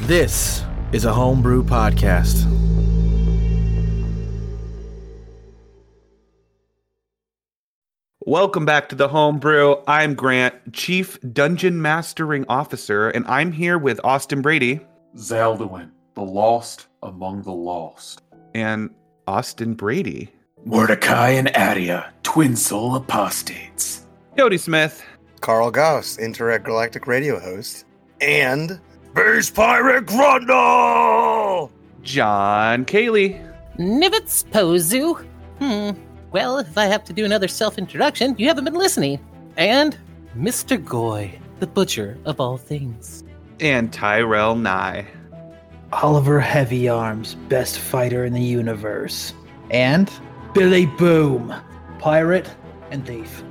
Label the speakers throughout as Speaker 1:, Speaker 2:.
Speaker 1: This is a homebrew podcast.
Speaker 2: Welcome back to the Homebrew. I'm Grant, Chief Dungeon Mastering Officer, and I'm here with Austin Brady.
Speaker 3: Zaldwin, the lost among the lost.
Speaker 2: And Austin Brady.
Speaker 3: Mordecai and Adia, twin soul apostates.
Speaker 2: Cody Smith.
Speaker 4: Carl Gauss, intergalactic radio host, and Base Pirate Grundle!
Speaker 2: John Cayley.
Speaker 5: Nivets Pozu. Hmm. Well, if I have to do another self introduction, you haven't been listening. And Mr. Goy, the butcher of all things.
Speaker 2: And Tyrell Nye.
Speaker 6: Oliver Heavy Arms, best fighter in the universe.
Speaker 7: And
Speaker 6: Billy Boom, pirate and thief.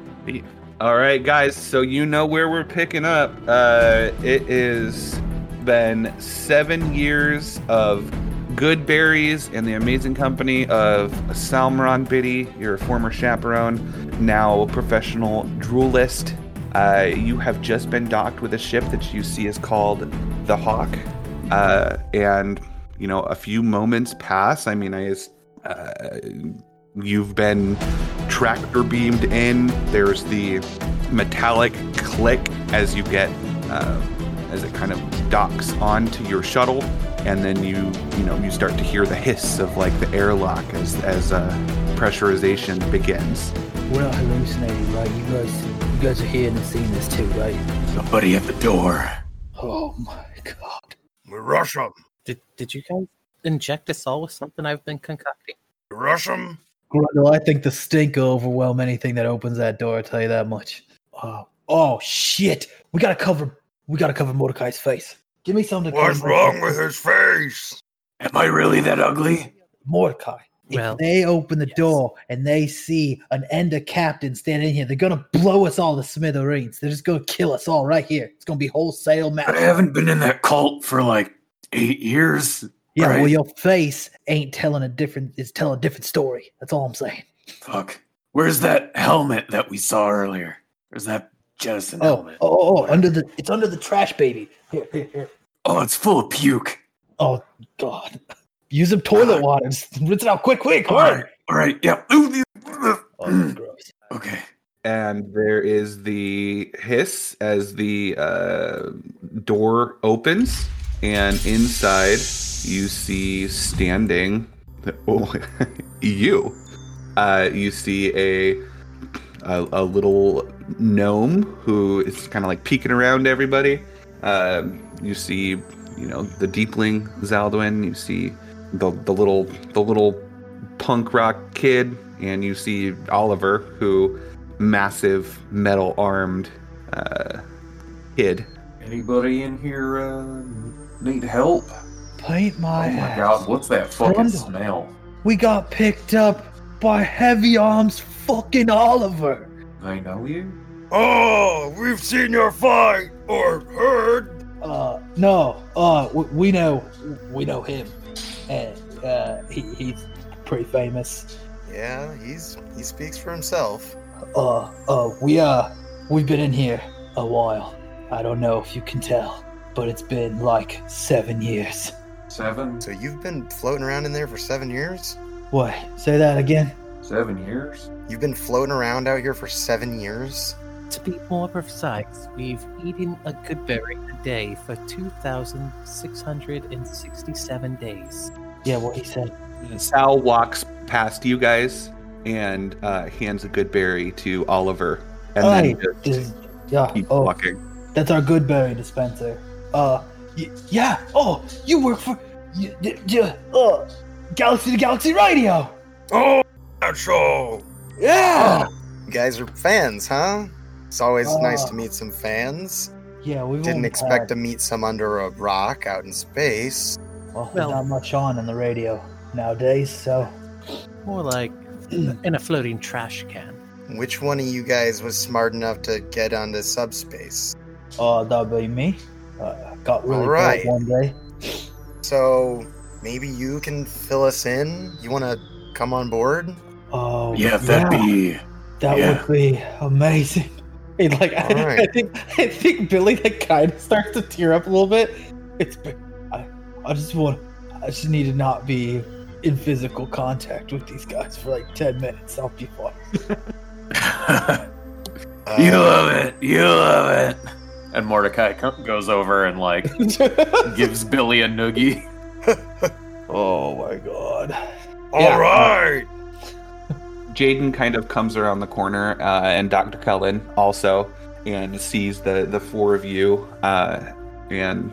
Speaker 2: All right, guys, so you know where we're picking up. Uh, it is been seven years of good berries and the amazing company of Salmaron Biddy, your former chaperone, now professional droolist. Uh, you have just been docked with a ship that you see is called the Hawk. Uh, and, you know, a few moments pass. I mean, I is. Uh, You've been tractor beamed in. There's the metallic click as you get, uh, as it kind of docks onto your shuttle, and then you, you know, you start to hear the hiss of like the airlock as as uh, pressurization begins.
Speaker 6: We're not hallucinating, right? You guys, you guys are hearing and seeing this too, right?
Speaker 3: Somebody at the door.
Speaker 6: Oh my god!
Speaker 4: We rush them.
Speaker 5: Did, did you guys inject us all with something I've been concocting?
Speaker 4: We rush them.
Speaker 7: Grundle, I think the stink will overwhelm anything that opens that door. I tell you that much.
Speaker 6: Oh, oh shit! We gotta cover. We gotta cover Mordecai's face. Give me something. to
Speaker 4: What's
Speaker 6: cover my
Speaker 4: wrong
Speaker 6: face.
Speaker 4: with his face?
Speaker 3: Am I really that ugly?
Speaker 6: Mordecai?
Speaker 5: Well,
Speaker 7: if they open the
Speaker 5: yes.
Speaker 7: door and they see an ender captain standing here, they're gonna blow us all to smithereens. They're just gonna kill us all right here. It's gonna be wholesale
Speaker 3: I
Speaker 7: mass.
Speaker 3: haven't been in that cult for like eight years.
Speaker 7: Yeah, well,
Speaker 3: right.
Speaker 7: your face ain't telling a different. It's telling a different story. That's all I'm saying.
Speaker 3: Fuck. Where's that helmet that we saw earlier? Where's that jettison
Speaker 7: Oh,
Speaker 3: helmet?
Speaker 7: oh, oh, oh, under the. It's under the trash, baby. Here, here, here.
Speaker 3: Oh, it's full of puke.
Speaker 7: Oh God. Use some toilet
Speaker 3: Ah.
Speaker 7: water. Just rinse it out quick, quick,
Speaker 3: All
Speaker 7: hard.
Speaker 3: right, all right, yeah. Ooh, the-
Speaker 7: Oh, gross.
Speaker 3: okay.
Speaker 2: and there is the hiss as the uh, door opens and inside you see standing oh, you uh, you see a, a a little gnome who is kind of like peeking around everybody um, you see you know the deepling zaldwin you see the, the little the little punk rock kid and you see oliver who massive metal armed uh, kid.
Speaker 3: Anybody in here uh, need help?
Speaker 7: Paint my,
Speaker 3: Oh my
Speaker 7: ass.
Speaker 3: god, what's that fucking
Speaker 7: Grundle.
Speaker 3: smell?
Speaker 7: We got picked up by Heavy Arms fucking Oliver.
Speaker 3: They know you?
Speaker 4: Oh, we've seen your fight or heard.
Speaker 7: Uh, no, uh, we, we know, we know him, and uh, he, he's pretty famous.
Speaker 4: Yeah, he's he speaks for himself.
Speaker 7: Uh, uh, we uh, we've been in here a while. I don't know if you can tell, but it's been like seven years.
Speaker 3: Seven?
Speaker 4: So you've been floating around in there for seven years.
Speaker 7: What? Say that again.
Speaker 3: Seven years?
Speaker 4: You've been floating around out here for seven years.
Speaker 5: to be more precise, we've eaten a good berry a day for 2,667 days.
Speaker 7: Yeah, what he said.
Speaker 2: Sal walks past you guys and uh, hands a good berry to Oliver, and
Speaker 7: Hey,
Speaker 2: then just
Speaker 7: is, yeah.
Speaker 2: keeps
Speaker 7: Oh,
Speaker 2: walking.
Speaker 7: That's our good berry dispenser. Uh, y- yeah. Oh, you work for, y- y- y- uh, Galaxy to Galaxy Radio.
Speaker 4: Oh, that's all.
Speaker 7: Yeah.
Speaker 4: You guys are fans, huh? It's always nice
Speaker 7: Ah.
Speaker 4: to meet some fans.
Speaker 7: Yeah, we
Speaker 4: Didn't expect to meet some under a rock out in space.
Speaker 7: Well, there's
Speaker 5: Well-
Speaker 7: not much on in the radio nowadays, so
Speaker 5: More like in a floating trash can.
Speaker 4: Which one of you guys was smart enough to get onto subspace?
Speaker 7: uh, that'd be me. Uh, got really
Speaker 4: All
Speaker 7: bored
Speaker 4: right.
Speaker 7: one day.
Speaker 4: So maybe you can fill us in? You want to come on board?
Speaker 7: Oh,
Speaker 3: Yeah, that'd be.
Speaker 7: That
Speaker 3: yeah.
Speaker 7: would be amazing. And like, I,
Speaker 4: All right.
Speaker 7: I think I think Billy like kind of starts to tear up a little bit. It's been, I, I just want. I just need to not be in physical contact with these guys for like ten minutes. I'll be fine.
Speaker 4: Uh,
Speaker 3: you love it. You love it. And Mordecai co- goes over and like gives Billy a noogie.
Speaker 7: oh my god.
Speaker 2: Yeah.
Speaker 4: All right.
Speaker 2: Jaden kind of comes around the corner, uh, and Dr. Cullen also, and sees the the four of you, uh, and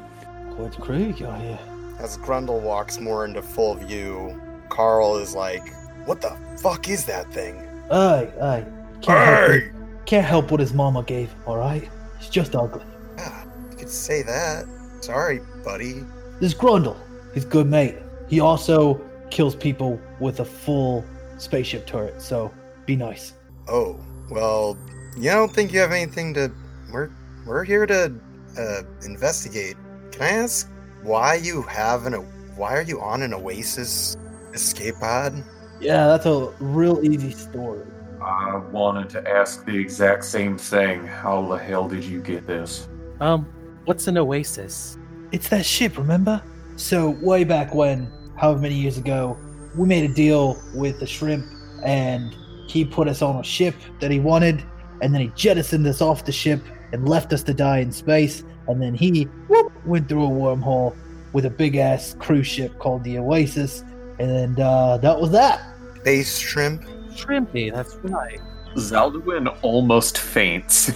Speaker 7: Quite crazy out here.
Speaker 4: As Grundle walks more into full view, Carl is like, "What the fuck is that thing?"
Speaker 7: Aye, aye. Can't, help what, can't help what his mama gave. him, All right, it's just ugly.
Speaker 4: Yeah, you could say that. Sorry, buddy.
Speaker 7: This Grundle, his good mate. He also kills people with a full spaceship turret. So be nice.
Speaker 4: Oh, well, yeah, I don't think you have anything to. We're we're here to uh, investigate. Can I ask why you have an? Why are you on an Oasis escape pod?
Speaker 7: Yeah, that's a real easy story.
Speaker 3: I wanted to ask the exact same thing. How the hell did you get this?
Speaker 8: Um, what's an oasis?
Speaker 7: It's that ship, remember? So way back when, however many years ago, we made a deal with the shrimp, and he put us on a ship that he wanted, and then he jettisoned us off the ship and left us to die in space, and then he whoop, went through a wormhole with a big ass cruise ship called the Oasis, and uh, that was that.
Speaker 4: Base shrimp.
Speaker 8: Shrimpy, that's right.
Speaker 3: Zaldwin almost faints.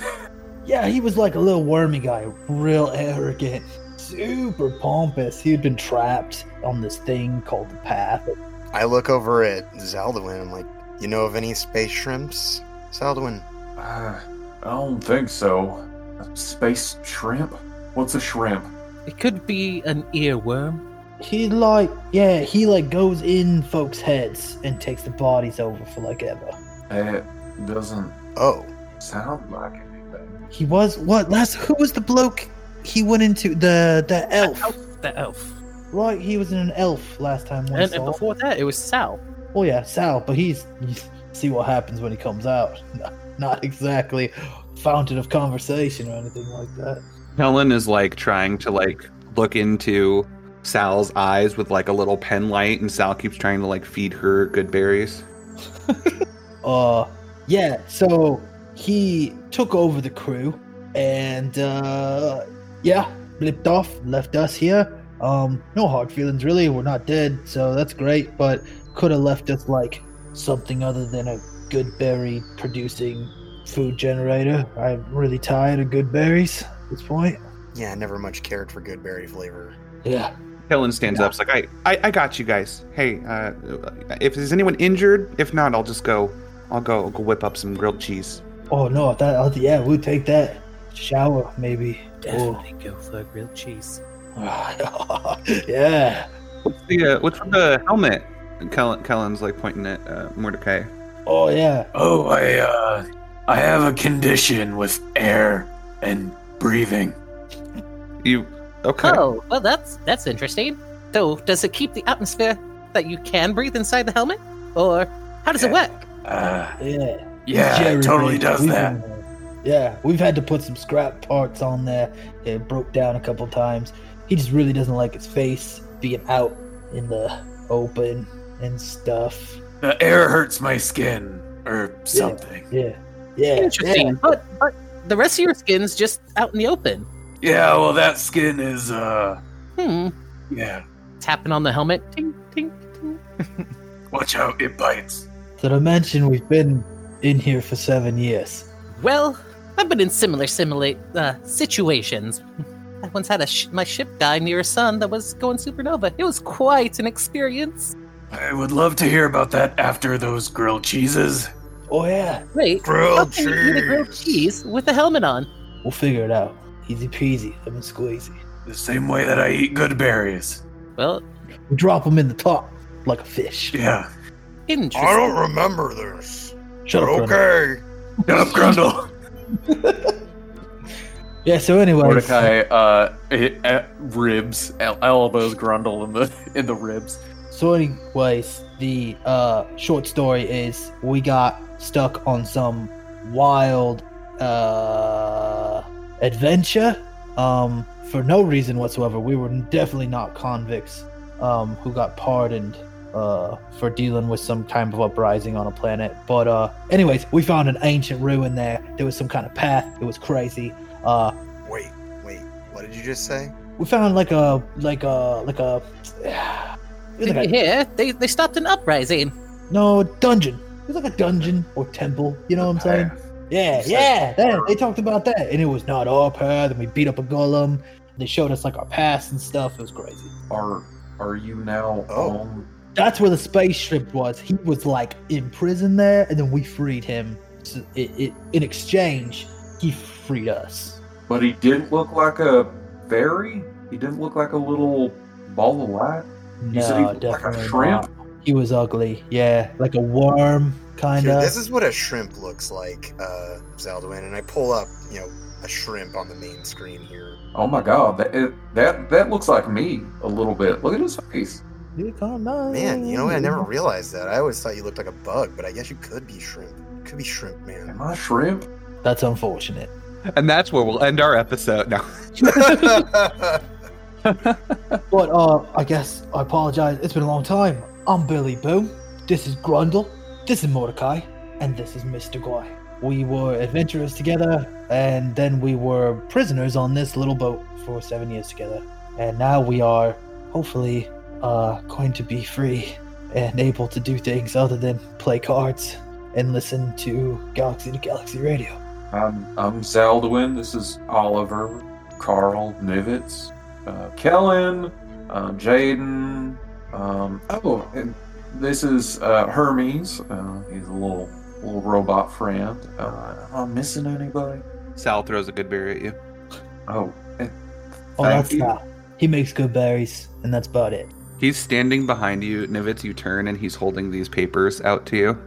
Speaker 7: Yeah, he was like a little wormy guy, real arrogant, super pompous. He had been trapped on this thing called the Path.
Speaker 4: I look over at Zaldwin. I'm like, you know of any space shrimps, Zaldwin?
Speaker 3: Uh, I don't think so. Space shrimp? What's a shrimp?
Speaker 8: It could be an earworm.
Speaker 7: He like yeah, he like goes in folks' heads and takes the bodies over for like ever.
Speaker 3: It doesn't
Speaker 4: Oh,
Speaker 3: sound like anything.
Speaker 7: He was what last who was the bloke he went into the the elf.
Speaker 5: Oh,
Speaker 8: The elf.
Speaker 7: Right, he was in an elf last time we
Speaker 8: And,
Speaker 7: saw.
Speaker 8: and before that, it was Sal.
Speaker 7: oh yeah, Sal, but he's you see what happens when he comes out. Not exactly fountain of conversation or anything like that.
Speaker 2: Helen is like trying to like look into Sal's eyes with like a little pen light, and Sal keeps trying to like feed her good berries.
Speaker 7: Uh, yeah. So he took over the crew, and uh, yeah, blipped off, left us here. Um, no hard feelings really. We're not dead, so that's great. But could have left us like something other than a good berry producing food generator. I'm really tired of good berries at this point.
Speaker 4: yeah, I never much cared for good berry flavor.
Speaker 7: Yeah.
Speaker 2: Helen stands up, is like, I, I, I got you guys. Hey, uh, if is anyone injured? If not, I'll just go. I'll go, I'll go whip up some grilled cheese.
Speaker 7: Oh no, that uh, yeah, we'll take that shower maybe. Oh.
Speaker 8: Definitely go for grilled cheese.
Speaker 7: yeah.
Speaker 2: What's the uh, what's with the helmet? And Kellen, Kellen's like pointing at uh, Mordecai.
Speaker 7: Oh yeah.
Speaker 3: Oh, I, uh, I have a condition with air and breathing.
Speaker 2: You okay?
Speaker 8: Oh, well, that's that's interesting. So, does it keep the atmosphere that you can breathe inside the helmet, or how does it work?
Speaker 3: Uh,
Speaker 7: Yeah.
Speaker 3: yeah,
Speaker 7: Jerry
Speaker 3: it totally
Speaker 7: rigs.
Speaker 3: does
Speaker 7: We've
Speaker 3: that.
Speaker 7: been there. yeah, we've had to put some scrap parts on there. It broke down a couple times. He just really doesn't like his face being out in the open and stuff.
Speaker 3: The air hurts my skin or something.
Speaker 7: Yeah. Yeah.
Speaker 8: Interesting,
Speaker 7: yeah.
Speaker 8: but but the rest of your skin's just out in the open.
Speaker 3: Yeah, well, that skin is, uh,
Speaker 8: Hmm.
Speaker 3: yeah.
Speaker 8: Tapping on the helmet. Ting, ting, ting.
Speaker 3: Watch out, it bites.
Speaker 7: So to mention we've been in here for seven years.
Speaker 8: Well, I've been in similar simulate uh, situations. I once had a sh- my ship die near a sun that was going supernova. It was quite an experience.
Speaker 3: I would love to hear about that after those grilled cheeses.
Speaker 7: Oh yeah.
Speaker 8: Wait, how
Speaker 4: Grilled
Speaker 8: can you eat a grilled cheese with a helmet on?
Speaker 7: We'll figure it out. Easy peasy, lemon squeezy.
Speaker 3: The same way that I eat good berries.
Speaker 8: Well,
Speaker 7: We drop them in the top like a fish.
Speaker 3: Yeah.
Speaker 8: interesting.
Speaker 4: I don't remember this.
Speaker 7: Shut up. Bruno.
Speaker 4: okay.
Speaker 3: Shut up, Grundle.
Speaker 7: Yeah. So anyway.
Speaker 3: Mordecai uh, it, uh, ribs el- elbows Grundle in the in the ribs.
Speaker 7: So, anyways, the uh, short story is we got stuck on some wild uh, adventure. Um, for no reason whatsoever. We were definitely not convicts um, who got pardoned uh, for dealing with some kind of uprising on a planet. But uh, anyways, we found an ancient ruin there. There was some kind of path. It was crazy. Uh,
Speaker 4: Wait, wait. What did you just say?
Speaker 7: we found like a like a like a. it was
Speaker 8: Did
Speaker 7: like
Speaker 8: you
Speaker 7: a
Speaker 8: hear? They, they stopped an uprising.
Speaker 7: no dungeon. It was like a dungeon or temple. You know what I'm saying? Yeah,
Speaker 4: It's like-
Speaker 7: yeah. that- they talked about that, and it was not our path. And we beat up a golem. They showed us like our past and stuff. It was crazy.
Speaker 9: Are are you now
Speaker 4: Oh.
Speaker 9: on?
Speaker 7: That's where the spaceship was. He was like in prison there, and then we freed him. So it, it, in exchange, he freed us.
Speaker 9: But he didn't look like a fairy. He didn't look like a little ball of light. You said he
Speaker 7: No,
Speaker 9: looked like a
Speaker 7: definitely
Speaker 9: shrimp?
Speaker 7: not. He was ugly. Yeah, like a worm, kind
Speaker 4: Dude,
Speaker 7: of.
Speaker 4: this is what a shrimp looks like, uh, Zaldwin. And I pull up, you know, a shrimp on the main screen here.
Speaker 9: Oh my god, that it, that that looks like me a little bit. Look at his face.
Speaker 4: Man, you know, what? I never realized that. I always thought you looked like a bug, but I guess you could be shrimp. You could be shrimp, man.
Speaker 9: Am I shrimp?
Speaker 7: That's unfortunate.
Speaker 2: And that's where we'll end our episode. Now,
Speaker 7: But uh, I guess I apologize. It's been a long time. I'm Billy Boom. This is Grundle. This is Mordecai, and this is Mr. Goy. We were adventurers together, and then we were prisoners on this little boat for seven years together. And now we are, hopefully, uh, going to be free and able to do things other than play cards and listen to Galaxy to Galaxy Radio.
Speaker 9: I'm I'm Zaldwin. This is Oliver, Carl, Nivitz, uh, Kellen, uh, Jaden. Um, oh, and this is uh, Hermes. Uh, he's a little little robot friend. Uh, am I missing anybody?
Speaker 2: Sal throws a good berry at you.
Speaker 9: Oh, eh,
Speaker 7: Oh,
Speaker 9: thank
Speaker 7: that's
Speaker 9: you.
Speaker 7: Sal. He makes good berries, and that's about it.
Speaker 2: He's standing behind you, Nivitz. You turn and he's holding these papers out to you.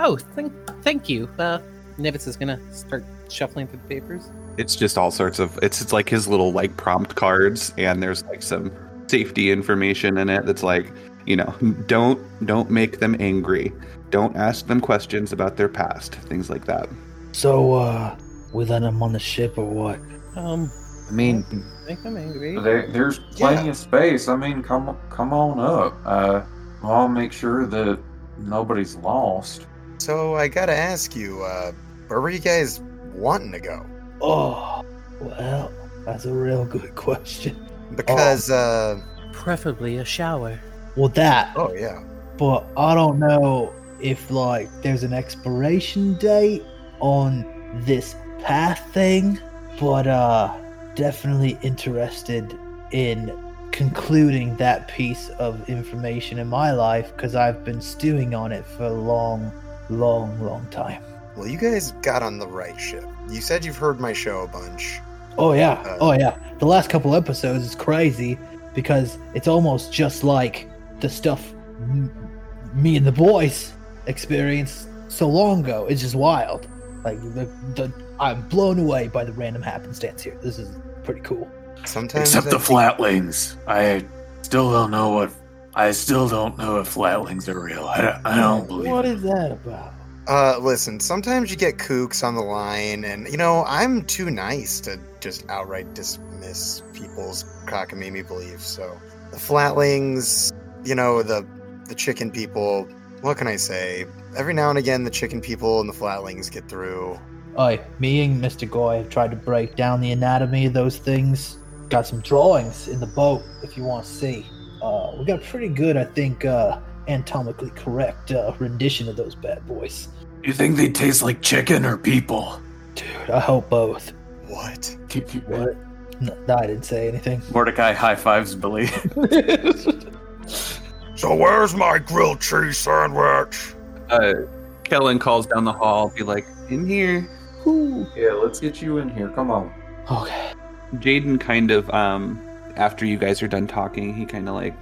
Speaker 8: Oh, thank, thank you. Uh, Nivitz is gonna start shuffling through the papers.
Speaker 2: It's just all sorts of. It's it's like his little like prompt cards, and there's like some safety information in it that's like, you know, don't don't make them angry, don't ask them questions about their past, things like that.
Speaker 7: So, uh, we let him on the ship or what?
Speaker 8: Um,
Speaker 2: I mean,
Speaker 8: make them angry.
Speaker 9: There, there's plenty of space. I mean, come come on up. Uh, I'll make sure that nobody's lost.
Speaker 4: so I gotta ask you, uh, where were you guys wanting to go?
Speaker 7: Oh, well, that's a real good question. Oh.
Speaker 4: Because, uh,
Speaker 8: Preferably a shower.
Speaker 7: Well, that,
Speaker 4: oh yeah.
Speaker 7: but I don't know if, like, there's an expiration date on this path thing, but, uh, definitely interested in concluding that piece of information in my life because I've been stewing on it for a long, long, long time.
Speaker 4: Well, you guys got on the right ship. You said you've heard my show a bunch.
Speaker 7: Oh yeah,
Speaker 4: Uh,
Speaker 7: oh yeah. The last couple episodes is crazy because it's almost just like the stuff m- me and the boys experienced so long ago. It's just wild. Like the, the I'm blown away by the random happenstance here. This is pretty cool.
Speaker 4: Sometimes I think-
Speaker 9: flatlings. I still don't know what. I still don't know if flatlings are real. I don't, I
Speaker 7: What is that about?
Speaker 4: Uh, listen, sometimes you get kooks on the line, and you know, I'm too nice to just outright dismiss people's cockamamie beliefs. So, the flatlings, you know, the the chicken people, what can I say? Every now and again, the chicken people and the flatlings get through.
Speaker 7: Oi, me and Mr. Goy have tried to break down the anatomy of those things. Got some drawings in the boat if you want to see. Uh, we got pretty good, I think, uh, anatomically correct uh, rendition of those bad boys.
Speaker 9: You think they taste like chicken or people?
Speaker 7: Dude, I hope both.
Speaker 4: What?
Speaker 7: What? No, I didn't say anything.
Speaker 9: Mordecai high fives Billy.
Speaker 4: So, where's my grilled cheese sandwich?
Speaker 2: uh, Kellen calls down the hall, be like, in here. Whoo.
Speaker 9: yeah, let's get you in here. Come on.
Speaker 7: Okay.
Speaker 2: Jaden kind of, um, after you guys are done talking, he kind of like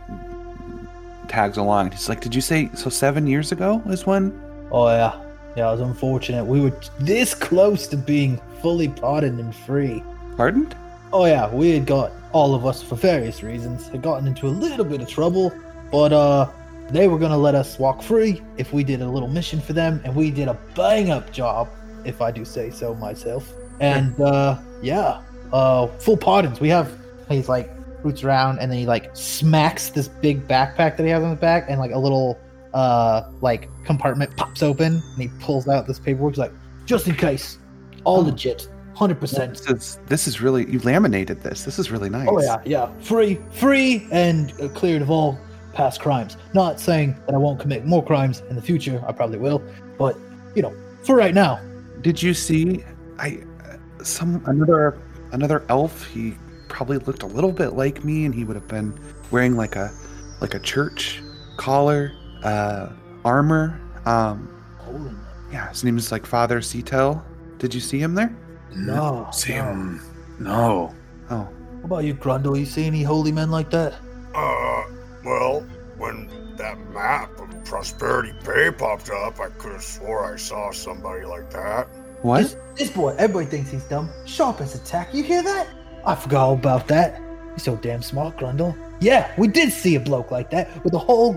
Speaker 2: tags along. He's like, did you say so? Seven years ago is when
Speaker 7: Oh yeah, yeah. It was unfortunate. We were this close to being fully pardoned and free.
Speaker 2: pardoned.
Speaker 7: Oh yeah, we had got all of us for various reasons had gotten into a little bit of trouble, but uh they were gonna let us walk free if we did a little mission for them, and we did a bang up job, if I do say so myself. And uh yeah, uh full pardons. We have He's like roots around and then he like smacks this big backpack that he has on his back and like a little uh like compartment pops open and he pulls out this paperwork. He's like, just in case, all legit, hundred percent.
Speaker 2: This is, this is really you laminated this. This is really nice.
Speaker 7: Oh yeah, yeah. Free, free, and uh, cleared of all past crimes. Not saying that I won't commit more crimes in the future. I probably will, but you know, for right now,
Speaker 2: Did you see? I uh, some another another elf. He probably looked a little bit like me, and he would have been wearing like a like a church collar, uh, armor. Um,
Speaker 7: holy
Speaker 2: yeah, his name is like Father Cetel. Did you see him there?
Speaker 7: no. no.
Speaker 9: Sam, no.
Speaker 2: Oh,
Speaker 7: How about you, Grundle? You see any holy men like that?
Speaker 3: Uh, well, when that map of Prosperity Bay popped up, I could have swore I saw somebody like that.
Speaker 2: what?
Speaker 7: This, this boy, everybody thinks he's dumb. Sharpest attack, you hear that? I forgot all about that. You're so damn smart, Grundle. Yeah, we did see a bloke like that with a whole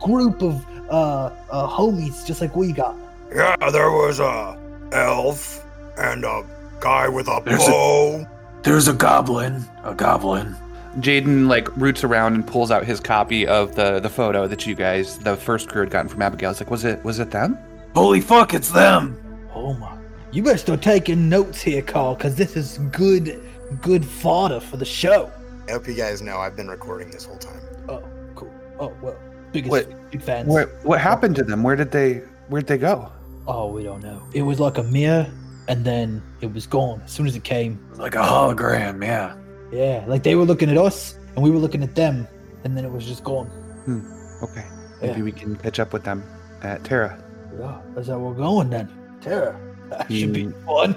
Speaker 7: group of uh, uh holies just like we got.
Speaker 3: Yeah, there was a elf and a guy with a
Speaker 9: There's a-
Speaker 3: bow.
Speaker 9: There's a goblin. A goblin.
Speaker 2: Jaden like roots around and pulls out his copy of the the photo that you guys, the first crew, had gotten from Abigail. It's like, was it was it them?
Speaker 9: Holy fuck, it's them.
Speaker 7: Oh my. You better start taking notes here, Carl, because this is good, good fodder for the show.
Speaker 4: I hope you guys know I've been recording this whole time.
Speaker 7: Oh, cool. Oh, well, biggest
Speaker 2: What
Speaker 7: fans.
Speaker 2: what what happened to them? Where did they where'd they go?
Speaker 7: Oh, we don't know. It was like a mirror, and then it was gone as soon as it came.
Speaker 9: Like a hologram, yeah.
Speaker 7: Yeah, like they were looking at us, and we were looking at them, and then it was just gone.
Speaker 2: Okay,
Speaker 7: Yeah.
Speaker 2: maybe we can catch up with them at Terra. Hmm.
Speaker 7: Yeah, that's how we're going then. Terra. That should be fun.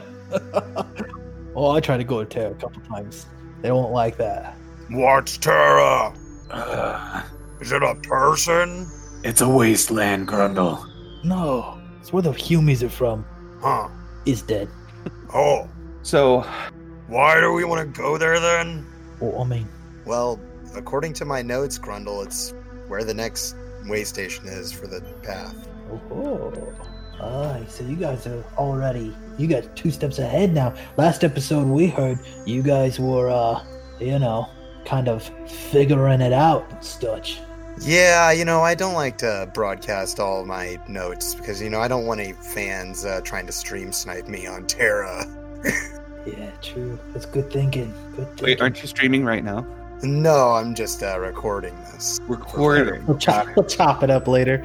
Speaker 7: oh, I tried to go to Terra a couple times. They won't like that.
Speaker 3: What's Terra?
Speaker 9: Uh,
Speaker 3: Is it a person?
Speaker 9: it's a wasteland, Grundle.
Speaker 7: No, it's where the Humies are from.
Speaker 3: Huh.
Speaker 7: Is dead.
Speaker 3: Oh,
Speaker 2: So
Speaker 3: why do we want to go there then?
Speaker 7: Or, I mean,
Speaker 4: Well, according to my notes, Grundle, it's where the next way station is for the path.
Speaker 7: Oh, Alright, so you guys are already you guys are two steps ahead now. Last episode we heard you guys were uh you know, kind of figuring it out and such.
Speaker 4: Yeah, you know, I don't like to broadcast all my notes because, you know, I don't want any fans uh, trying to stream snipe me on Terra.
Speaker 7: Yeah, true. That's good thinking. Good thinking.
Speaker 2: wait, aren't you streaming right now?
Speaker 4: No, I'm just uh, recording this.
Speaker 2: Recording.
Speaker 7: We'll chop, we'll chop it up later.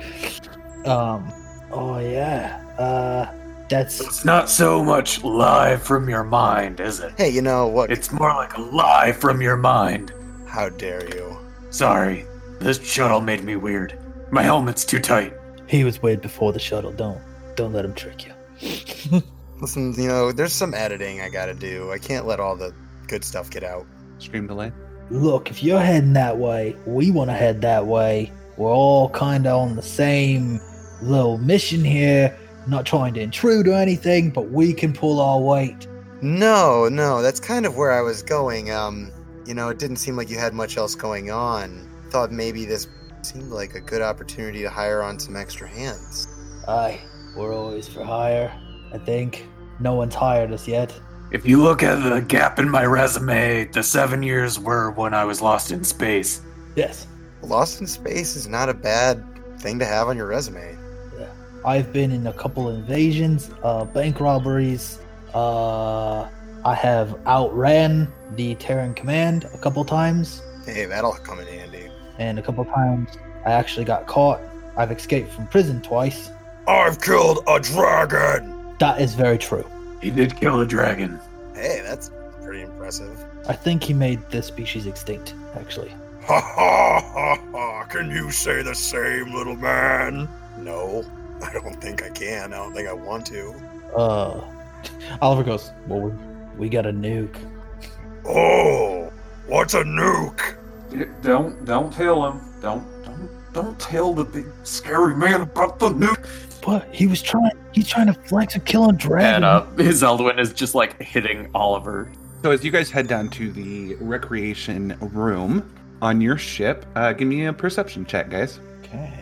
Speaker 7: Um oh yeah. Uh that's
Speaker 9: It's not so much live from your mind, is it?
Speaker 4: Hey, you know what?
Speaker 9: It's more like live from your mind.
Speaker 4: How dare you?
Speaker 9: Sorry, this shuttle made me weird. My helmet's too tight.
Speaker 7: he was weird before the shuttle. Don't don't let him trick you.
Speaker 4: Listen, you know, there's some editing I gotta do. I can't let all the good stuff get out.
Speaker 2: Stream delay.
Speaker 7: look, if you're heading that way, we want to head that way. We're all kind of on the same little mission here. Not trying to intrude or anything, but we can pull our weight.
Speaker 4: No, no, that's kind of where I was going. Um, you know, it didn't seem like you had much else going on. Thought maybe this seemed like a good opportunity to hire on some extra hands.
Speaker 7: Aye, we're always for hire. I think no one's hired us yet.
Speaker 9: If you look at the gap in my resume, the seven years were when I was lost in space.
Speaker 7: Yes,
Speaker 4: Lost in space is not a bad thing to have on your resume.
Speaker 7: I've been in a couple invasions, uh, bank robberies. Uh, I have outran the Terran Command a couple times.
Speaker 4: Hey, that'll come in handy.
Speaker 7: and a couple times I actually got caught. I've escaped from prison twice.
Speaker 3: I've killed a dragon.
Speaker 7: That is very true.
Speaker 9: He did kill a dragon.
Speaker 4: Hey, that's pretty impressive.
Speaker 7: I think he made this species extinct, actually.
Speaker 3: Ha ha ha ha. Can you say the same, little man?
Speaker 4: No, I don't think I can. I don't think I want to.
Speaker 7: Uh, Oliver goes, Well, we, we got a nuke.
Speaker 3: Oh, what's a nuke?
Speaker 9: Don't don't tell him. Don't don't don't tell the big scary man about the nuke.
Speaker 7: But he was trying, he's trying to flex a kill on Dragon.
Speaker 10: And uh, his Eldwin is just like hitting Oliver.
Speaker 2: So as you guys head down to the recreation room on your ship, uh, give me a perception check, guys.
Speaker 7: Okay.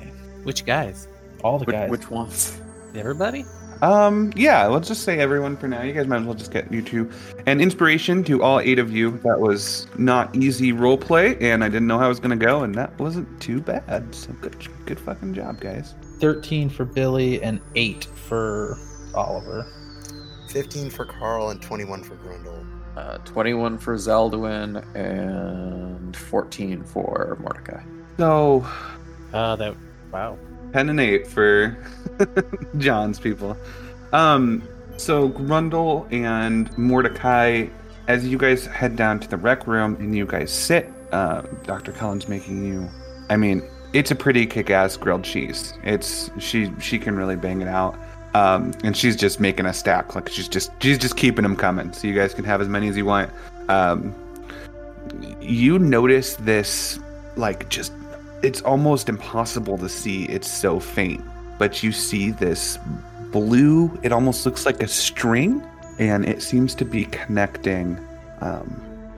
Speaker 5: Which guys?
Speaker 7: All the
Speaker 2: Which-
Speaker 7: guys.
Speaker 10: Which ones?
Speaker 5: Everybody?
Speaker 2: Um, yeah, let's just say everyone for now. You guys might as well just get you two. And inspiration to all eight of you. That was not easy role play, and I didn't know how it was gonna go, and that wasn't too bad. So good, good fucking job, guys.
Speaker 7: 13 for Billy and 8 for Oliver.
Speaker 4: 15 for Carl and 21 for Grundle.
Speaker 10: Uh, 21 for Zeldwin and 14 for Mordecai.
Speaker 2: So
Speaker 8: Uh, that. Wow.
Speaker 2: ten and eight for John's people. Um, so Grundle and Mordecai, as you guys head down to the rec room and you guys sit, uh, Dr. Collins making you. I mean, it's a pretty kick-ass grilled cheese. It's she she can really bang it out. Um, and she's just making a stack. Like she's just she's just keeping them coming. So you guys can have as many as you want. Um, you notice this like just it's almost impossible to see. It's so faint. But you see this blue, it almost looks like a string, and it seems to be connecting um,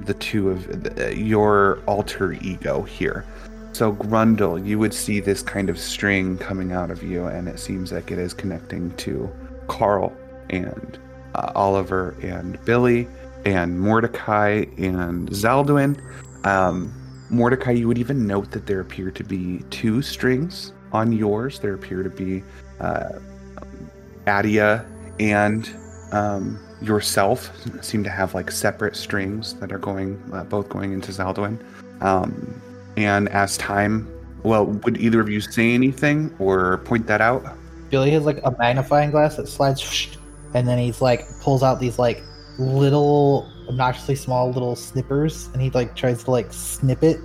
Speaker 2: the two of the, your alter ego here. So, Grundle, you would see this kind of string coming out of you, and it seems like it is connecting to Carl and uh, Oliver and Billy and Mordecai and Zaldwin. Um, Mordecai, you would even note that there appear to be two strings on yours. There appear to be uh, Adia and um, yourself seem to have like separate strings that are going, uh, both going into Zaldwin. Um, and as time, well, would either of you say anything or point that out?
Speaker 7: Billy has like a magnifying glass that slides, and then he's like pulls out these like little obnoxiously small little snippers, and he like tries to like snip it.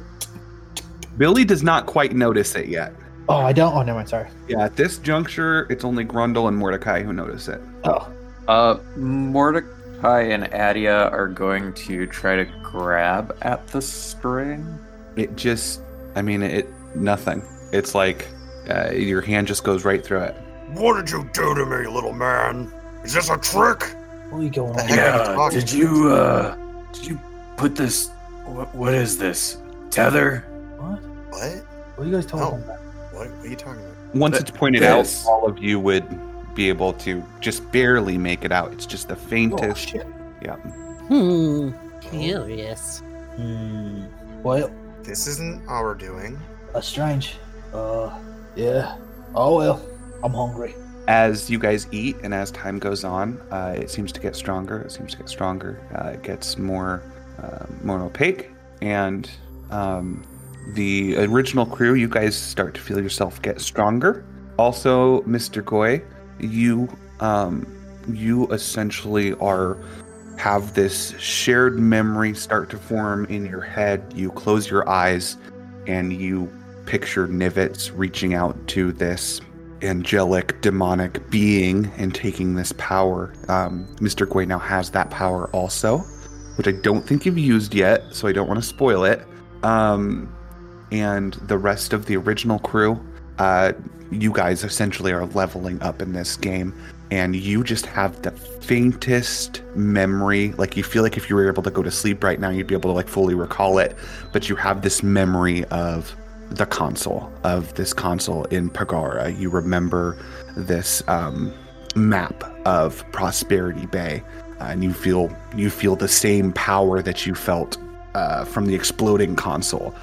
Speaker 2: Billy does not quite notice it yet.
Speaker 7: Oh, I don't. Oh, never mind. Sorry.
Speaker 2: Yeah, at this juncture, it's only Grundle and Mordecai who notice it.
Speaker 7: Oh,
Speaker 10: Uh, Mordecai and Adia are going to try to grab at the string.
Speaker 2: it just i mean it nothing it's like uh, your hand just goes right through it
Speaker 11: What did you do to me, little man? Is this a trick?
Speaker 6: What are you going on?
Speaker 4: Heck, I can talk.
Speaker 10: you, uh, did you put this? What, what is this? Tether?
Speaker 4: What?
Speaker 6: What are you guys talking
Speaker 4: Oh.
Speaker 6: about?
Speaker 4: What, what are you talking about?
Speaker 2: once
Speaker 10: Th-
Speaker 2: it's pointed
Speaker 10: this.
Speaker 2: out all of you would be able to just barely make it out it's just the
Speaker 6: Oh,
Speaker 2: faintest
Speaker 6: shit.
Speaker 2: yeah
Speaker 8: Hmm. Curious.
Speaker 6: Hmm. Well,
Speaker 4: This isn't our doing.
Speaker 6: that's strange. Uh, yeah. Oh well. I'm hungry.
Speaker 2: as you guys eat and as time goes on uh, it seems to get stronger it seems to get stronger uh, it gets more uh, more opaque and um, the original crew you guys start to feel yourself get stronger also mr goy you um, you essentially are have this shared memory start to form in your head you close your eyes and you picture nivets reaching out to this angelic demonic being and taking this power. Um, Mr. Gui now has that power also, which I don't think you've used yet, so I don't want to spoil it. Um, and the rest of the original crew, uh, you guys essentially are leveling up in this game, and you just have the faintest memory. Like you feel like if you were able to go to sleep right now, you'd be able to like fully recall it, but you have this memory of the console of this console in Pagara. You remember this um, map of Prosperity Bay, uh, and you feel you feel the same power that you felt uh, from the exploding console.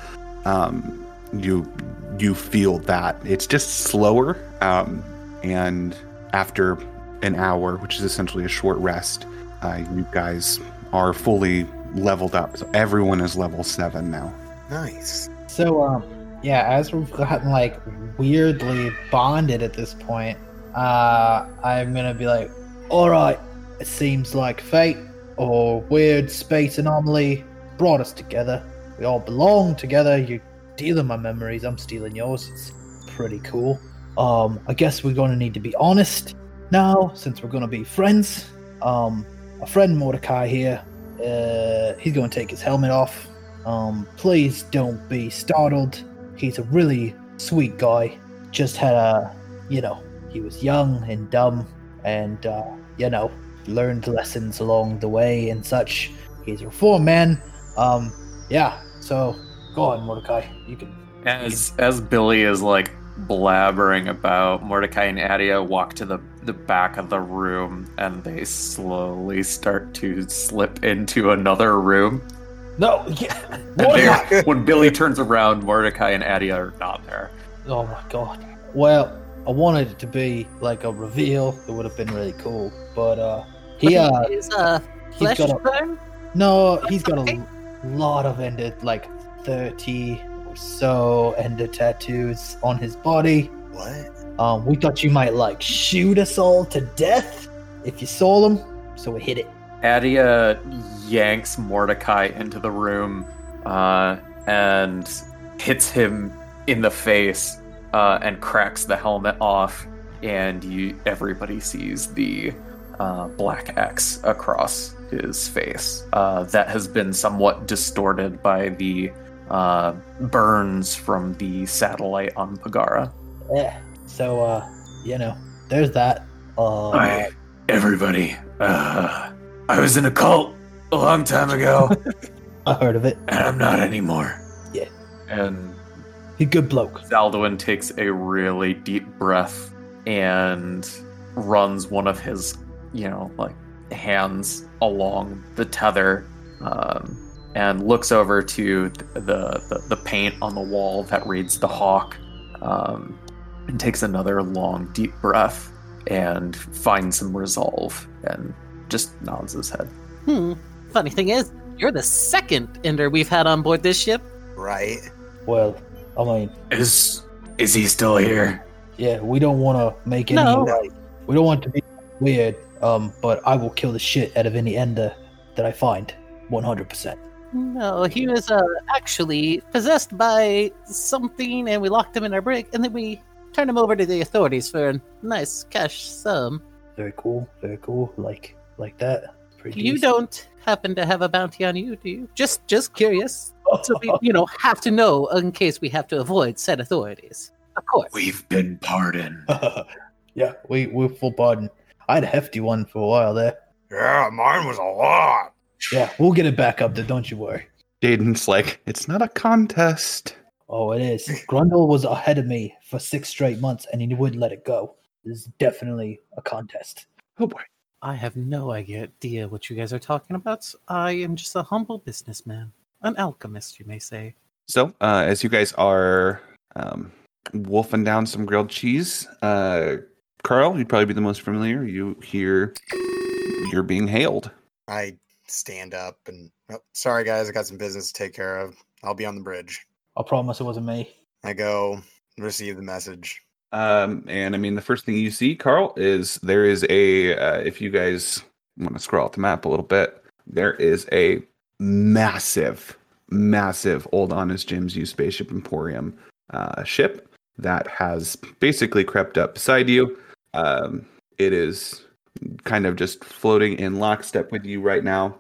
Speaker 2: Um, you you feel that it's just slower, um, and after an hour, which is essentially a short rest, uh, you guys are fully leveled up. So everyone is level seven now.
Speaker 4: Nice.
Speaker 7: So, um, yeah, as we've gotten like weirdly bonded at this point, uh, I'm gonna be like, all right, it seems like fate or weird space anomaly brought us together. We all belong together. You're stealing my memories. I'm stealing yours. It's pretty cool. Um, I guess we're gonna need to be honest now since we're gonna be friends. Um, our friend Mordecai here, uh, he's gonna take his helmet off. Um, please don't be startled. He's a really sweet guy. Just had a, you know, he was young and dumb and, uh, you know, learned lessons along the way and such. He's a reformed man. Um, yeah, so go on, Mordecai. You can.
Speaker 10: As as Billy is like blabbering about, Mordecai and Adia walk to the, the back of the room and they slowly start to slip into another room.
Speaker 12: No, yeah.
Speaker 10: And they're- when Billy turns around, Mordecai and Adia are not there.
Speaker 7: Oh my god. Well, I wanted it to be like a reveal. It would have been really cool. But uh he
Speaker 13: But
Speaker 7: uh
Speaker 8: Is uh,
Speaker 7: he's
Speaker 8: flesh
Speaker 7: got a,
Speaker 8: burn?
Speaker 7: no, he's got a lot of ender like thirty or so ender tattoos on his body.
Speaker 4: What?
Speaker 7: Um we thought you might like shoot us all to death if you saw them, so we hit it.
Speaker 10: Adia yanks Mordecai into the room uh, and hits him in the face uh, and cracks the helmet off, and you everybody sees the uh, black X across his face uh, that has been somewhat distorted by the uh, burns from the satellite on Pagara.
Speaker 7: Yeah. So uh you know, there's that. Uh
Speaker 3: Hi, everybody. Uh, I was in a cult a long time ago,
Speaker 7: I heard of it.
Speaker 3: and I'm not anymore.
Speaker 10: And
Speaker 7: He good bloke.
Speaker 10: Zaldwin takes a really deep breath and runs one of his, you know, like hands along the tether, um, and looks over to th- the, the the paint on the wall that reads the hawk, um, and takes another long deep breath and finds some resolve and just nods his head.
Speaker 8: Hmm. Funny thing is, you're the second Ender we've had on board this ship.
Speaker 4: Right.
Speaker 7: Well, I mean
Speaker 3: Is is he still here?
Speaker 7: Yeah, we don't want to make any.
Speaker 8: No.
Speaker 7: like, we don't want it to be weird. Um, but I will kill the shit out of any ender that I find, one hundred percent.
Speaker 8: No, he was uh, actually possessed by something, and we locked him in our brig, and then we turned him over to the authorities for a nice cash sum.
Speaker 7: Very cool, very cool. Like, like that. Pretty
Speaker 8: You
Speaker 7: decent.
Speaker 8: don't happen to have a bounty on you, do you? Just, just curious. So we, you know, have to know in case we have to avoid said authorities. Of course.
Speaker 3: We've been pardoned.
Speaker 7: yeah, we we're full pardon. I had a hefty one for a while there.
Speaker 14: Yeah, mine was a lot.
Speaker 7: Yeah, we'll get it back up there. Don't you worry.
Speaker 2: Jaden's like, it's not a contest.
Speaker 7: Oh, it is. Grundle was ahead of me for six straight months, and he wouldn't let it go. This is definitely a contest.
Speaker 2: Oh boy.
Speaker 8: I have no idea what you guys are talking about. I am just a humble businessman, an alchemist, you may say.
Speaker 2: So, uh, as you guys are um, wolfing down some grilled cheese, uh, Carl, you'd probably be the most familiar. You hear you're being hailed.
Speaker 4: I stand up and oh, sorry guys, I got some business to take care of. I'll be on the bridge.
Speaker 7: I promise it wasn't me.
Speaker 4: I go receive the message.
Speaker 2: Um, and I mean, the first thing you see, Carl, is there is a, uh, if you guys want to scroll out the map a little bit, there is a massive, massive old Honest Jim's used spaceship emporium uh, ship that has basically crept up beside you. Um, it is kind of just floating in lockstep with you right now.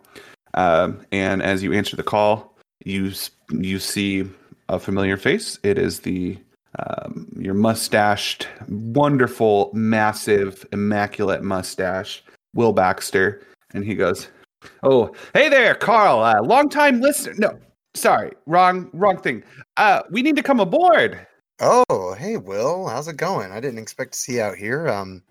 Speaker 2: Um, and as you answer the call, you s- you see a familiar face. It is the um, your mustached, wonderful, massive, immaculate mustache, Will Baxter, and he goes, "Oh, hey there, Carl, uh, long time listener. No, sorry, wrong, wrong thing. Uh, we need to come aboard."
Speaker 4: Oh, hey Will, how's it going? I didn't expect to see you out here. Um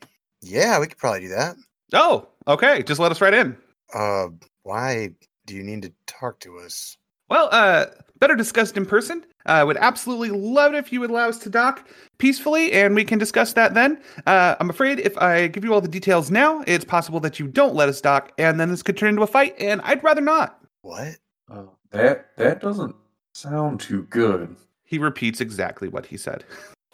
Speaker 4: yeah, we could probably do that.
Speaker 2: Oh, okay, just let us right in.
Speaker 4: Uh why do you need to talk to us?
Speaker 2: Well, uh, better discussed in person. I would absolutely love it if you would allow us to dock peacefully, and we can discuss that then. Uh, I'm afraid if I give you all the details now, it's possible that you don't let us dock, and then this could turn into a fight, and I'd rather not.
Speaker 4: What?
Speaker 9: Oh, that that doesn't sound too good.
Speaker 2: He repeats exactly what he said.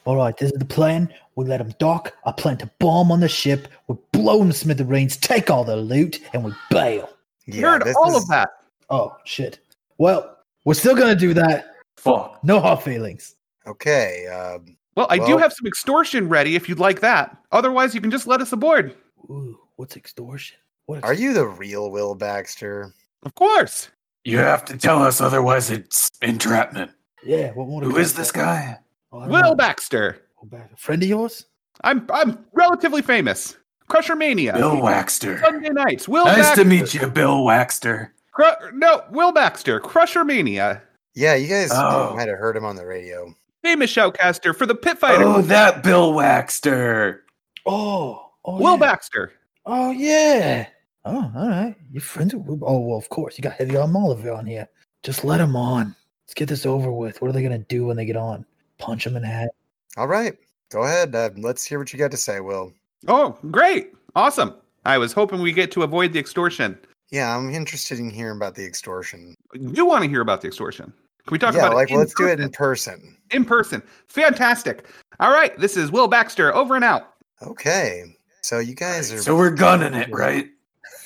Speaker 7: All right, this is the plan. We let them dock. I plant a bomb on the ship. We blow them to smithereens, take all their loot, and we bail.
Speaker 4: Yeah, Heard this all of is-
Speaker 2: that.
Speaker 7: Oh shit. Well, we're still gonna do that.
Speaker 10: Fuck.
Speaker 7: No hard feelings.
Speaker 4: Okay, um
Speaker 2: Well, I do
Speaker 4: Well-
Speaker 2: have some extortion ready if you'd like that. Otherwise, you can just let us aboard.
Speaker 7: Ooh, what's extortion? What
Speaker 4: are you the real Will Baxter?
Speaker 2: Of course.
Speaker 3: You have to tell us, otherwise it's entrapment.
Speaker 7: Yeah. What more?
Speaker 3: Who is this guy?
Speaker 7: Oh,
Speaker 2: Will Baxter.
Speaker 7: A Oh, friend of yours?
Speaker 2: I'm I'm relatively famous. Crusher Mania.
Speaker 3: Bill Waxter.
Speaker 2: Sunday nights. Will
Speaker 3: nice
Speaker 2: Baxter.
Speaker 3: to meet you, Bill Waxter.
Speaker 2: Cru- no, Will Baxter. Crusher Mania.
Speaker 4: Yeah, you guys
Speaker 3: Oh.
Speaker 4: might have heard him on the radio.
Speaker 2: famous shoutcaster for the pit fighter.
Speaker 3: Oh, that Bill Waxter.
Speaker 7: Oh, oh
Speaker 2: Will Baxter.
Speaker 7: Oh yeah. Oh, all right. You're friends with Will- Oh well, of course. You got Heavy Arm Oliver on here. Just let him on. Let's get this over with. What are they gonna do when they get on? Punch him in the head.
Speaker 4: All right. Go ahead. Uh, let's hear what you got to say, Will.
Speaker 2: Oh, great. Awesome. I was hoping we get to avoid the extortion.
Speaker 4: Yeah, I'm interested in hearing about the extortion.
Speaker 2: You want to hear about the extortion. Can we talk
Speaker 4: yeah,
Speaker 2: about
Speaker 4: like
Speaker 2: it in
Speaker 4: let's do it
Speaker 2: person?
Speaker 4: in person.
Speaker 2: in person. Fantastic. All right, this is Will Baxter over and out.
Speaker 4: Okay. So you guys are
Speaker 3: So we're gunning it, right?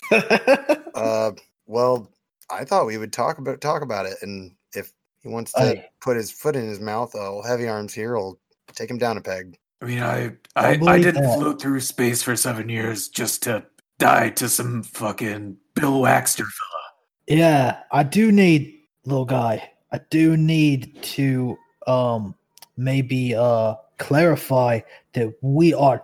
Speaker 4: Uh, well, I thought we would talk about talk about it, and if he wants to
Speaker 7: Aye.
Speaker 4: put his foot in his mouth, oh, heavy arms here will take him down a peg.
Speaker 3: I mean, I
Speaker 7: I
Speaker 3: I, I
Speaker 7: believe
Speaker 3: didn't
Speaker 7: that.
Speaker 3: float through space for seven years just to die to some fucking Bill Waxter fella.
Speaker 7: Yeah, I do need little guy. I do need to um maybe uh clarify that we are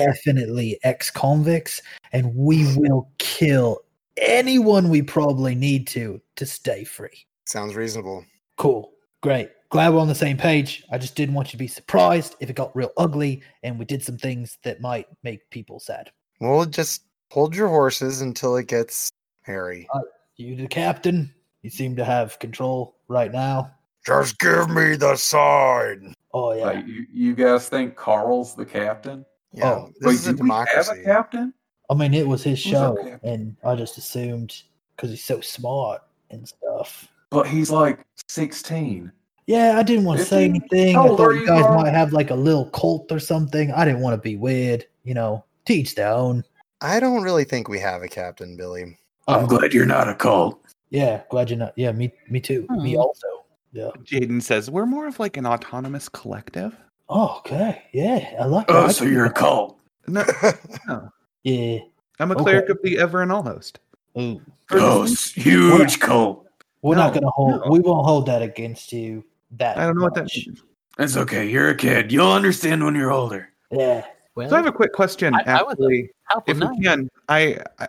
Speaker 7: definitely ex-convicts and we will kill anyone we probably need to to stay free.
Speaker 4: Sounds reasonable.
Speaker 7: Cool. Great. Glad we're on the same page. I just didn't want you to be surprised if it got real ugly and we did some things that might make people sad.
Speaker 4: Well, just hold your horses until it gets hairy.
Speaker 3: Oh.
Speaker 7: You the captain, you seem to have control right now.
Speaker 15: Just give me the sign.
Speaker 7: Oh yeah.
Speaker 9: Like, you, you guys think Carl's the captain?
Speaker 4: Yeah,
Speaker 7: oh,
Speaker 4: this is a
Speaker 9: do we have a
Speaker 4: democracy.
Speaker 9: captain?
Speaker 7: I mean, it was his
Speaker 9: Who's
Speaker 7: show,
Speaker 9: up there?
Speaker 7: and I just assumed because he's so smart and stuff.
Speaker 9: But he's like 16.
Speaker 7: Yeah, I didn't want to say
Speaker 9: Fifteen?
Speaker 7: anything.
Speaker 9: How
Speaker 7: I
Speaker 9: old
Speaker 7: thought
Speaker 9: are
Speaker 7: you
Speaker 9: you,
Speaker 7: guys
Speaker 9: Carl?
Speaker 7: might have like a little cult or something. I didn't want to be weird, you know. Teach their own.
Speaker 4: I don't really think we have a captain, Billy.
Speaker 3: I'm glad you're not a cult.
Speaker 7: Yeah, glad you're not. Yeah, me, me too. Me
Speaker 5: Hmm.
Speaker 7: also.
Speaker 2: Jaden says, We're more of like an autonomous collective.
Speaker 7: Oh, okay. Yeah, I like. I
Speaker 3: Oh,
Speaker 7: like
Speaker 3: so
Speaker 7: it.
Speaker 3: you're a cult.
Speaker 2: No,
Speaker 7: Yeah.
Speaker 2: I'm a
Speaker 7: Okay.
Speaker 2: cleric of the ever and all host.
Speaker 7: Ooh.
Speaker 3: Oh, s- huge cult.
Speaker 7: We're not
Speaker 2: No,
Speaker 7: gonna hold.
Speaker 2: no.
Speaker 7: We won't hold that against you. That
Speaker 2: I don't know what that
Speaker 7: much.
Speaker 2: means.
Speaker 3: That's okay. You're a kid. You'll understand when you're older.
Speaker 7: Yeah.
Speaker 5: Well,
Speaker 2: So I have a quick question.
Speaker 5: I- I would
Speaker 2: actually,
Speaker 5: how
Speaker 2: if
Speaker 5: would not?
Speaker 2: we can, I, I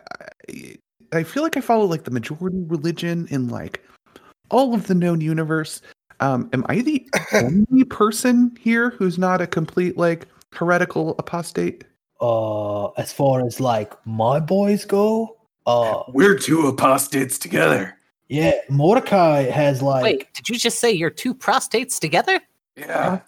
Speaker 2: I- I feel like I follow like the majority religion in like all of the known universe. Um, am I the only person here who's not a complete like heretical apostate?
Speaker 7: Uh, as far as like my boys go, uh,
Speaker 3: We're two apostates together.
Speaker 7: yeah, Mordecai has like
Speaker 5: Wait, did you just say you're two prostates together?
Speaker 3: Yeah.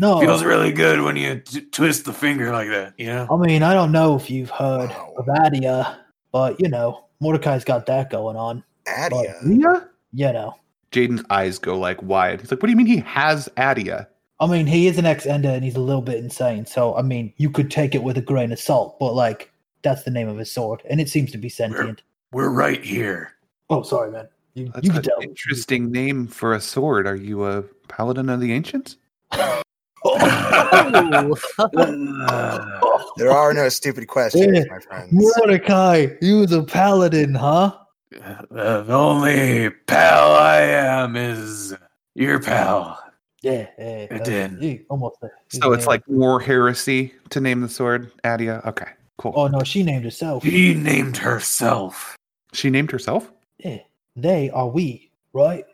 Speaker 7: no.
Speaker 3: Feels really good when you t- twist the finger like that, you know?
Speaker 7: I mean, I don't know if you've heard
Speaker 4: Wow.
Speaker 7: of Adia, but you know, Mordecai's got that going on.
Speaker 4: Adia.
Speaker 2: Yeah.
Speaker 7: You know,
Speaker 2: Jaden's eyes go like wide. He's like, "What do you mean he has Adia?"
Speaker 7: I mean, he is an ex-ender and he's a little bit insane. So, I mean, you could take it with a grain of salt, but like, that's the name of his sword, and it seems to be sentient.
Speaker 3: We're right here.
Speaker 7: Oh, sorry, man. You,
Speaker 2: That's
Speaker 7: you
Speaker 2: an
Speaker 7: can tell.
Speaker 2: interesting name for a sword. Are you a paladin of the ancients?
Speaker 5: Oh,
Speaker 3: Uh,
Speaker 4: There are no stupid questions, my friends.
Speaker 7: Mordecai, you the paladin, huh?
Speaker 3: the only pal I am is your pal.
Speaker 7: Yeah, yeah.
Speaker 3: I
Speaker 7: uh,
Speaker 3: did.
Speaker 7: you- almost there. You
Speaker 2: So it's
Speaker 7: nailed
Speaker 2: like
Speaker 7: it.
Speaker 2: war heresy to name the sword Adia. Okay, cool.
Speaker 7: oh no, she named herself.
Speaker 3: She named herself.
Speaker 2: She named herself.
Speaker 7: Yeah, they are we, right?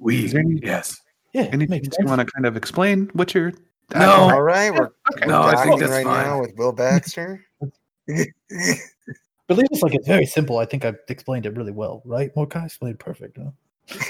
Speaker 3: We,
Speaker 2: Is there any-
Speaker 3: yes.
Speaker 7: Yeah, it
Speaker 2: Anything
Speaker 7: makes
Speaker 2: you
Speaker 7: sense.
Speaker 2: want to kind of explain? What your
Speaker 3: No.
Speaker 4: All right, we're,
Speaker 2: Okay.
Speaker 4: we're
Speaker 3: No, I think
Speaker 4: docking
Speaker 3: that's
Speaker 4: right now
Speaker 3: fine.
Speaker 4: with Will Baxter.
Speaker 7: But it's like it's very simple. I think I explained it really well, right? Mordecai explained it perfect. Huh?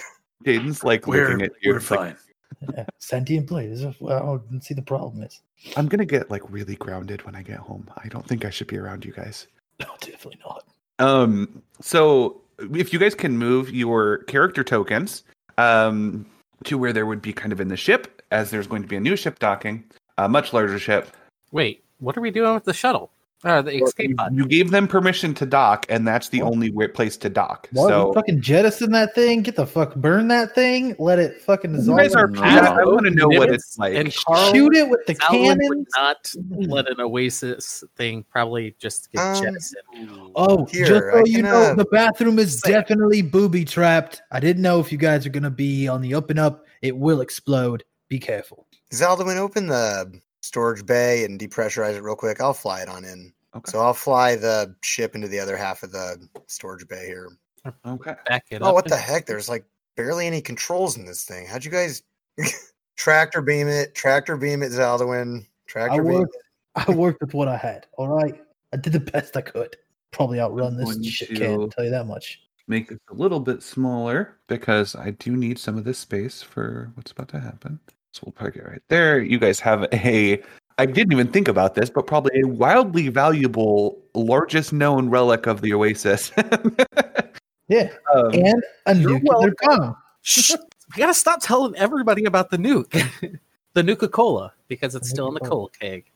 Speaker 2: Jaden's like
Speaker 3: We're,
Speaker 2: looking at you.
Speaker 3: we're
Speaker 2: It's like,
Speaker 3: fine.
Speaker 7: Yeah, sentient blade. This is, well, I don't see the problem is.
Speaker 2: I'm gonna get like really grounded when I get home. I don't think I should be around you guys.
Speaker 7: No, definitely not.
Speaker 2: Um. So if you guys can move your character tokens, um, to where there would be kind of in the ship, as there's going to be a new ship docking, a much larger ship.
Speaker 5: wait, what are we doing with the shuttle? Uh, the escape pod.
Speaker 2: You gave them permission to dock, and that's the
Speaker 7: What?
Speaker 2: only where, place to dock.
Speaker 7: Why
Speaker 2: so
Speaker 7: we fucking jettison that thing? Get the fuck burn that thing. Let it fucking
Speaker 2: you
Speaker 7: dissolve.
Speaker 2: guys are.
Speaker 16: No.
Speaker 2: I, want to know what
Speaker 5: Nimitz
Speaker 2: it's like.
Speaker 5: and Carl
Speaker 7: Shoot it with the
Speaker 5: Alwyn would
Speaker 7: cannon.
Speaker 5: not let an Oasis thing probably just get
Speaker 4: Um,
Speaker 5: jettisoned.
Speaker 7: Oh, just
Speaker 4: Here,
Speaker 7: so
Speaker 4: I
Speaker 7: you
Speaker 4: can,
Speaker 7: know,
Speaker 4: uh,
Speaker 7: the bathroom is
Speaker 5: say-
Speaker 7: definitely booby trapped. I didn't know if you guys are gonna be on the up and up. It will explode. Be careful.
Speaker 4: Zaldwin, open the storage bay and depressurize it real quick. I'll fly it on in.
Speaker 2: Okay.
Speaker 4: So I'll fly the ship into the other half of the storage bay here.
Speaker 2: Okay.
Speaker 5: Back it
Speaker 4: Oh,
Speaker 5: up.
Speaker 4: what the
Speaker 5: and-
Speaker 4: heck? There's like barely any controls in this thing. How'd you guys? Tractor beam it. Tractor beam it, Zaldwin.
Speaker 17: I
Speaker 4: Tractor beam.
Speaker 17: worked, I worked with what I had. All right, I did the best I could. Probably outrun this
Speaker 2: Going
Speaker 17: shit.
Speaker 2: to-
Speaker 17: Can't tell you that much.
Speaker 2: Make this a little bit smaller because I do need some of this space for what's about to happen. So we'll park it right there. You guys have a, I didn't even think about this, but probably a wildly valuable, largest known relic of the Oasis.
Speaker 17: yeah.
Speaker 2: Um,
Speaker 17: and a nuclear bomb.
Speaker 8: Shh. We gotta stop telling everybody about the nuke, the Nuka Cola, because it's still in the cola keg.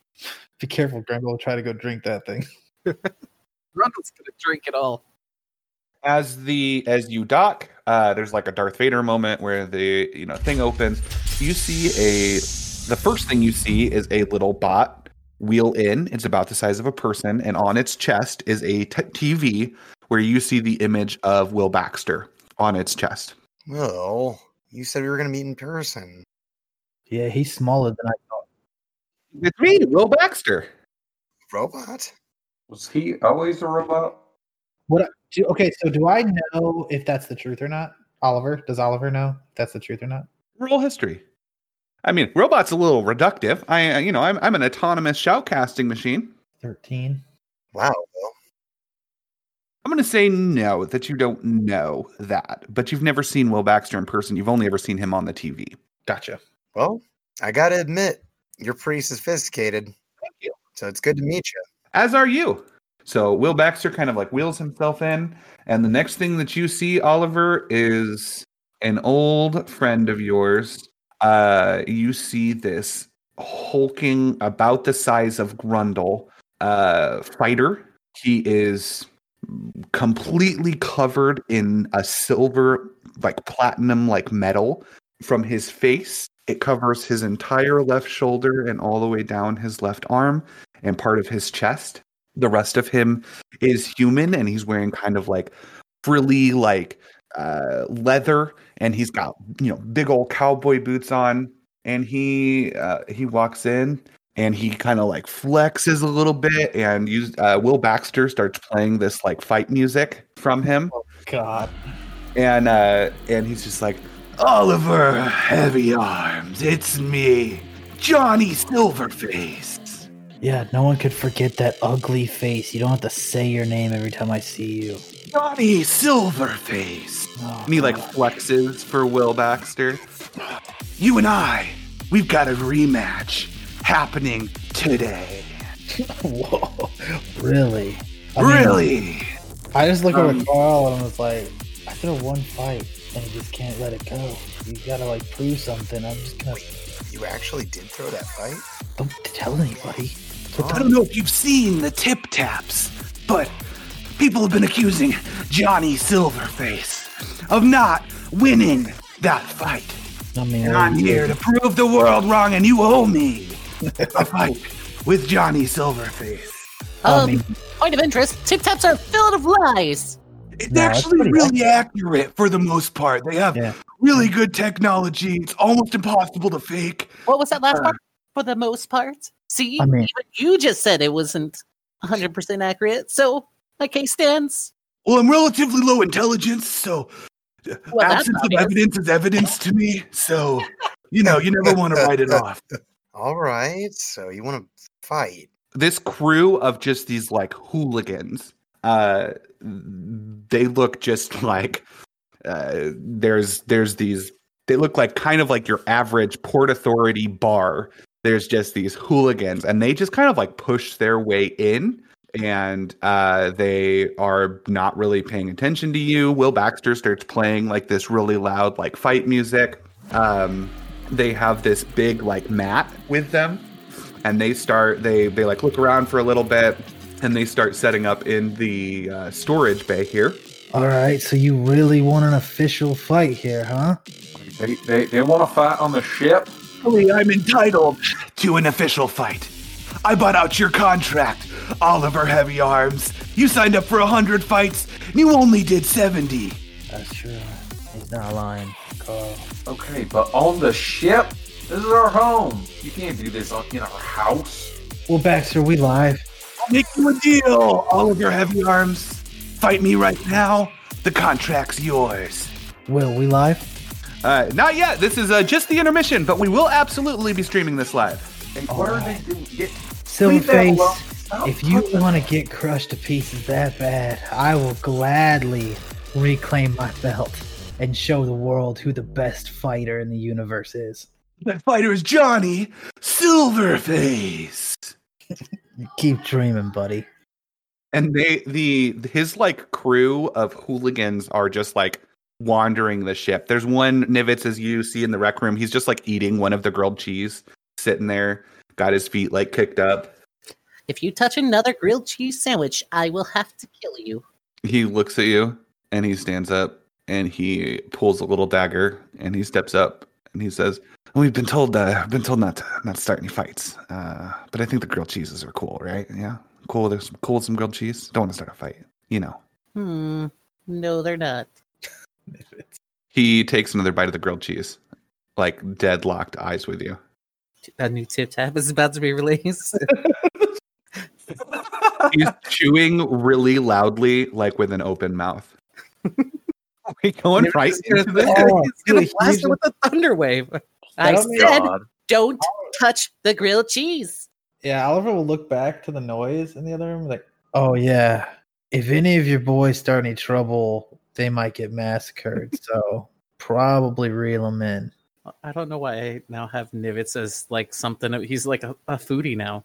Speaker 7: Be careful, Gringo. will Try to go drink that thing.
Speaker 8: Grundle's gonna drink it all.
Speaker 2: as the as you dock, uh, there's like a Darth Vader moment where the you know thing opens. You see a the first thing you see is a little bot wheel in. It's about the size of a person, and on its chest is a t- TV where you see the image of Will Baxter on its chest.
Speaker 4: Well, you said we were gonna meet in person.
Speaker 17: Yeah, he's smaller than I thought.
Speaker 2: It's me, Will Baxter.
Speaker 4: Robot?
Speaker 9: Was he always a robot?
Speaker 7: What? Do, okay, so do I know if that's the truth or not? Oliver, does Oliver know if that's the truth or not?
Speaker 2: Roll history. I mean, robot's a little reductive. I you know I'm I'm an autonomous shoutcasting machine.
Speaker 7: Thirteen.
Speaker 4: Wow.
Speaker 2: I'm going to say no, that you don't know that, but you've never seen Will Baxter in person. You've only ever seen him on the TV. Gotcha.
Speaker 4: Well, I gotta admit, you're pretty sophisticated. Thank
Speaker 2: you.
Speaker 4: So it's good to meet you.
Speaker 2: As are you. So Will Baxter kind of like wheels himself in. And the next thing that you see, Oliver, is an old friend of yours. Uh, you see this hulking, about the size of Grundle, uh, fighter. He is completely covered in a silver, like platinum, like metal from his face. It covers his entire left shoulder and all the way down his left arm and part of his chest. The rest of him is human and he's wearing kind of like frilly, like uh, leather, and he's got you know big old cowboy boots on. And he uh, he walks in and he kind of like flexes a little bit, and use, uh, Will Baxter starts playing this like fight music from him.
Speaker 7: God.
Speaker 2: And uh, and he's just like,
Speaker 18: Oliver Heavy Arms, it's me, Johnny Silverface.
Speaker 17: Yeah, no one could forget that ugly face. You don't have to say your name every time I see you.
Speaker 18: Johnny Silverface.
Speaker 2: and he like flexes for Will Baxter.
Speaker 18: You and I, we've got a rematch happening today.
Speaker 17: Whoa. Really?
Speaker 7: uh,
Speaker 18: Really?
Speaker 7: I just look over
Speaker 18: Um,
Speaker 7: at Carl and I was like, I did a one fight and you just can't let it go. You gotta like prove something. I'm just gonna
Speaker 4: You actually did throw that fight?
Speaker 17: Don't tell anybody.
Speaker 18: I don't know if you've seen the tip taps, but people have been accusing Johnny Silverface of not winning that fight.
Speaker 17: I mean,
Speaker 18: And I'm here to prove the world wrong, and you owe me a fight with Johnny Silverface.
Speaker 17: Oh,
Speaker 8: Um, point of interest: tip taps are filled of lies.
Speaker 18: It's actually really accurate for the most part. They have really good technology. It's almost impossible to fake.
Speaker 8: What was that last part? For the most part, see,
Speaker 18: Uh-huh. I mean-
Speaker 8: even you just said it wasn't 100 percent accurate, so my case stands.
Speaker 18: Well, I'm relatively low intelligence, so uh,
Speaker 8: Well, that's
Speaker 18: absence of
Speaker 8: obvious.
Speaker 18: evidence is evidence to me. So, you know, you never want to write it off.
Speaker 4: All right. So you want to fight?
Speaker 2: this crew of just these like hooligans uh they look just like uh there's there's these they look like kind of like your average port authority bar there's just these hooligans and they just kind of like push their way in and uh they are not really paying attention to you will baxter starts playing like this really loud like fight music um they have this big like mat with them and they start they they like look around for a little bit and they start setting up in the uh, storage bay here
Speaker 17: All right, so you really want an official fight here, huh?
Speaker 9: They, they, they want to fight on the ship.
Speaker 18: Actually, I'm entitled to an official fight. I bought out your contract, Oliver Heavy Arms. You signed up for 100 fights, and you only did 70.
Speaker 17: That's true. He's not lying. Carl.
Speaker 9: Uh, Okay, but on the ship? This is our home. You can't do this on, in our house.
Speaker 17: Well, Baxter, we live.
Speaker 18: I'll make you a deal, Oliver Heavy Arms. Fight me right now. The contract's yours.
Speaker 17: Will, we live?
Speaker 2: Uh, not yet. This is uh, just the intermission, but we will absolutely be streaming this live.
Speaker 9: what
Speaker 17: Oh.
Speaker 9: are they doing? Get- leave that alone.
Speaker 7: Silverface, if you want to get crushed to pieces that bad, I will gladly reclaim my belt and show the world who the best fighter in the universe is.
Speaker 18: That fighter is Johnny Silverface.
Speaker 7: Keep dreaming, buddy.
Speaker 2: And they the his like crew of hooligans are just like wandering the ship. There's one Nivitz as you see in the rec room. He's just like eating one of the grilled cheese, sitting there, got his feet like kicked up.
Speaker 8: If you touch another grilled cheese sandwich, I will have to kill you.
Speaker 2: He looks at you and he stands up and he pulls a little dagger and he steps up and he says, "We've been told uh, I've been told not to not to start any fights, uh, but I think the grilled cheeses are cool, right? Yeah, cool. There's cool with some grilled cheese. Don't want to start a fight, you know."
Speaker 8: Hmm. No, they're not.
Speaker 2: He takes another bite of the grilled cheese, like deadlocked eyes with you.
Speaker 8: That new tip tap is about to be released.
Speaker 2: He's chewing really loudly, like with an open mouth. Are we going right into this?
Speaker 8: It's gonna blast it with a thunder wave. I
Speaker 7: Oh my
Speaker 8: said,
Speaker 7: God.
Speaker 8: don't
Speaker 18: Oh.
Speaker 8: touch the grilled cheese.
Speaker 7: Yeah, Oliver will look back to the noise in the other room, like,
Speaker 17: Oh yeah.
Speaker 7: if any of your boys start any trouble, they might get massacred. so probably reel them in.
Speaker 8: I don't know why I now have Nivitz as like something. He's like a, a foodie now.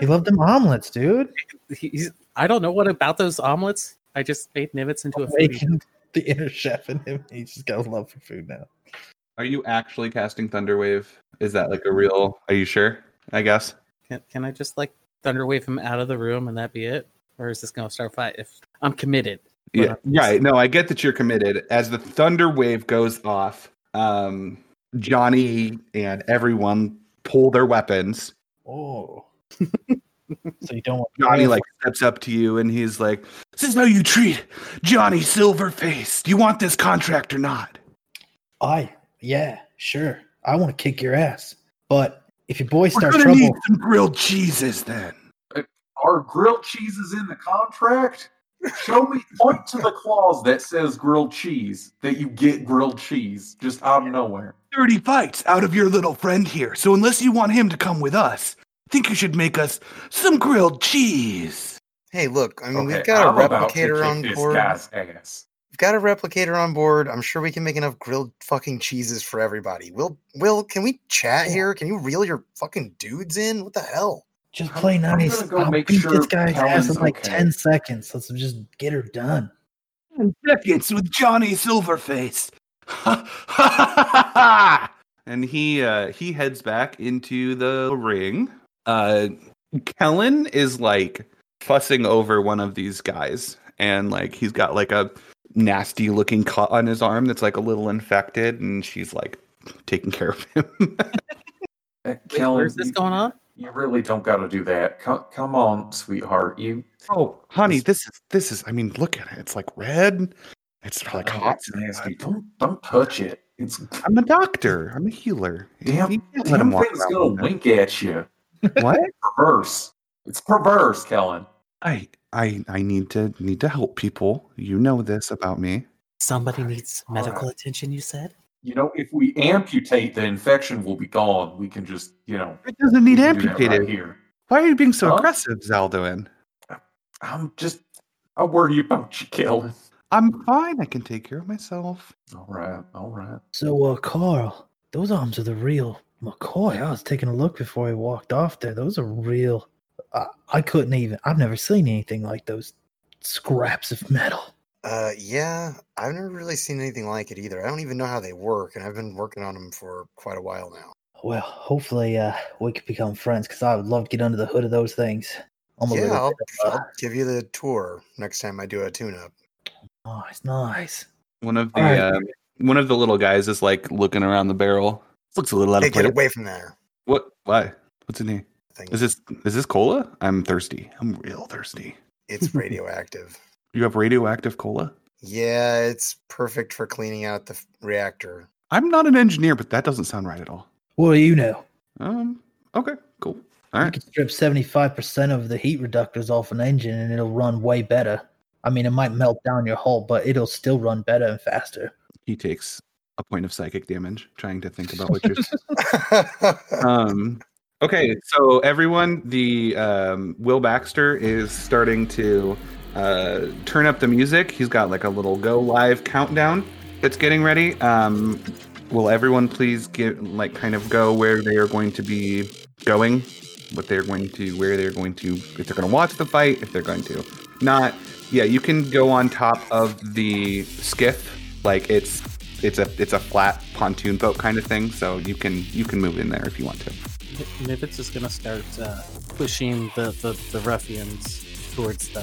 Speaker 7: He loved them omelets, dude.
Speaker 8: He's I don't know what about those omelets. I just made Nivitz into a foodie.
Speaker 7: Awakened the inner chef in him. He's just got a love for food now.
Speaker 2: Are you actually casting Thunderwave? Is that like a real? Are you sure? I guess.
Speaker 8: Can, can I just like thunderwave him out of the room and that be it? Or is this going to start a fight? If I'm committed, uh,
Speaker 2: Yeah, right. No, I get that you're committed. As the thunder wave goes off, um, Johnny and everyone pull their weapons.
Speaker 7: Oh. so you don't want
Speaker 2: Johnny like steps up to you and he's like,
Speaker 18: This is how you treat Johnny Silverface. Do you want this contract or not?
Speaker 17: I yeah, sure. I want to kick your ass. But if your boys
Speaker 18: We're
Speaker 17: start
Speaker 18: gonna
Speaker 17: trouble,
Speaker 18: need some grilled cheeses then.
Speaker 9: Are grilled cheeses in the contract? Show me, point to the clause that says grilled cheese, that you get grilled cheese just out of nowhere.
Speaker 18: 30 fights out of your little friend here, so unless you want him to come with us, I think you should make us some grilled cheese.
Speaker 4: Hey, look, I mean, we've
Speaker 18: Okay,
Speaker 4: got
Speaker 18: I'm
Speaker 4: a
Speaker 18: about to
Speaker 4: replicator
Speaker 18: kick
Speaker 4: on
Speaker 18: this
Speaker 4: board.
Speaker 18: guy's
Speaker 9: ass.
Speaker 4: We've got a replicator on board. I'm sure we can make enough grilled fucking cheeses for everybody. Will, Will, can we chat here? Can you reel your fucking dudes in? What the hell?
Speaker 17: just play
Speaker 4: I'm
Speaker 17: nice.
Speaker 4: gonna go
Speaker 17: I'll
Speaker 4: make
Speaker 17: beat
Speaker 4: sure
Speaker 17: this guy's ass in
Speaker 4: Helen's
Speaker 17: like
Speaker 4: okay.
Speaker 17: ten seconds. Let's just get her done.
Speaker 18: Seconds with Johnny Silverface.
Speaker 2: "Ah!" and he uh, he heads back into the ring. Uh, Kellen is like fussing over one of these guys, and like he's got like a nasty looking cut on his arm that's like a little infected, and she's like taking care of him.
Speaker 9: Kellen,
Speaker 8: where's this
Speaker 9: you-
Speaker 8: going on?
Speaker 9: You really don't got to do that. Come, come on, sweetheart. You
Speaker 2: Oh, honey, this is this is. I mean, look at it. It's like red. It's like hot.
Speaker 9: Oh, nasty. Don't don't touch it. It's
Speaker 2: I'm a doctor. I'm a healer.
Speaker 9: damn,
Speaker 2: You can't let
Speaker 9: damn
Speaker 2: him walk
Speaker 9: thing's
Speaker 2: around
Speaker 9: gonna
Speaker 2: with that.
Speaker 9: wink at you.
Speaker 2: What?
Speaker 9: perverse. It's perverse, Kellen.
Speaker 2: I I I need to need to help people. You know this about me.
Speaker 8: Somebody needs medical
Speaker 9: right.
Speaker 8: attention. You said.
Speaker 9: Uh, You know, if we amputate, the infection will be gone. We can just, you know,
Speaker 2: It doesn't need
Speaker 18: Mm,
Speaker 9: we can do that
Speaker 2: amputated.
Speaker 9: right here.
Speaker 2: Why are you being so
Speaker 9: Huh?
Speaker 2: aggressive, Zaldoin?
Speaker 9: I'm just, I worry about you, Kellen.
Speaker 2: I'm fine. I can take care of myself.
Speaker 9: All right, all right.
Speaker 17: So uh Carl, those arms are the real McCoy. I was taking a look before he walked off there. Those are real. I, I couldn't even. I've never seen anything like those scraps of metal.
Speaker 4: Uh, yeah, I've never really seen anything like it either. I don't even know how they work, and I've been working on them for quite a while now.
Speaker 17: Well, hopefully uh, we could become friends because I would love to get under the hood of those things. I'm a
Speaker 4: yeah,
Speaker 17: little
Speaker 4: I'll,
Speaker 17: bit of, uh,
Speaker 4: I'll give you the tour next time I do a tune-up.
Speaker 17: nice, nice.
Speaker 2: One of the
Speaker 17: All right.
Speaker 2: um, one of the little guys is like looking around the barrel. This looks a little out
Speaker 4: Hey,
Speaker 2: of
Speaker 4: get
Speaker 2: place.
Speaker 4: away from there.
Speaker 2: What? Why? What's in here? Is this is this cola? I'm thirsty. I'm real thirsty.
Speaker 4: It's radioactive.
Speaker 2: You have radioactive cola?
Speaker 4: yeah, it's perfect for cleaning out the f- reactor.
Speaker 2: I'm not an engineer, but that doesn't sound right at all.
Speaker 17: What do you know?
Speaker 2: Um. Okay. Cool. All
Speaker 17: You
Speaker 2: right.
Speaker 17: can strip seventy-five percent of the heat reductors off an engine, and it'll run way better. I mean, it might melt down your hull, but it'll still run better and faster.
Speaker 2: He takes a point of psychic damage trying to think about what you're um okay so everyone the um will baxter is starting to uh turn up the music he's got like a little go live countdown that's getting ready um will everyone please get like kind of go where they are going to be going what they're going to where they're going to if they're going to watch the fight if they're going to not yeah you can go on top of the skiff like it's it's a it's a flat pontoon boat kind of thing so you can you can move in there if you want to
Speaker 8: Nivitz is gonna start uh, pushing the, the, the ruffians towards the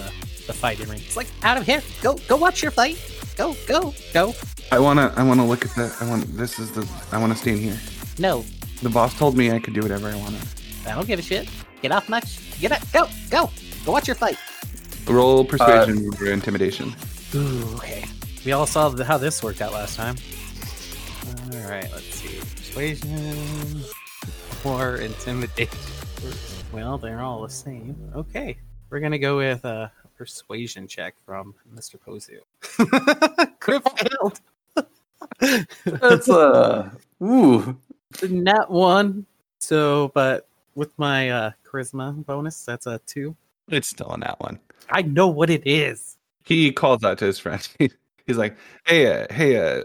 Speaker 8: the fighting ring. It's like out of here. Go go watch your fight. Go go go.
Speaker 2: i want to i want to look at the i want this is the i want to stay in here
Speaker 8: No,
Speaker 2: the boss told me i could do whatever i wanted
Speaker 8: I don't give a shit. Get off my get up. Go go go watch your fight.
Speaker 2: roll persuasion or intimidation
Speaker 8: Ooh, okay. We all saw th- how this worked out last time. All right, let's see. Persuasion or intimidation. Well, they're all the same. Okay, we're gonna go with a persuasion check from Mr. Pozu. Could have failed.
Speaker 10: That's
Speaker 2: uh,
Speaker 10: a ooh.
Speaker 8: Net one. So, but with my uh, charisma bonus, that's a two.
Speaker 2: it's still in that one
Speaker 8: I know what it is.
Speaker 2: he calls out to his friend he's like hey uh, hey uh,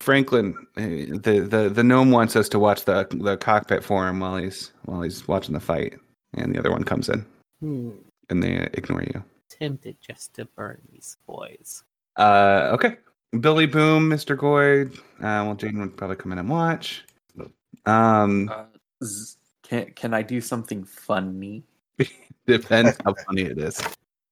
Speaker 2: franklin uh, the, the the gnome wants us to watch the the cockpit for him while he's while he's watching the fight and the other one comes in
Speaker 8: Hmm,
Speaker 2: and they ignore you
Speaker 8: tempted just to burn these boys.
Speaker 2: Uh, okay. Billy Boom, Mr. Goy. Uh, well, Jaden would probably come in and watch. Um,
Speaker 10: Uh, Z- Can can I do something funny?
Speaker 2: depends how funny it is.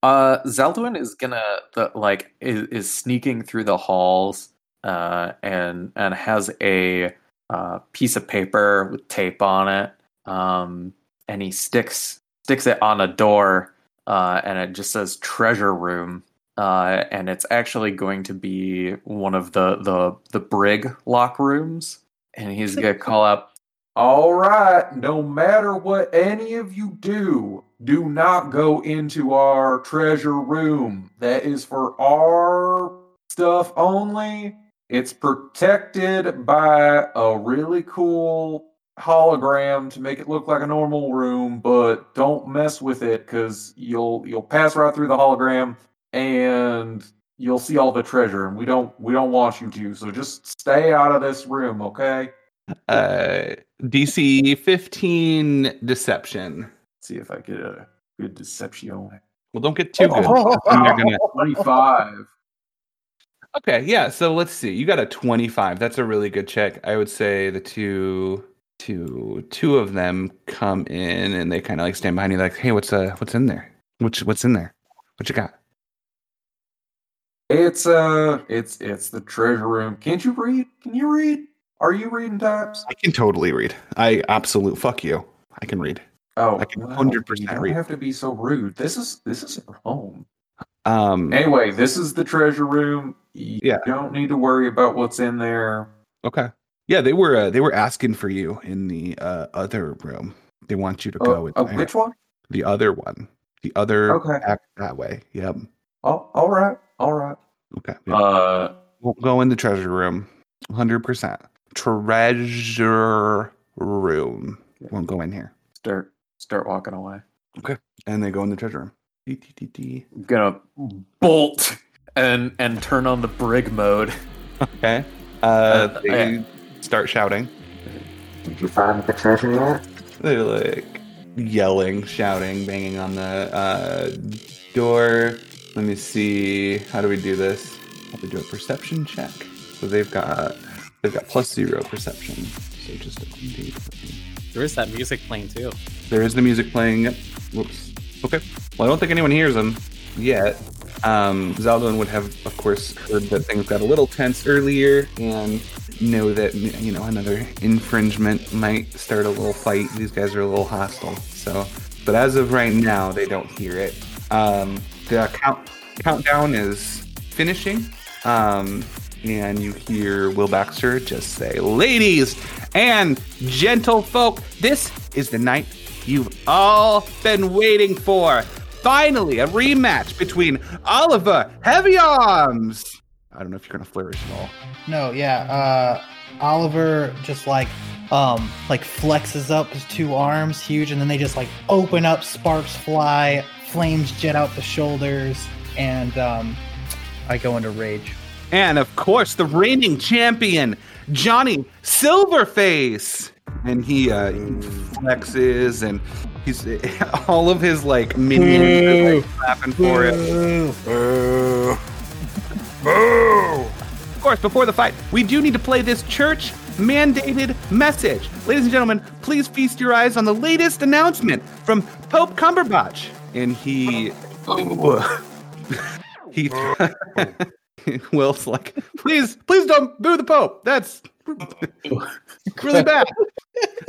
Speaker 10: Uh, Zeldwin is gonna the, like is, is sneaking through the halls, uh, and and has a uh, piece of paper with tape on it, um, and he sticks sticks it on a door, uh, and it just says treasure room, uh, and it's actually going to be one of the the the brig lock rooms, and he's gonna call out,
Speaker 9: All right, no matter what any of you do, do not go into our treasure room. That is for our stuff only. It's protected by a really cool hologram to make it look like a normal room, but don't mess with it cuz you'll you'll pass right through the hologram and you'll see all the treasure and we don't we don't want you to. So just stay out of this room, okay?
Speaker 2: Uh, DC 15 deception.
Speaker 10: See if I get a good deception. Oh,
Speaker 2: Well, don't get too good. And they're gonna-
Speaker 9: 25.
Speaker 2: Okay, yeah. So let's see. You got a 25. That's a really good check. I would say the two two two of them come in and they kind of like stand behind you like, "Hey, what's uh what's in there? What's what's in there? What you got?"
Speaker 9: It's uh, it's it's the treasure room. Can't you read? Can you read? Are you reading types?
Speaker 18: I can totally read. I absolute fuck you. I can read.
Speaker 9: Oh,
Speaker 18: I can
Speaker 9: wow,
Speaker 18: hundred
Speaker 9: You
Speaker 18: percent
Speaker 9: don't
Speaker 18: read.
Speaker 9: have to be so rude. This is this is your home.
Speaker 2: Um.
Speaker 9: Anyway, this is the treasure room. You
Speaker 2: Yeah.
Speaker 9: don't need to worry about what's in there.
Speaker 2: Okay. Yeah, they were uh, they were asking for you in the uh, other room. They want you to go in
Speaker 9: Uh,
Speaker 2: there.
Speaker 9: which one?
Speaker 2: The other one. The other
Speaker 9: Okay.
Speaker 2: back that way. Yep.
Speaker 9: Oh, all right, all right.
Speaker 2: Okay.
Speaker 10: Uh,
Speaker 2: Won't go in the treasure room. 100%. Treasure room. Won't go in here.
Speaker 10: Start start walking away.
Speaker 2: Okay. And they go in the treasure room. Dee, dee, dee, dee.
Speaker 10: I'm gonna bolt and and turn on the brig mode.
Speaker 2: Okay. Uh, they start shouting.
Speaker 19: Did you find the treasure yet?
Speaker 2: They're like yelling, shouting, banging on the uh, door. Let me see. How do we do this? Have to do a perception check. So they've got they've got plus zero perception. So just a D.
Speaker 8: There is that music playing too.
Speaker 2: There is the music playing. Whoops. Okay. Well, I don't think anyone hears them yet. Um, Zaldwin would have, of course, heard that things got a little tense earlier and know that, you know, another infringement might start a little fight. These guys are a little hostile. So, but as of right now, they don't hear it. Um, the count, countdown is finishing. Um, and you hear Will Baxter just say, Ladies and gentlefolk, this is the night you've all been waiting for. Finally, a rematch between Oliver Heavy Arms, I don't know if you're gonna flourish at all.
Speaker 7: No, yeah. Uh, Oliver just like um like flexes up his two arms huge and then they just like open up sparks fly flames jet out the shoulders and um i go into rage
Speaker 2: And of course, the reigning champion, Johnny Silverface. And he, uh, he flexes and he's all of his like minions are, like, clapping for it. Of course, before the fight, we do need to play this church mandated message. Ladies and gentlemen, please feast your eyes on the latest announcement from Pope Cumberbatch. And he. he Will's like, please, please don't boo the Pope. That's really bad.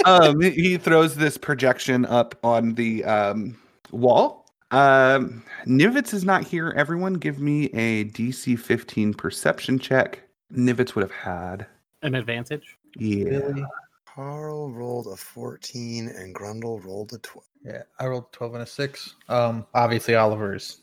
Speaker 2: um, he throws this projection up on the um, wall. Um, Nivitz is not here. Everyone, give me a DC 15 perception check. Nivitz would have had.
Speaker 8: An advantage?
Speaker 2: Yeah.
Speaker 4: Carl rolled a 14 and Grundle rolled a 12.
Speaker 7: Yeah, I rolled 12 and a 6. Um, obviously, Oliver's.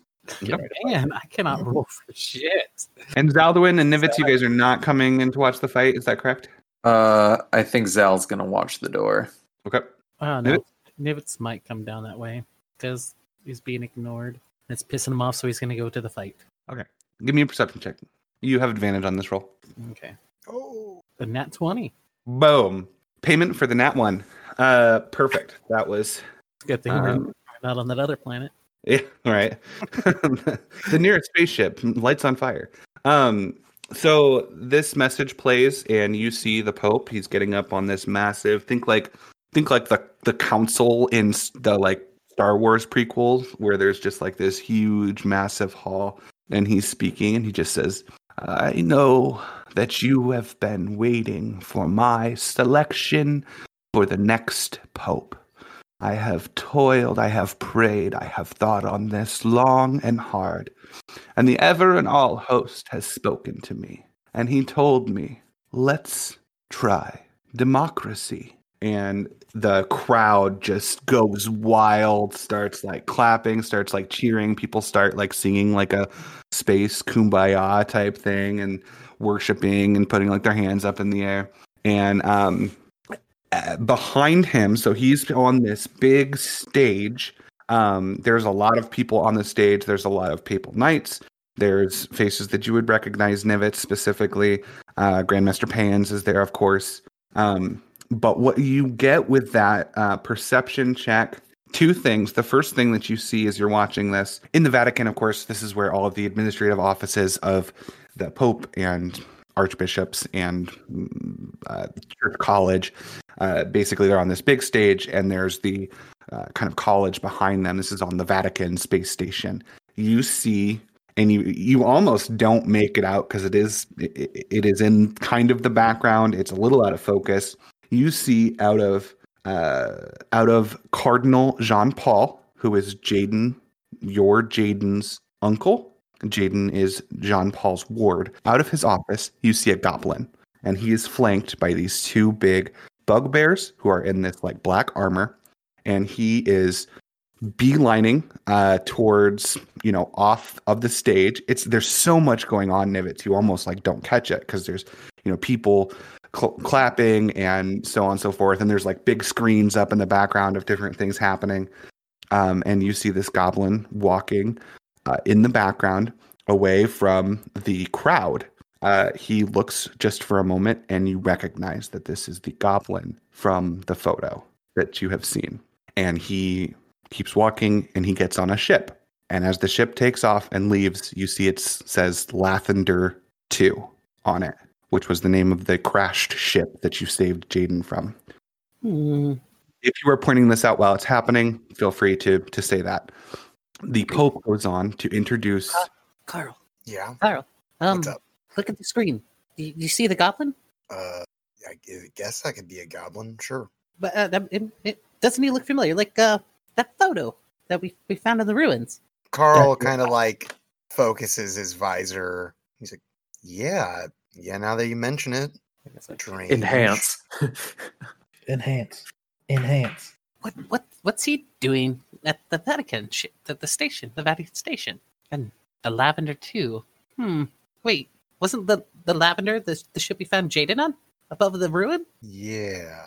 Speaker 8: Man, I cannot roll Oh, for shit.
Speaker 2: And Zaldwin and Nivitz, you guys are not coming in to watch the fight. Is that correct? Uh,
Speaker 10: I think Zal's gonna watch the door.
Speaker 2: Okay.
Speaker 5: Uh,
Speaker 8: Oh, no. Nivitz might come down that way because he's being ignored. It's pissing him off, so he's going to go to the fight.
Speaker 2: Okay. Give me a perception check. You have advantage on this roll.
Speaker 8: Okay. Oh. The nat 20.
Speaker 2: Boom. Payment for the nat one. Uh, perfect. That was
Speaker 8: Good thing we're
Speaker 2: Um,
Speaker 8: not on that other planet.
Speaker 2: Yeah, all right. the nearest spaceship lights on fire. Um, so this message plays, and you see the Pope. He's getting up on this massive. Think like, think like the the council in s- the like Star Wars prequels, where there's just like this huge, massive hall, and he's speaking, and he just says, "I know that you have been waiting for my selection for the next Pope." I have toiled, I have prayed, I have thought on this long and hard. And the ever and all host has spoken to me. And he told me, let's try democracy. And the crowd just goes wild, starts like clapping, starts like cheering. People start like singing like a space kumbaya type thing and worshiping and putting like their hands up in the air. And um, uh, behind him so he's on this big stage um, there's a lot of people on the stage there's a lot of papal knights there's faces that you would recognize nivitz specifically uh, grandmaster pans is there of course um, but what you get with that uh, perception check two things the first thing that you see as you're watching this in the vatican of course this is where all of the administrative offices of the pope and archbishops and mm, uh, church college. Uh, basically, they're on this big stage, and there's the uh, kind of college behind them. This is on the Vatican space station. You see, and you you almost don't make it out because it is it, it is in kind of the background. It's a little out of focus. You see out of uh, out of Cardinal Jean Paul, who is Jaden, your Jaden's uncle. Jaden is Jean Paul's ward. Out of his office, you see a goblin, and he is flanked by these two big bugbears who are in this like black armor, and he is beelining uh, towards you know off of the stage. It's there's so much going on, Nivitz. You almost like don't catch it because there's you know people cl- clapping and so on and so forth, and there's like big screens up in the background of different things happening. Um, and you see this goblin walking uh, in the background away from the crowd. Uh, he looks just for a moment, and you recognize that this is the goblin from the photo that you have seen. And he keeps walking and he gets on a ship. And as the ship takes off and leaves, you see it s- says Lathander 2 on it, which was the name of the crashed ship that you saved Jaden from if you are pointing this out while it's happening, feel free to to say that. The Pope goes on to introduce.
Speaker 8: Carl.
Speaker 4: Yeah.
Speaker 8: Carl. Um, Look at the screen. You, you see the goblin?
Speaker 4: Uh, I gu- guess I could be a goblin. Sure.
Speaker 8: But uh, that, it, it, doesn't he look familiar? Like uh, that photo that we, we found in the ruins.
Speaker 4: Carl kind of like focuses his visor. He's like, yeah, yeah, now that you mention it. Strange.
Speaker 10: Enhance.
Speaker 7: enhance enhance
Speaker 8: What what what's he doing at the Vatican? Sh- the, the station, the Vatican station, and the Lavender Two. Hmm. Wait, Wasn't the the lavender the, the ship we found Jaden on above the ruin?
Speaker 4: Yeah.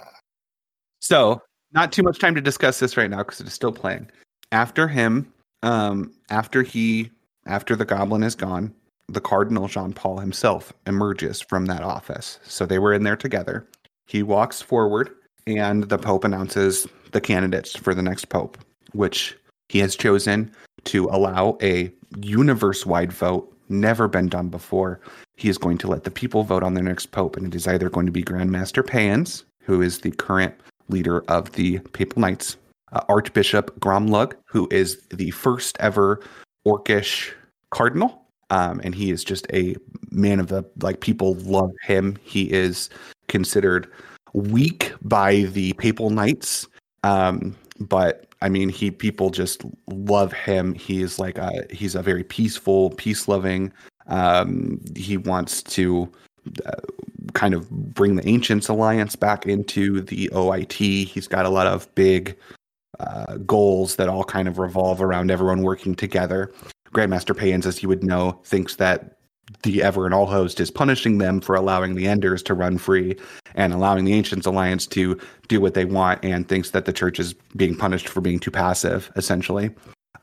Speaker 2: So, not too much time to discuss this right now because it is still playing. After him, um, after he, after the goblin is gone, the Cardinal Jean Paul himself emerges from that office. So they were in there together. He walks forward, and the Pope announces the candidates for the next Pope, which he has chosen to allow a universe wide vote, never been done before. He is going to let the people vote on their next Pope, and it is either going to be Grandmaster Payans, who is the current leader of the Papal Knights, uh, Archbishop Gromlug, who is the first ever Orcish cardinal, um, and he is just a man of the like people love him. He is considered weak by the papal knights, um, but I mean, he people just love him. He is like a, he's a very peaceful, peace loving. Um, he wants to uh, kind of bring the Ancients Alliance back into the OIT. He's got a lot of big uh, goals that all kind of revolve around everyone working together. Grandmaster Payans, as you would know, thinks that the Ever and All host is punishing them for allowing the Enders to run free and allowing the Ancients Alliance to do what they want, and thinks that the church is being punished for being too passive, essentially.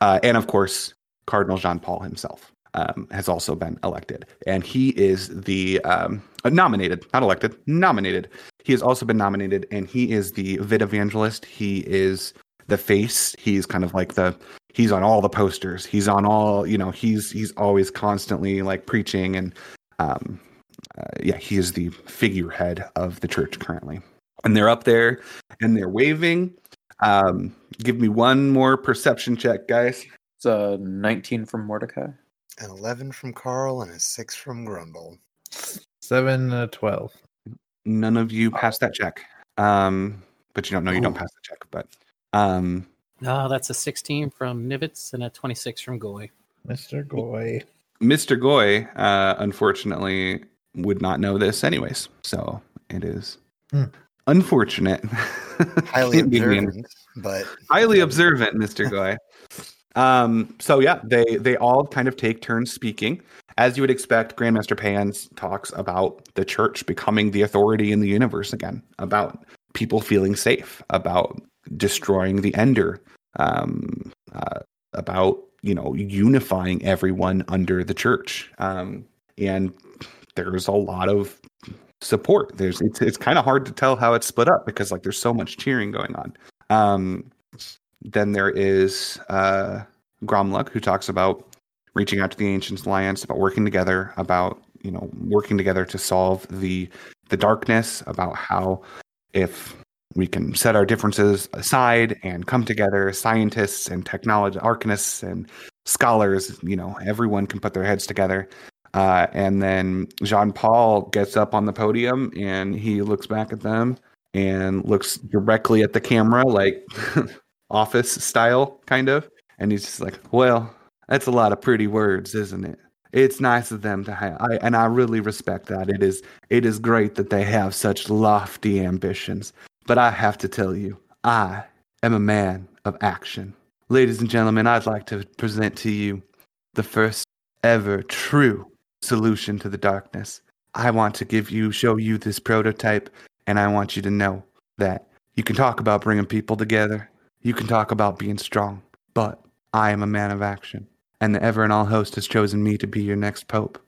Speaker 2: Uh, and of course, Cardinal Jean Paul himself um, has also been elected, and he is the um, uh, nominated, not elected, nominated. He has also been nominated, and he is the vid evangelist. He is the face. He's kind of like the he's on all the posters. He's on all you know. He's he's always constantly like preaching, and um, uh, yeah, he is the figurehead of the church currently. And they're up there, and they're waving. Um, give me one more perception check, guys.
Speaker 10: It's a 19 from Mordecai.
Speaker 4: An 11 from Carl and a 6 from Grumble.
Speaker 7: 7 uh, 12.
Speaker 2: None of you passed that check. Um, but you don't know you don't pass the check, but um,
Speaker 8: No, Ah, that's a 16 from Nivitz and a 26 from Goy.
Speaker 7: Mr. Goy.
Speaker 2: Mr. Goy, uh, unfortunately, would not know this anyways. So it is
Speaker 7: Hmm.
Speaker 2: unfortunate.
Speaker 4: Highly
Speaker 2: Can't be mean.
Speaker 4: observant, but
Speaker 2: Highly observant, Mr. Goy. Um, so yeah, they they all kind of take turns speaking. As you would expect, Grandmaster Pans talks about the church becoming the authority in the universe again, about people feeling safe, about destroying the Ender, um, uh, about you know unifying everyone under the church. Um, and there's a lot of support. There's it's it's kind of hard to tell how it's split up because like there's so much cheering going on. Um, then there is uh, Gromluck who talks about reaching out to the Ancients Alliance, about working together, about you know working together to solve the the darkness, about how if we can set our differences aside and come together, scientists and technology arcanists and scholars, you know, everyone can put their heads together. Uh, and then Jean Paul gets up on the podium and he looks back at them and looks directly at the camera, like office style, kind of. And he's just like, "Well, that's a lot of pretty words, isn't it? It's nice of them to have, I, and I really respect that. It is, it is great that they have such lofty ambitions. But I have to tell you, I am a man of action, ladies and gentlemen. I'd like to present to you the first ever true solution to the darkness. I want to give you, show you this prototype, and I want you to know that you can talk about bringing people together, you can talk about being strong, but I am a man of action, and the ever and all host has chosen me to be your next pope.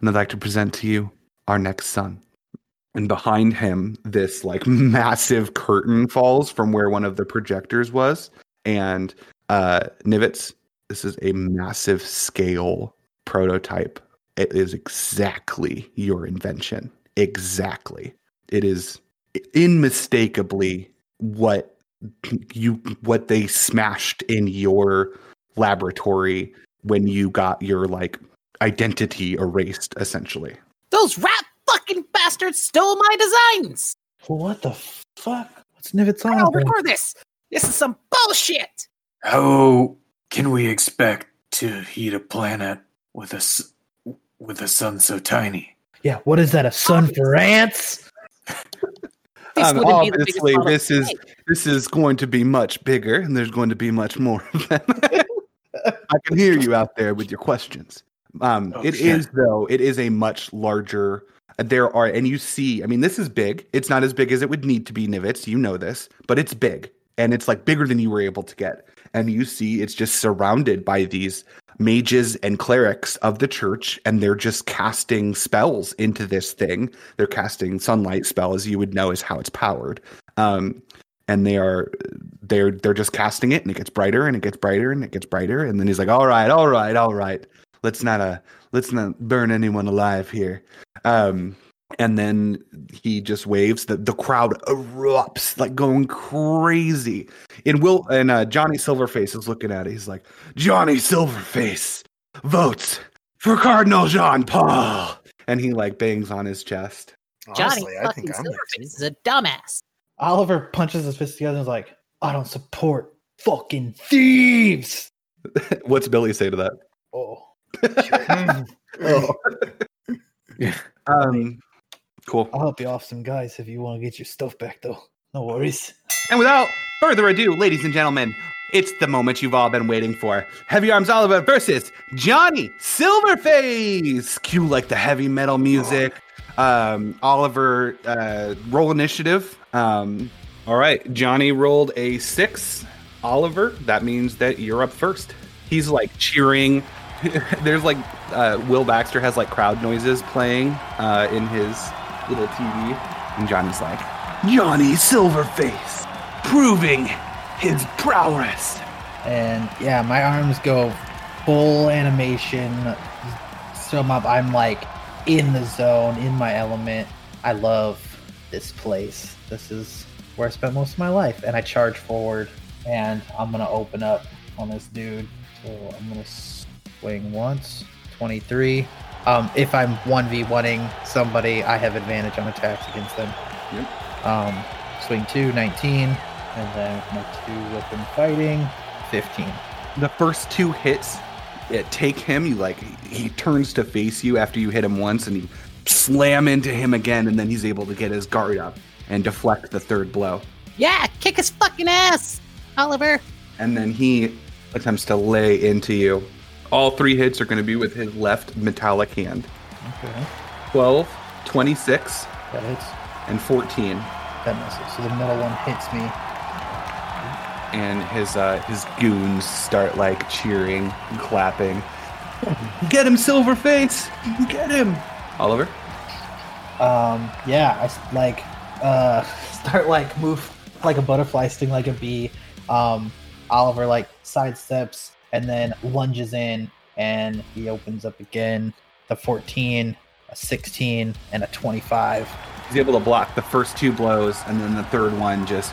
Speaker 2: And I'd like to present to you our next son. And behind him, this like massive curtain falls from where one of the projectors was. And uh, Nivitz, this is a massive scale prototype. It is exactly your invention. Exactly. It is unmistakably what you what they smashed in your laboratory when you got your like identity erased essentially
Speaker 8: Those rat fucking bastards stole my designs.
Speaker 17: What the fuck? What's Nivitz on?
Speaker 8: I don't
Speaker 17: about?
Speaker 8: record this. This is some bullshit.
Speaker 3: How can we expect to heat a planet with a s- with a sun so tiny?
Speaker 17: Yeah, what is that? A sun for ants?
Speaker 3: This
Speaker 2: um,
Speaker 3: wouldn't be the biggest
Speaker 2: obviously
Speaker 3: problem.
Speaker 2: this is this is going to be much bigger and there's going to be much more of them. i can hear you out there with your questions Um,
Speaker 3: Oh,
Speaker 2: it is
Speaker 3: shit.
Speaker 2: though. It is a much larger. uh, There are, and you see. I mean, this is big. It's not as big as it would need to be, Nivitz. You know this, but it's big, and it's like bigger than you were able to get. And you see, it's just surrounded by these mages and clerics of the church, and they're just casting spells into this thing. They're casting sunlight spell, as you would know, is how it's powered. Um, and they are they're they're just casting it and it gets brighter and it gets brighter and it gets brighter and then he's like all right all right all right let's not uh let's not burn anyone alive here um and then he just waves the the crowd erupts like going crazy and will and uh, johnny silverface is looking at it he's like
Speaker 18: Johnny Silverface votes for Cardinal Jean Paul.
Speaker 2: and he like bangs on his chest
Speaker 20: Johnny fucking Silverface is a dumbass.
Speaker 7: Oliver punches his fist together and is like, I don't support fucking thieves.
Speaker 2: what's billy say to that
Speaker 7: Oh.
Speaker 2: um, cool.
Speaker 7: I'll help you off some guys if you want to get your stuff back, though. No worries.
Speaker 2: And without further ado, ladies and gentlemen, it's the moment you've all been waiting for. Heavy Arms Oliver versus Johnny Silverface. Cue like the heavy metal music. Um, Oliver, uh, roll initiative. Um, all right, Johnny rolled a six. Oliver, that means that you're up first. He's like cheering. There's like uh, Will Baxter has like crowd noises playing uh, in his little TV, and Johnny's like,
Speaker 18: Johnny Silverface proving his prowess.
Speaker 7: And yeah, my arms go full animation. So I'm, up, I'm like in the zone, in my element. I love this place. This is where I spent most of my life. And I charge forward and I'm going to open up on this dude. So I'm going to swing once, 23. Um, if I'm 1v1ing somebody, I have advantage on attacks against them. Yep. Um, swing two, 19. And then with my two weapon fighting, 15.
Speaker 2: The first two hits it take him. You like he turns to face you after you hit him once, and you slam into him again, and then he's able to get his guard up and deflect the third blow.
Speaker 20: Yeah, kick his fucking ass, Oliver.
Speaker 2: And then he attempts to lay into you. All three hits are going to be with his left metallic hand.
Speaker 7: Okay.
Speaker 2: 12, 26,
Speaker 7: That hits.
Speaker 2: and 14.
Speaker 7: That misses. So the metal one hits me.
Speaker 2: and his uh, his goons start like cheering and clapping. Get him, Silverface! Get him, Oliver.
Speaker 7: Um, yeah, I s- like uh, start like move like a butterfly, sting like a bee. Um, Oliver like sidesteps and then lunges in, and he opens up again. The 14, a 16, and a 25.
Speaker 2: He's able to block the first two blows, and then the third one just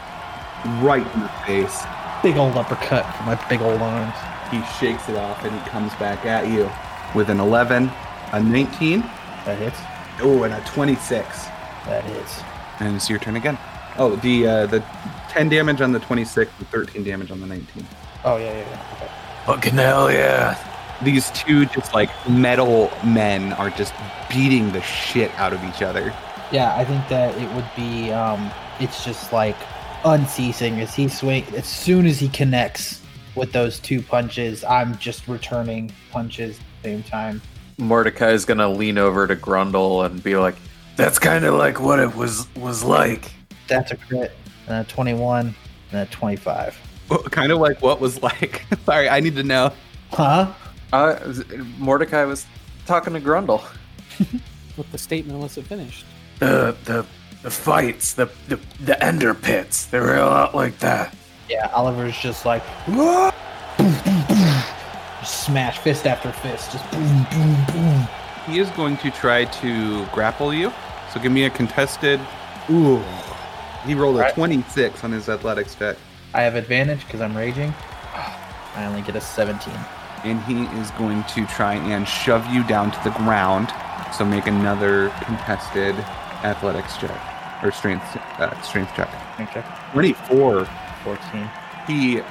Speaker 2: right in the face.
Speaker 7: Big old uppercut for my big old arms.
Speaker 2: He shakes it off, and he comes back at you with an 11, a 19.
Speaker 7: That hits.
Speaker 2: Oh, and a 26.
Speaker 7: That hits.
Speaker 2: And it's your turn again. Oh, the uh, the 10 damage on the 26, the 13 damage on the 19.
Speaker 7: Oh yeah, yeah, yeah. Okay.
Speaker 2: Fucking hell yeah. These two just like metal men are just beating the shit out of each other.
Speaker 7: Yeah, I think that it would be. Um, it's just like unceasing as he swing. As soon as he connects with those two punches, I'm just returning punches at the same time.
Speaker 10: Mordecai is gonna lean over to Grundle and be like,
Speaker 3: That's kind of like what it was was like.
Speaker 7: That's a crit. And a 21 and a 25.
Speaker 2: kind of like what was like. Sorry, I need to know.
Speaker 7: Huh?
Speaker 10: Uh, Mordecai was talking to Grundle.
Speaker 8: What the statement wasn't finished.
Speaker 3: The the the fights, the the, the ender pits. They were a lot like that.
Speaker 7: Yeah, Oliver's just like smash fist after fist, just boom, boom, boom.
Speaker 2: He is going to try to grapple you. So give me a contested. Ooh. He rolled a 26 on his athletics check.
Speaker 7: I have advantage because I'm raging. I only get a 17.
Speaker 2: And he is going to try and shove you down to the ground. So make another contested athletics check or strength uh, strength check.
Speaker 7: Okay.
Speaker 2: 24.
Speaker 7: 14.
Speaker 2: He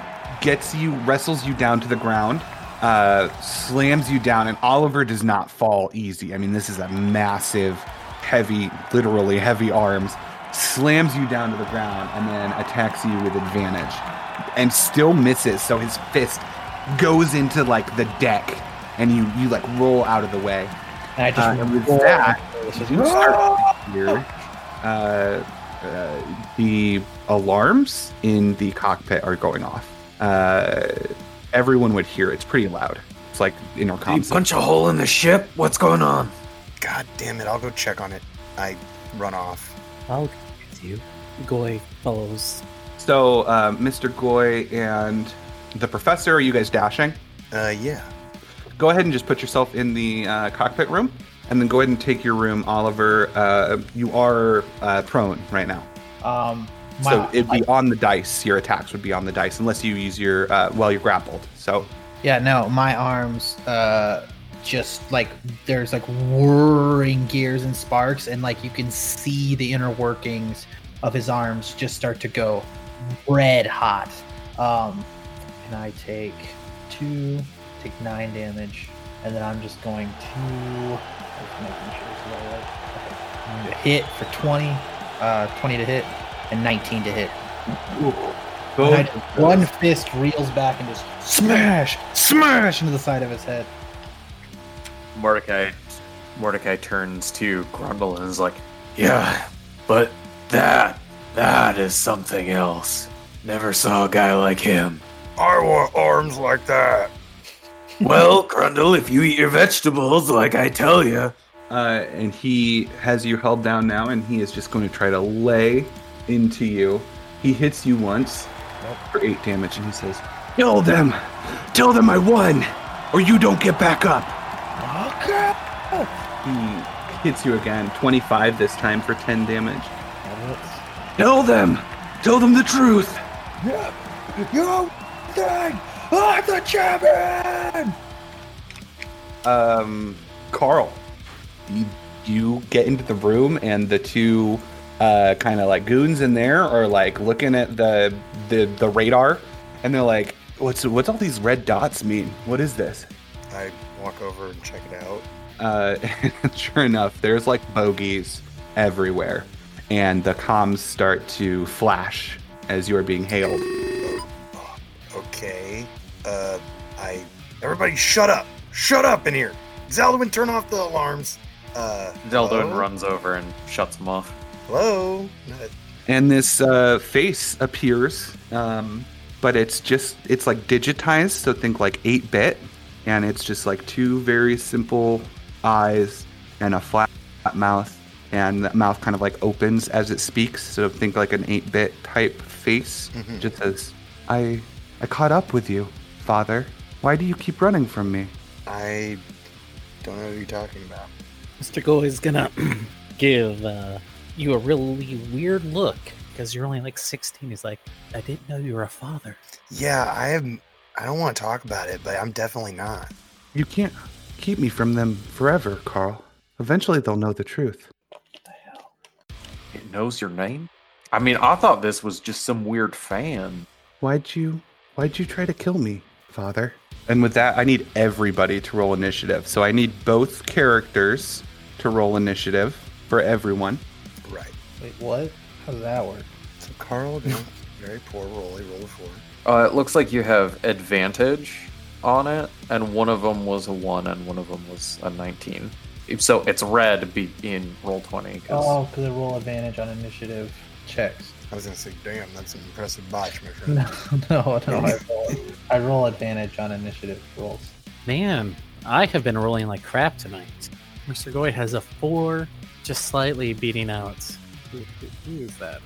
Speaker 2: gets you, wrestles you down to the ground, uh, slams you down, and Oliver does not fall easy. I mean, this is a massive, heavy, literally heavy arms, slams you down to the ground, and then attacks you with advantage and still misses. So his fist goes into like the deck and you you like roll out of the way.
Speaker 7: And I just
Speaker 2: Uh, and with
Speaker 7: roll.
Speaker 2: that, Ah!
Speaker 7: This is-
Speaker 2: you start to hear uh, uh, the alarms in the cockpit are going off. Uh, everyone would hear it. It's pretty loud. It's like intercom.
Speaker 3: Did he punch a hole in the ship? What's going on?
Speaker 4: God damn it! I'll go check on it. I run off.
Speaker 8: I'll get you. Goy follows.
Speaker 2: So, uh, Mr. Goy and the professor, are you guys dashing?
Speaker 4: Uh, yeah.
Speaker 2: Go ahead and just put yourself in the uh, cockpit room, and then go ahead and take your room, Oliver. Uh, you are uh, prone right now,
Speaker 7: Um, my,
Speaker 2: so it'd be on the dice. Your attacks would be on the dice, unless you use your uh, well, you're grappled. So,
Speaker 7: yeah, no, my arms, uh, just like there's like whirring gears and sparks, and like you can see the inner workings of his arms just start to go red hot. Um, and I take two, take nine damage, and then I'm just going to just making sure it's the right way. Okay. I'm gonna hit for 20, uh, 20 to hit, and 19 to hit. And I just- one fist reels back and just smash, smash into the side of his head.
Speaker 10: Mordecai Mordecai turns to Grundle and is like,
Speaker 3: Yeah, but that that is something else. Never saw a guy like him.
Speaker 11: I want arms like that.
Speaker 3: Well, Grundle, if you eat your vegetables like I tell you,
Speaker 2: uh, and he has you held down now, and he is just going to try to lay into you. He hits you once for eight damage, and he says,
Speaker 18: Kill them. Tell them I won, or you don't get back up.
Speaker 2: He hits you again, 25 this time for 10 damage.
Speaker 18: Tell them. Tell them the truth.
Speaker 6: You thing! I'm the champion!
Speaker 2: Um, Carl, you, you get into the room, and the two uh, kind of like goons in there are like looking at the, the the radar, and they're like, "What's what's all these red dots mean? What is this?"
Speaker 4: I walk over and check it out.
Speaker 2: Uh, sure enough, there's like bogeys everywhere, and the comms start to flash as you are being hailed.
Speaker 4: Okay. Uh, I. Everybody, shut up! Shut up in here. Zeldwin, turn off the alarms. Uh,
Speaker 10: Zeldon
Speaker 2: Oh.
Speaker 4: hello?
Speaker 10: runs over and shuts him off.
Speaker 4: Hello. Uh,
Speaker 2: and this uh, face appears um, but it's just it's like digitized so think like 8-bit and it's just like two very simple eyes and a flat mouth and that mouth kind of like opens as it speaks so think like an 8-bit type face
Speaker 4: Mhm.
Speaker 2: just says i i caught up with you father why do you keep running from me
Speaker 4: I don't know who you're talking about.
Speaker 8: Mr. Goy is gonna give uh, you a really weird look because you're only like 16. He's like, I didn't know you were a father.
Speaker 4: Yeah, I am. I don't want to talk about it, but I'm definitely not.
Speaker 2: you can't keep me from them forever carl eventually they'll know the truth
Speaker 10: It knows your name? I mean, I thought this was just some weird fan.
Speaker 2: Why'd you why'd you try to kill me, father? And with that, I need everybody to roll initiative. So I need both characters to roll initiative for everyone.
Speaker 4: Right.
Speaker 7: Wait, what? How does that work?
Speaker 4: So Carl, again, very poor roll. He rolled a four.
Speaker 10: Uh, it looks like you have advantage on it, and one of them was a 1 and one of them was a 19. So it's red be- in roll 20. 'cause-
Speaker 7: Oh, because I roll advantage on initiative checks.
Speaker 4: I was gonna say, damn, that's an impressive botch, my friend.
Speaker 7: No, no, no. I roll, I roll advantage on initiative rolls.
Speaker 8: Man, I have been rolling like crap tonight. Mr. Goy has a four, just slightly beating out. Who, who- who is that?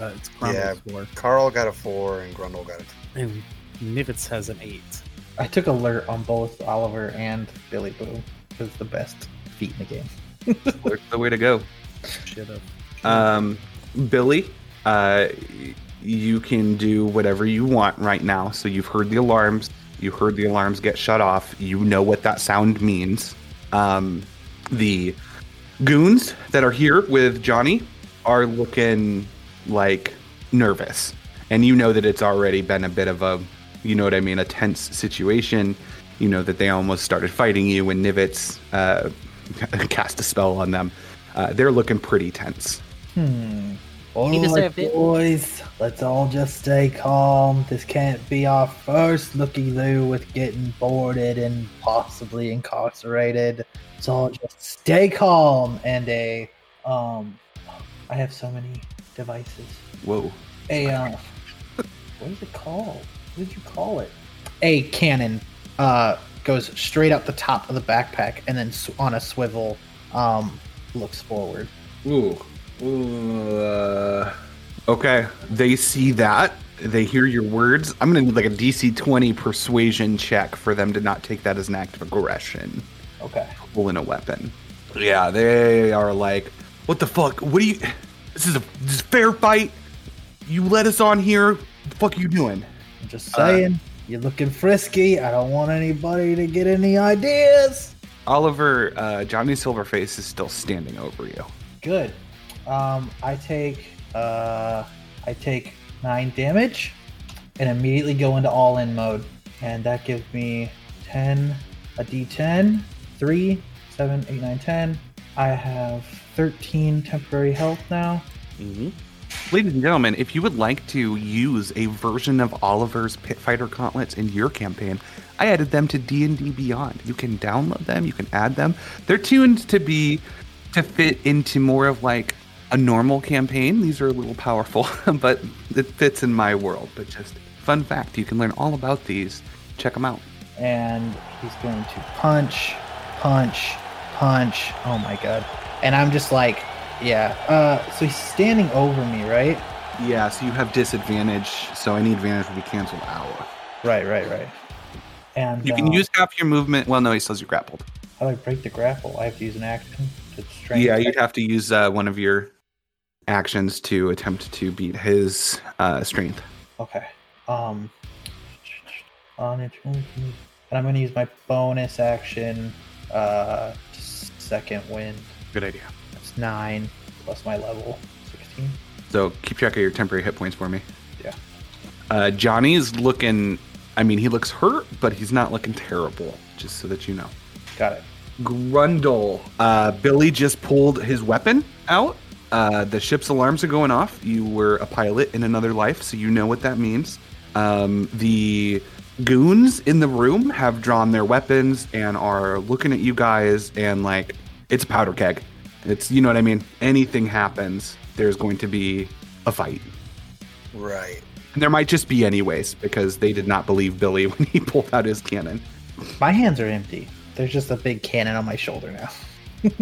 Speaker 8: Uh, it's Grumble's
Speaker 4: yeah,
Speaker 8: four.
Speaker 4: Carl got a four and Grundle got a.
Speaker 8: And Nivitz has an eight.
Speaker 7: I took alert on both Oliver and Billy Boo. It was the best feat in the game.
Speaker 2: It's the way to go.
Speaker 8: Shit up.
Speaker 2: Um, Billy, uh, you can do whatever you want right now. So you've heard the alarms. You heard the alarms get shut off. You know what that sound means. Um, the goons that are here with Johnny are looking like nervous. And you know that it's already been a bit of a, you know what I mean, a tense situation. You know that they almost started fighting you when Nivitz uh, cast a spell on them. Uh, they're looking pretty tense.
Speaker 7: Hmm. All right,
Speaker 20: deserved it.
Speaker 7: boys, let's all just stay calm. This can't be our first looky loo with getting boarded and possibly incarcerated. So just stay calm and a um, I have so many devices.
Speaker 2: Whoa.
Speaker 7: A uh, what is it called? What did you call it? A cannon uh goes straight up the top of the backpack and then sw- on a swivel um looks forward.
Speaker 2: Ooh. Ooh, uh, okay. They see that. They hear your words. I'm gonna need like a DC 20 persuasion check for them to not take that as an act of aggression.
Speaker 7: Okay.
Speaker 2: Pulling a weapon. Yeah, they are like, what the fuck? What do you? This is a, this is a fair fight. You let us on here. What the fuck are you doing? Uh,
Speaker 7: I'm just Saying you're looking frisky. I don't want anybody to get any ideas.
Speaker 2: Oliver, uh, Johnny Silverface is still standing over you.
Speaker 7: Good. Um, I take uh, I take nine damage, and immediately go into all in mode, and that gives me ten a d10, three, seven, eight, nine, ten. I have thirteen temporary health now.
Speaker 2: Ladies and gentlemen, if you would like to use a version of Oliver's Pit Fighter gauntlets in your campaign, I added them to D&D Beyond. You can download them, you can add them. They're tuned to be to fit into more of like a normal campaign. These are a little powerful, but it fits in my world. But just fun fact, you can learn all about these. Check them out.
Speaker 7: and he's going to punch, punch, punch. Oh my god! And I'm just like, yeah. Uh, so he's standing over me, right?
Speaker 2: Yeah, so you have disadvantage, so any advantage will be canceled out.
Speaker 7: Right, right, right. And
Speaker 2: You can
Speaker 7: uh,
Speaker 2: use half your movement. Well, no, he says you're grappled.
Speaker 7: How do I break the grapple? I have to use an action to strength.
Speaker 2: Yeah,
Speaker 7: check.
Speaker 2: you'd have to use uh, one of your actions to attempt to beat his uh, strength.
Speaker 7: Okay. Um. On it, and I'm gonna use my bonus action. Uh, second wind.
Speaker 2: Good idea.
Speaker 7: That's nine plus my level, sixteen.
Speaker 2: So keep track of your temporary hit points for me.
Speaker 7: Yeah.
Speaker 2: Uh, Johnny's looking. I mean, he looks hurt, but he's not looking terrible. Just so that you know.
Speaker 7: Got it.
Speaker 2: Grundle. Uh, Billy just pulled his weapon out. Uh, the ship's alarms are going off. You were a pilot in another life, so you know what that means. Um, the goons in the room have drawn their weapons and are looking at you guys, and like, it's a powder keg. It's, you know what I mean? Anything happens, there's going to be a fight.
Speaker 4: Right.
Speaker 2: And there might just be, anyways, because they did not believe Billy when he pulled out his cannon.
Speaker 7: My hands are empty. There's just a big cannon on my shoulder now.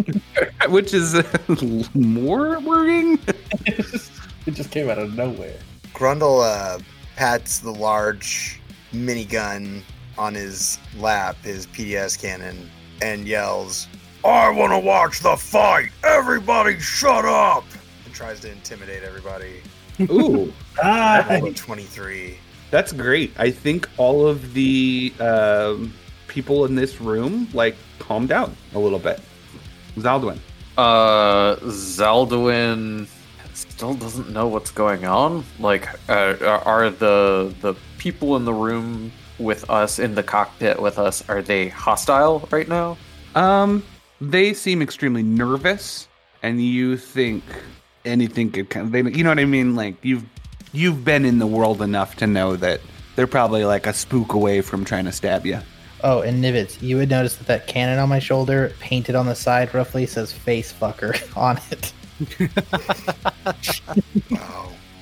Speaker 2: Which is uh, more worrying.
Speaker 7: it just came out of nowhere.
Speaker 4: Grundle uh, pats the large minigun on his lap, his PDS cannon, and yells,
Speaker 11: I want to watch the fight. Everybody, shut up.
Speaker 4: and tries to intimidate everybody.
Speaker 2: Ooh.
Speaker 4: I rolled a 23.
Speaker 2: That's great. I think all of the um, people in this room like calmed down a little bit. Zaldwin.
Speaker 10: Uh, Zaldwin still doesn't know what's going on. Like, uh, are the the people in the room with us in the cockpit with us? Are they hostile right now?
Speaker 2: Um, they seem extremely nervous, and you think anything could come. They, you know what I mean? Like you've you've been in the world enough to know that they're probably like a spook away from trying to stab you.
Speaker 7: Oh, and Nivets, you would notice that that cannon on my shoulder, painted on the side roughly, says "face fucker" on it.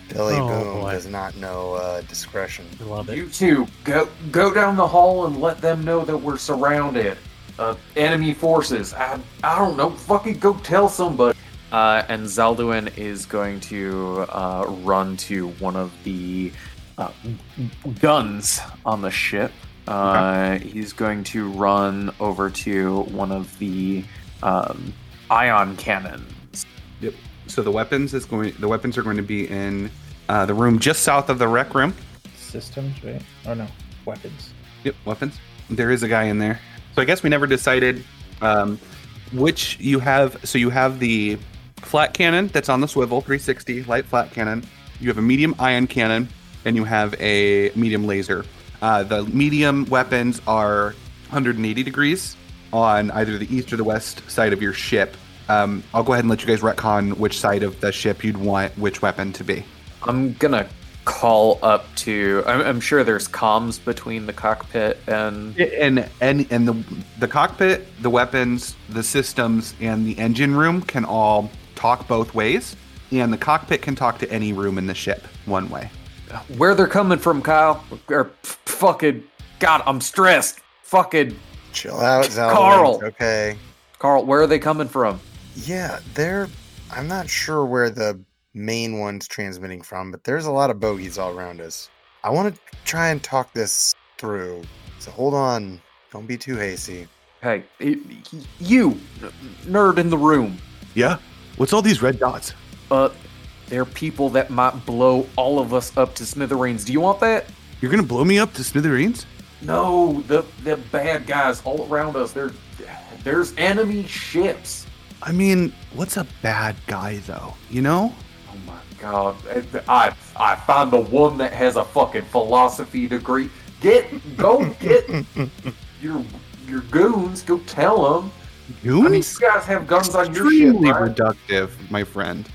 Speaker 4: Billy
Speaker 7: Oh,
Speaker 4: Boom
Speaker 7: boy.
Speaker 4: does not know uh, discretion.
Speaker 8: love
Speaker 9: You two, go go down the hall and let them know that we're surrounded. Uh, enemy forces. I I don't know. Fucking go tell somebody.
Speaker 10: Uh, and Zaldwin is going to uh, run to one of the uh, guns on the ship. Uh, He's going to run over to one of the um, ion cannons.
Speaker 2: Yep. So the weapons is going. The weapons are going to be in uh, the room just south of the rec room.
Speaker 7: Systems, right? Oh no, weapons.
Speaker 2: Yep, weapons. There is a guy in there. So I guess we never decided um, which you have. So you have the flat cannon that's on the swivel, 360 light flat cannon. You have a medium ion cannon, and you have a medium laser. Uh, the medium weapons are 180 degrees on either the east or the west side of your ship. Um, I'll go ahead and let you guys retcon which side of the ship you'd want which weapon to be.
Speaker 10: I'm gonna call up to. I'm, I'm sure there's comms between the cockpit and
Speaker 2: and and and the the cockpit, the weapons, the systems, and the engine room can all talk both ways, and the cockpit can talk to any room in the ship one way.
Speaker 10: where they're coming from, Kyle. Or f- fucking God, I'm stressed. Fucking
Speaker 4: chill out, Zalwyn.
Speaker 10: Carl.
Speaker 4: It's Okay.
Speaker 10: Carl, where are they coming from?
Speaker 4: Yeah, they're. I'm not sure where the main one's transmitting from, but there's a lot of bogeys all around us. I want to try and talk this through. So hold on. Don't be too hasty.
Speaker 10: Hey, you, nerd in the room.
Speaker 1: Yeah? What's all these red dots?
Speaker 10: Uh, they're people that might blow all of us up to smithereens. Do you want that?
Speaker 1: You're gonna blow me up to smithereens?
Speaker 9: No, the the bad guys all around us. There, there's enemy ships.
Speaker 1: I mean, what's a bad guy though? You know?
Speaker 9: Oh my god! I I find the one that has a fucking philosophy degree. Get go get your your goons. Go tell them.
Speaker 2: Goons?
Speaker 9: I mean, you guys have guns on your ship,
Speaker 2: Extremely
Speaker 9: right?
Speaker 2: reductive, my friend.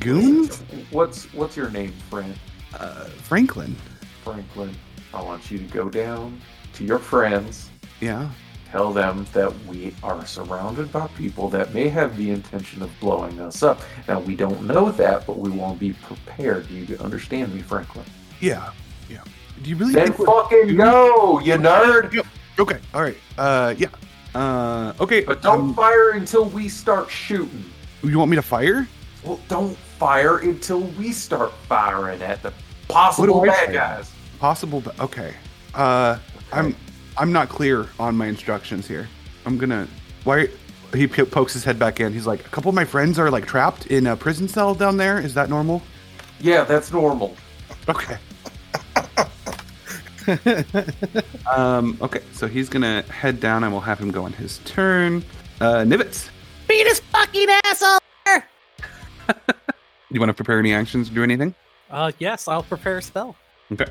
Speaker 2: Goons?
Speaker 9: What's what's your name, friend?
Speaker 2: Uh, Franklin.
Speaker 9: Franklin, I want you to go down to your friends.
Speaker 1: Yeah.
Speaker 9: Tell them that we are surrounded by people that may have the intention of blowing us up. Now we don't know that, but we want to be prepared. Do you understand me, Franklin?
Speaker 1: Yeah. Yeah. Do you really
Speaker 9: Then
Speaker 1: think we're
Speaker 9: fucking go, you nerd.
Speaker 1: Okay, all right. Uh yeah. Uh okay.
Speaker 9: But don't fire until we start shooting.
Speaker 1: You want me to fire?
Speaker 9: Well, don't fire until we start firing at the possible
Speaker 1: What do I
Speaker 9: bad
Speaker 1: fire?
Speaker 9: guys.
Speaker 1: Possible but okay. Uh I'm I'm not clear on my instructions here. I'm gonna why he p- pokes his head back in. He's like, a couple of my friends are like trapped in a prison cell down there. Is that normal?
Speaker 9: Yeah, that's normal.
Speaker 1: Okay.
Speaker 2: Um, okay, so he's gonna head down. I will have him go on his turn. Uh, Nivets,
Speaker 20: Beat his fucking ass, Oliver.
Speaker 2: do you want to prepare any actions or do anything?
Speaker 8: Uh, yes, I'll prepare a spell.
Speaker 2: Okay.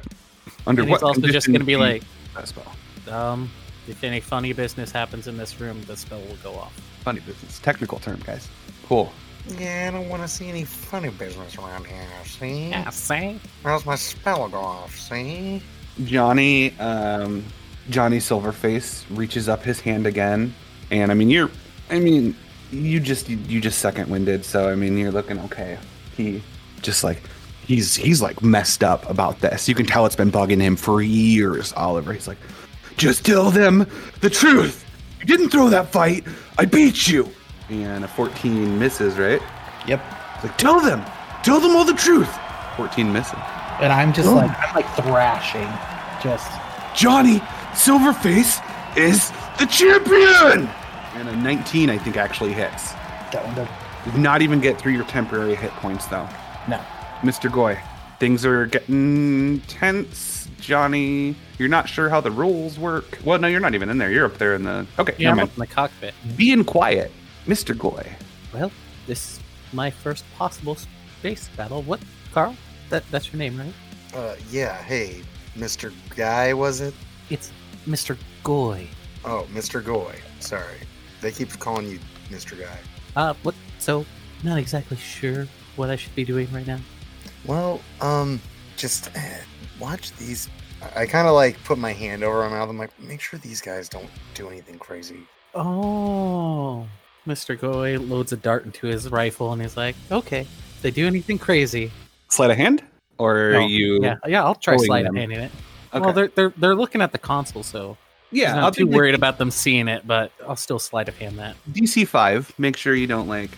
Speaker 2: Under
Speaker 8: and
Speaker 2: what
Speaker 8: he's also just
Speaker 2: conditions
Speaker 8: going to be
Speaker 2: do you
Speaker 8: like,
Speaker 2: use that spell.
Speaker 8: um, if any funny business happens in this room, the spell will go off.
Speaker 2: Funny business, technical term, guys. Cool.
Speaker 4: Yeah, I don't want to see any funny business around here. See?
Speaker 8: Yeah, see?
Speaker 4: How's my spell go off? See?
Speaker 2: Johnny, um, Johnny Silverface reaches up his hand again, and I mean you're, I mean you just you just second winded, so I mean you're looking okay. He just like he's he's like messed up about this. You can tell it's been bugging him for years. Oliver, he's like,
Speaker 18: Just tell them the truth. You didn't throw that fight. I beat you.
Speaker 2: and a 14 misses, right?
Speaker 7: Yep.
Speaker 18: Like tell them. Tell them all the truth.
Speaker 2: 14 misses.
Speaker 7: And I'm just
Speaker 18: Oh.
Speaker 7: like I'm like thrashing. Just
Speaker 18: Johnny Silverface is the champion.
Speaker 2: And a 19, I think, actually hits.
Speaker 7: that one. does-
Speaker 2: Did not even get through your temporary hit points, though.
Speaker 7: No.
Speaker 2: Mr. Goy, things are getting tense. Johnny, you're not sure how the rules work. Well, no, you're not even in there. You're up there in the. Okay,
Speaker 8: Yeah,
Speaker 2: yeah,
Speaker 8: I'm
Speaker 2: never
Speaker 8: up
Speaker 2: mind.
Speaker 8: in the cockpit.
Speaker 2: Being quiet, Mr. Goy.
Speaker 8: Well, this is my first possible space battle. What, Carl? That that's your name, right?
Speaker 4: Uh, yeah, hey, Mr. Guy, was it?
Speaker 8: It's Mr. Goy.
Speaker 4: Oh, Mr. Goy. Sorry. They keep calling you Mr. Guy.
Speaker 8: Uh, what? So, not exactly sure what I should be doing right now.
Speaker 4: Well, um, just eh, watch these. I- I kind of like put my hand over my mouth. I'm like, make sure these guys don't do anything crazy.
Speaker 8: Oh, Mr. Goy loads a dart into his rifle and he's like, "Okay, if they do anything crazy,
Speaker 2: Sleight of hand? Or
Speaker 8: No.
Speaker 2: you.
Speaker 8: yeah, yeah, I'll try
Speaker 2: pulling
Speaker 8: slide
Speaker 2: them?
Speaker 8: handing it."
Speaker 2: Okay.
Speaker 8: Well, they're they're they're looking at the console, so
Speaker 2: Yeah,
Speaker 8: he's
Speaker 2: I'll
Speaker 8: not
Speaker 2: do
Speaker 8: too
Speaker 2: the-
Speaker 8: worried about them seeing it, but I'll still slide of hand that.
Speaker 2: DC five. Make sure you don't like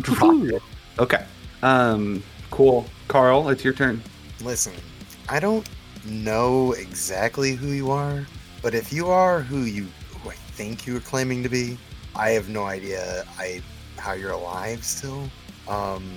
Speaker 2: drop it. Okay. Um. Cool. Carl, it's your turn.
Speaker 4: Listen, I don't know exactly who you are, but if you are who you who I think you are claiming to be, I have no idea I how you're alive still. Um,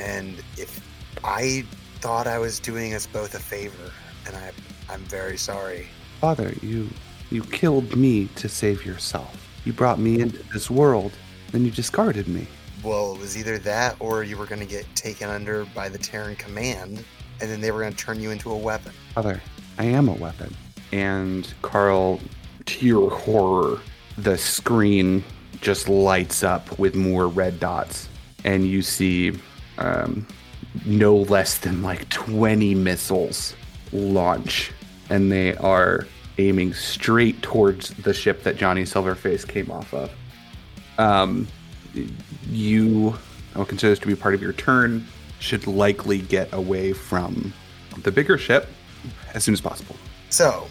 Speaker 4: and if I thought I was doing us both a favor, and I I'm very sorry.
Speaker 2: Father, you you killed me to save yourself. You brought me into this world, then you discarded me.
Speaker 4: Well, it was either that or you were going to get taken under by the Terran command, and then they were going to turn you into a weapon.
Speaker 2: Father, I am a weapon. And Carl, to your horror, the screen just lights up with more red dots, and you see um, no less than like 20 missiles launch, and they are aiming straight towards the ship that Johnny Silverface came off of. Um, you, I'll consider this to be part of your turn, should likely get away from the bigger ship as soon as possible.
Speaker 4: So,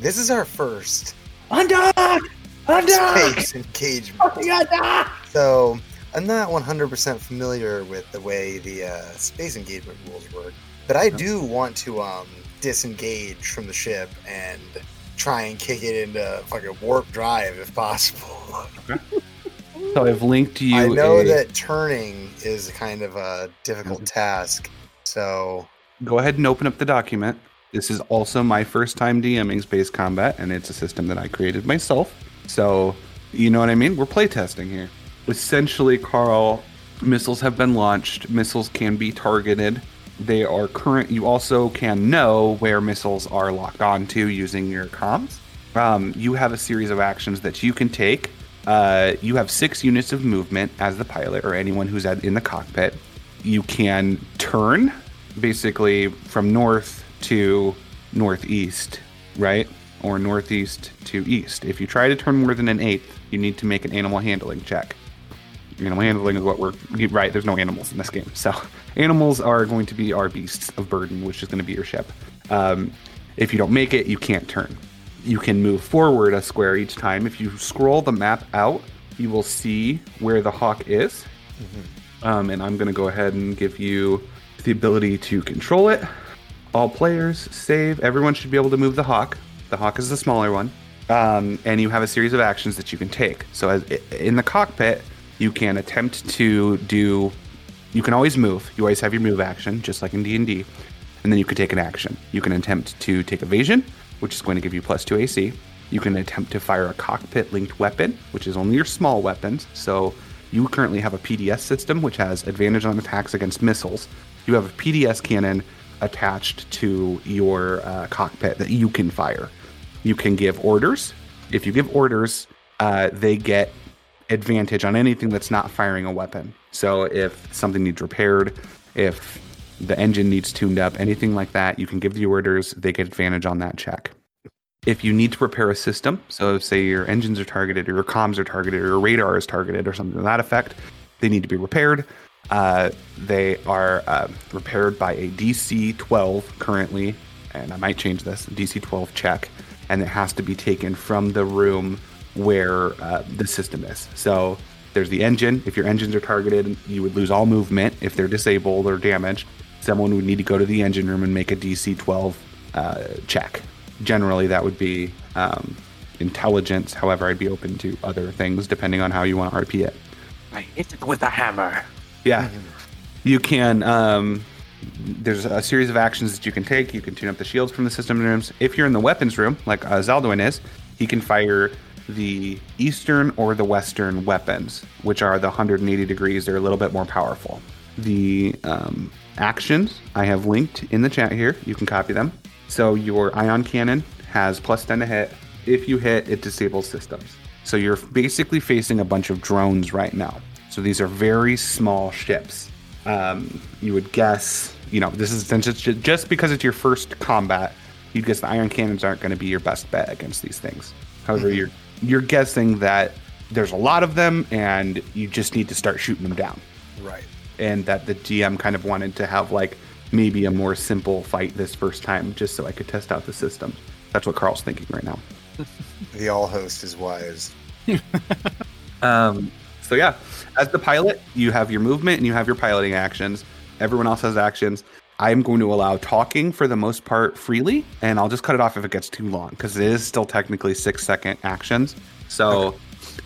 Speaker 4: this is our first
Speaker 17: Undock! Undock!
Speaker 4: space engagement.
Speaker 17: Fucking undock!
Speaker 4: So I'm not 100% familiar with the way the uh, space engagement rules work, but I do want to um, disengage from the ship and try and kick it into fucking warp drive if possible.
Speaker 2: So I've linked you.
Speaker 4: I know
Speaker 17: eh.
Speaker 2: a-
Speaker 4: that turning is kind of a
Speaker 17: Mm-hmm.
Speaker 4: difficult task, so
Speaker 2: Go ahead and open up the document. This is also my first time DMing Space Combat, and it's a system that I created myself. So, you know what I mean? We're playtesting here. Essentially, Carl, missiles have been launched. Missiles can be targeted. They are current. You also can know where missiles are locked onto using your comms. Um, you have a series of actions that you can take. Uh, you have six units of movement as the pilot or anyone who's at, in the cockpit. You can turn basically from north to northeast, right? Or northeast to east. If you try to turn more than an eighth, you need to make an animal handling check. Animal handling is what we're right. There's no animals in this game, so animals are going to be our beasts of burden, which is going to be your ship. Um, if you don't make it, you can't turn. You can move forward a square each time. If you scroll the map out, you will see where the hawk is. Um, and I'm going to go ahead and give you the ability to control it. All players save. Everyone should be able to move the hawk. The hawk is the smaller one. Um, and you have a series of actions that you can take. So, as in the cockpit, you can attempt to do. You can always move. You always have your move action, just like in D and D. And then you can take an action. You can attempt to take evasion, which is going to give you plus two AC. You can attempt to fire a cockpit linked weapon, which is only your small weapons. So you currently have a PDS system, which has advantage on attacks against missiles. You have a PDS cannon attached to your uh, cockpit that you can fire. You can give orders. If you give orders, uh, they get advantage on anything that's not firing a weapon. So if something needs repaired, if the engine needs tuned up, anything like that, you can give the orders. They get advantage on that check. If you need to repair a system, so say your engines are targeted, or your comms are targeted, or your radar is targeted, or something to that effect, they need to be repaired. Uh, they are uh, repaired by a DC 12 currently, and I might change this DC 12 check, and it has to be taken from the room where uh, the system is. So there's the engine. If your engines are targeted, you would lose all movement. If they're disabled or damaged, someone would need to go to the engine room and make a DC 12 uh, check. Generally, that would be um, intelligence. However, I'd be open to other things depending on how you want to RP it.
Speaker 3: I hit it with a hammer.
Speaker 2: Yeah. You can, um, there's a series of actions that you can take. You can tune up the shields from the system rooms. If you're in the weapons room, like uh, Zaldwin is, he can fire the eastern or the western weapons, which are the 180 degrees. They're a little bit more powerful. The um, actions I have linked in the chat here. You can copy them. So your ion cannon has plus 10 to hit. If you hit, it disables systems. So you're basically facing a bunch of drones right now. So these are very small ships. Um, you would guess, you know, this is since it's ju- just because it's your first combat, you'd guess the iron cannons aren't going to be your best bet against these things. However, you're you're guessing that there's a lot of them, and you just need to start shooting them down
Speaker 4: right.
Speaker 2: and that the GM kind of wanted to have like maybe a more simple fight this first time, just so I could test out the system. That's what Carl's thinking right now.
Speaker 4: The all host is wise.
Speaker 2: Um, so yeah, as the pilot, you have your movement and you have your piloting actions. Everyone else has actions. I'm going to allow talking for the most part freely, and I'll just cut it off if it gets too long because it is still technically six second actions. So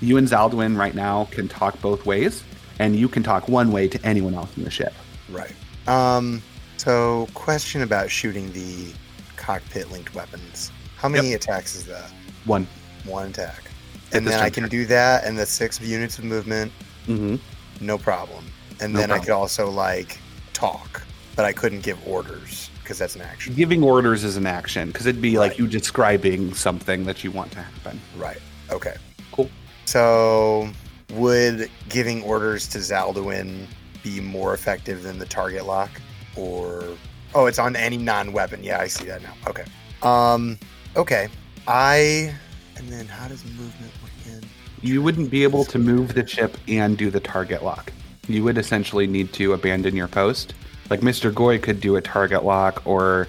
Speaker 2: you and Zaldwin right now can talk both ways, and you can talk one way to anyone else in the ship.
Speaker 4: Right. Um. So, question about shooting the cockpit linked weapons. How many attacks is that?
Speaker 2: One.
Speaker 4: One attack.
Speaker 2: At
Speaker 4: and
Speaker 2: this
Speaker 4: then I
Speaker 2: juncture.
Speaker 4: can do that and the six units of movement.
Speaker 2: Mm-hmm.
Speaker 4: No problem. And
Speaker 2: No
Speaker 4: then I could also like talk, but I couldn't give orders because that's an action.
Speaker 2: Giving orders is an action because it'd be like you describing something that you want to happen.
Speaker 4: Right. Okay.
Speaker 2: Cool.
Speaker 4: So would giving orders to Zaldwin be more effective than the target lock? Or oh, it's on any non-weapon. Yeah, I see that now. Okay. Um. Okay. I. And then how does movement work in?
Speaker 2: You wouldn't be able to move the ship and do the target lock. You would essentially need to abandon your post. Like Mr. Goy could do a target lock or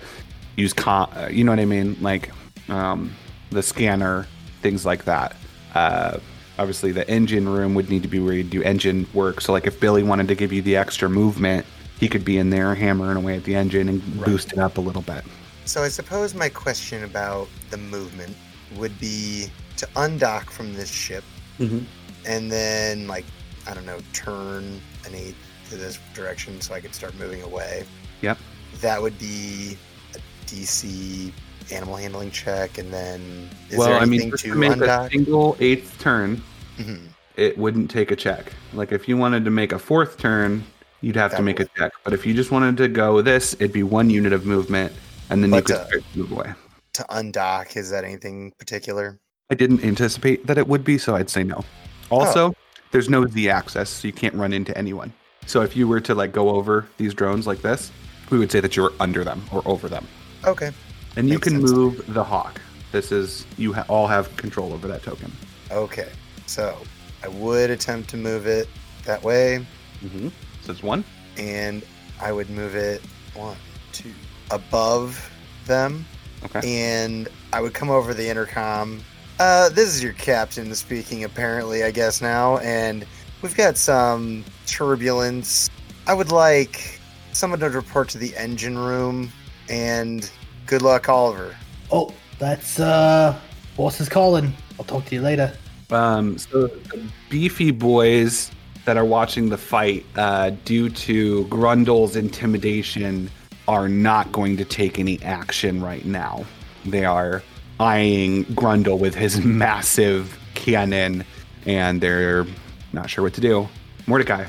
Speaker 2: use con, uh, you know what I mean? Like um, the scanner, things like that. Uh, obviously, the engine room would need to be where you do engine work. So, like if Billy wanted to give you the extra movement, he could be in there hammering away at the engine and boost it up a little bit.
Speaker 4: So I suppose my question about the movement would be to undock from this ship
Speaker 2: Mm-hmm.
Speaker 4: and then like I don't know, turn an eight to this direction so I could start moving away.
Speaker 2: Yep.
Speaker 4: That would be a DC animal handling check, and then is
Speaker 2: well,
Speaker 4: there
Speaker 2: I
Speaker 4: anything
Speaker 2: mean, just
Speaker 4: to
Speaker 2: to make a
Speaker 4: undock?
Speaker 2: single eighth turn,
Speaker 4: Mhm.
Speaker 2: it wouldn't take a check. Like if you wanted to make a fourth turn, you'd have to make a check. But if you just wanted to go this, it'd be one unit of movement, and then you
Speaker 4: But,
Speaker 2: could
Speaker 4: uh,
Speaker 2: start to move away.
Speaker 4: To undock, is that anything particular?
Speaker 2: I didn't anticipate that it would be, so I'd say no.
Speaker 4: Oh.
Speaker 2: Also, there's no Z access, so you can't run into anyone. So if you were to like go over these drones like this, we would say that you were under them or over them.
Speaker 4: Okay.
Speaker 2: And you can move the hawk. This is you ha- all have control over that token.
Speaker 4: Okay. So I would attempt to move it that way.
Speaker 2: Mm-hmm. So it's one.
Speaker 4: And I would move it one, two, above them.
Speaker 2: Okay.
Speaker 4: And I would come over the intercom. Uh, this is your captain speaking, apparently, I guess now. And we've got some turbulence. I would like someone to report to the engine room. And good luck, Oliver.
Speaker 17: Oh, that's uh, boss is calling. I'll talk to you later.
Speaker 2: Um, so the beefy boys that are watching the fight, uh, due to Grundle's intimidation, are not going to take any action right now. They are eyeing Grundle with his massive cannon, and they're not sure what to do. Mordecai.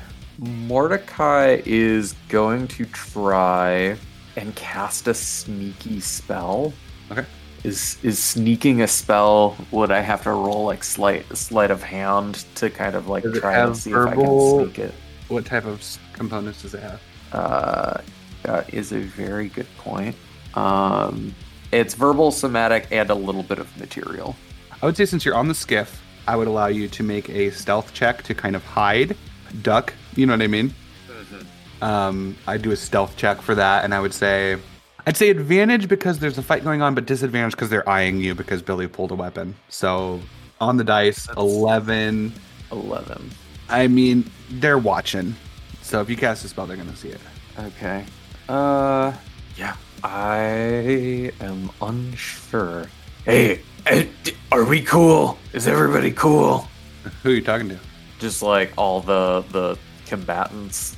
Speaker 10: Mordecai is going to try and cast a sneaky spell.
Speaker 2: Okay.
Speaker 10: Is is sneaking a spell? Would I have to roll like slight sleight of hand to kind of like
Speaker 2: Does it
Speaker 10: try
Speaker 2: have
Speaker 10: and see
Speaker 2: verbal-
Speaker 10: if I can sneak it?
Speaker 2: What type of s- components does it have?
Speaker 10: Uh, that is a very good point. Um, it's verbal, somatic, and a little bit of material.
Speaker 2: I would say since you're on the skiff, I would allow you to make a stealth check to kind of hide, duck. You know what I mean? Um, I do a stealth check for that, and I would say, I'd say advantage because there's a fight going on, but disadvantage because they're eyeing you because Billy pulled a weapon. So on the dice, eleven.
Speaker 10: Eleven.
Speaker 2: I mean, they're watching. So if you cast a spell, they're gonna see it.
Speaker 10: Okay. Uh, yeah, I am unsure.
Speaker 3: Hey, eh, d- are we cool? Is everybody cool?
Speaker 2: Who are you talking to?
Speaker 10: Just like all the the combatants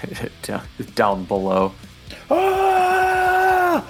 Speaker 10: down, down below.
Speaker 3: Ah!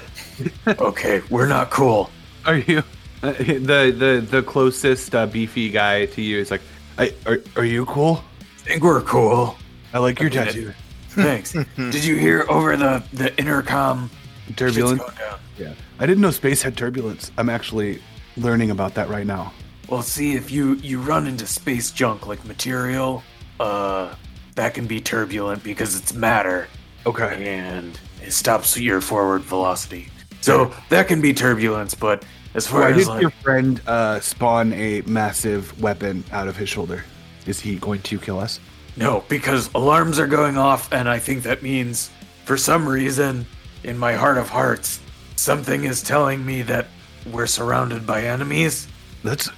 Speaker 3: okay, we're not cool.
Speaker 2: Are you uh, the the the closest uh, beefy guy to you? Is like, I, are are you cool?
Speaker 3: I think we're cool.
Speaker 2: I like your
Speaker 3: Okay.
Speaker 2: tattoo.
Speaker 3: Thanks. Did you hear over the the intercom?
Speaker 1: Turbulence?
Speaker 3: Shit's going down.
Speaker 1: Yeah. I didn't know space had turbulence. I'm actually learning about that right now.
Speaker 3: Well, see if you you run into space junk like material, uh, that can be turbulent because it's matter.
Speaker 1: Okay.
Speaker 3: And it stops your forward velocity. So that can be turbulence, but as far
Speaker 1: Why
Speaker 3: as
Speaker 1: did
Speaker 3: like,
Speaker 1: your friend uh, spawn a massive weapon out of his shoulder? Is he going to kill us?
Speaker 3: No, because alarms are going off, and I think that means, for some reason, in my heart of hearts, something is telling me that we're surrounded by enemies.
Speaker 1: That's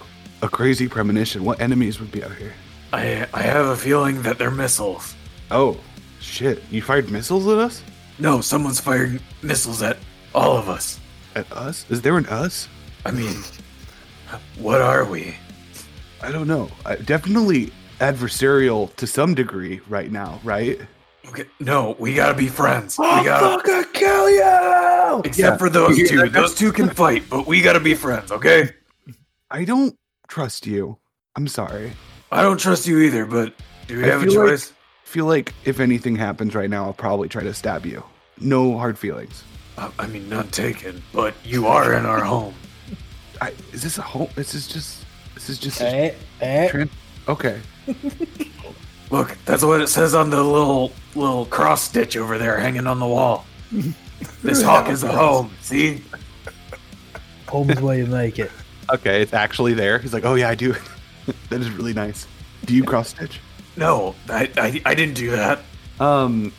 Speaker 1: a crazy premonition. What enemies would be out here?
Speaker 3: I I have a feeling that they're missiles.
Speaker 1: Oh, shit. You fired missiles at us?
Speaker 3: No, someone's firing missiles at all of us.
Speaker 1: At us? Is there an us?
Speaker 3: I mean, what are we?
Speaker 1: I don't know. I, definitely adversarial to some degree right now, right?
Speaker 3: Okay, no, we gotta be friends. We
Speaker 1: I'll
Speaker 3: gotta,
Speaker 1: fucking kill you!
Speaker 3: except
Speaker 1: Yeah.
Speaker 3: for those
Speaker 1: You hear
Speaker 3: two.
Speaker 1: that?
Speaker 3: Those two can fight, but we gotta be friends. Okay.
Speaker 1: I don't trust you. I'm sorry.
Speaker 3: I don't trust you either, but do we
Speaker 1: I
Speaker 3: have a
Speaker 1: feel like-
Speaker 3: choice?
Speaker 1: feel like if anything happens right now, I'll probably try to stab you. No hard feelings.
Speaker 3: I- I mean, none taken, but you are in our home.
Speaker 1: I, is this a home? This is just. This is just.
Speaker 7: Eh,
Speaker 1: a
Speaker 7: eh.
Speaker 1: tran-
Speaker 21: Okay.
Speaker 3: Look, that's what it says on the little little cross stitch over there hanging on the wall. This hawk is a home. See?
Speaker 22: Home's where you make it.
Speaker 21: Okay, it's actually there. He's like, oh yeah, I do. that is really nice. Do you cross stitch?
Speaker 3: No, I, I I didn't do that.
Speaker 2: Um,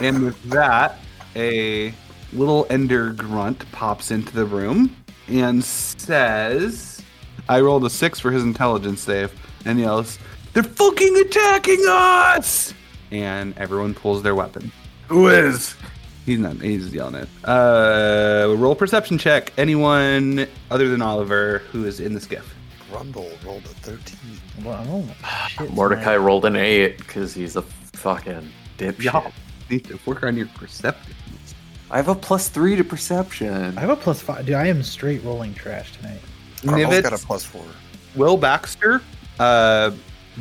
Speaker 2: and with that, a little ender grunt pops into the room and says, I rolled a six for his intelligence save and yells, They're fucking attacking us! And everyone pulls their weapon.
Speaker 3: Who is?
Speaker 2: He's not, he's yelling it. Uh, roll perception check. Anyone other than Oliver who is in the skiff.
Speaker 4: Grumble rolled a 13.
Speaker 22: Wow.
Speaker 10: Ah, Mordecai rolled an eight because he's a fucking dipshit.
Speaker 2: Y'all need to work on your perceptiveness.
Speaker 10: I have a plus three to perception.
Speaker 7: I have a plus five. Dude, I am straight rolling trash tonight.
Speaker 4: Carmel's
Speaker 2: Nibbit.
Speaker 4: got a plus four.
Speaker 2: Will Baxter uh,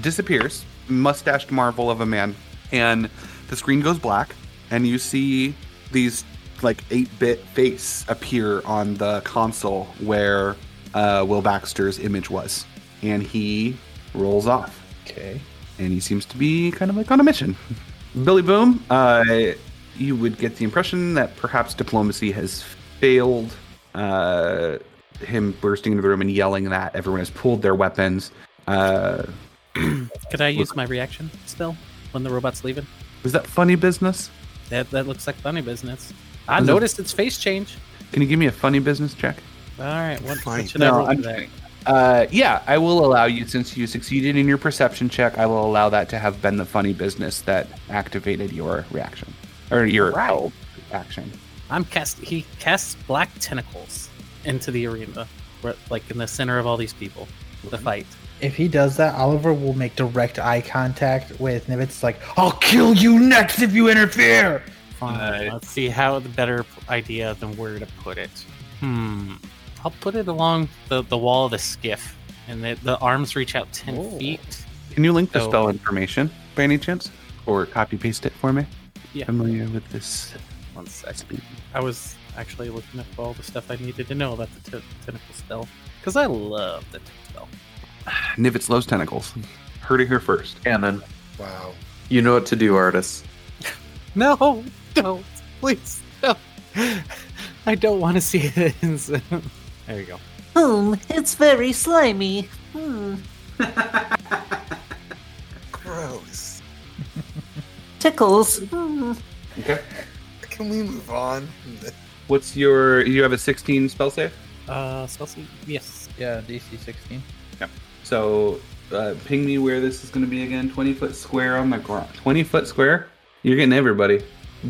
Speaker 2: disappears, mustached marvel of a man, and the screen goes black, and you see these like 8-bit face appear on the console where uh, Will Baxter's image was, and he rolls off.
Speaker 7: Okay.
Speaker 2: And he seems to be kind of like on a mission. Billy Boom, uh, you would get the impression that perhaps diplomacy has failed. Uh, him bursting into the room and yelling that everyone has pulled their weapons. Uh,
Speaker 5: Could I use my reaction still when the robot's leaving?
Speaker 2: was that funny business?
Speaker 5: That that looks like funny business. I
Speaker 2: Was it-
Speaker 5: noticed its face change.
Speaker 2: Can you give me a funny business check?
Speaker 5: All right, what, what should I
Speaker 2: No,
Speaker 5: roll
Speaker 2: I'm
Speaker 5: for that?
Speaker 2: kidding. Uh, yeah, I will allow you since you succeeded in your perception check. I will allow that to have been the funny business that activated your reaction or your
Speaker 5: Right.
Speaker 2: action.
Speaker 5: I'm cast. He casts black tentacles into the arena, where, like in the center of all these people, the fight.
Speaker 7: If he does that, Oliver will make direct eye contact with Nivitz. Like, I'll kill you next if you interfere.
Speaker 5: Fine. Let's see how the better idea than where to put it. Hmm. I'll put it along the, the wall of the skiff, and the, the arms reach out ten feet.
Speaker 2: Can you link the
Speaker 5: So-
Speaker 2: spell information by any chance, or copy paste it for me?
Speaker 5: Yeah.
Speaker 2: Familiar with this?
Speaker 5: One second. I was actually looking up all the stuff I needed to know about the t- tentacle spell because I love the tentacle spell.
Speaker 2: Nivet's loves tentacles. Heard it here first.
Speaker 10: Cannon.
Speaker 4: Wow.
Speaker 10: You know what to do, artists.
Speaker 5: No, don't, please, no. I don't want to see this. there you go.
Speaker 8: Hmm, it's very slimy. Hmm.
Speaker 4: Gross.
Speaker 8: Tickles. Hmm.
Speaker 2: Okay.
Speaker 4: Can we move on?
Speaker 2: What's your? You have a 16 spell save.
Speaker 5: Uh, spell save? Yes.
Speaker 7: Yeah, DC 16.
Speaker 2: Yeah. So uh, ping me where this is going to be again. 20 foot square on the ground. 20 foot square. You're getting everybody.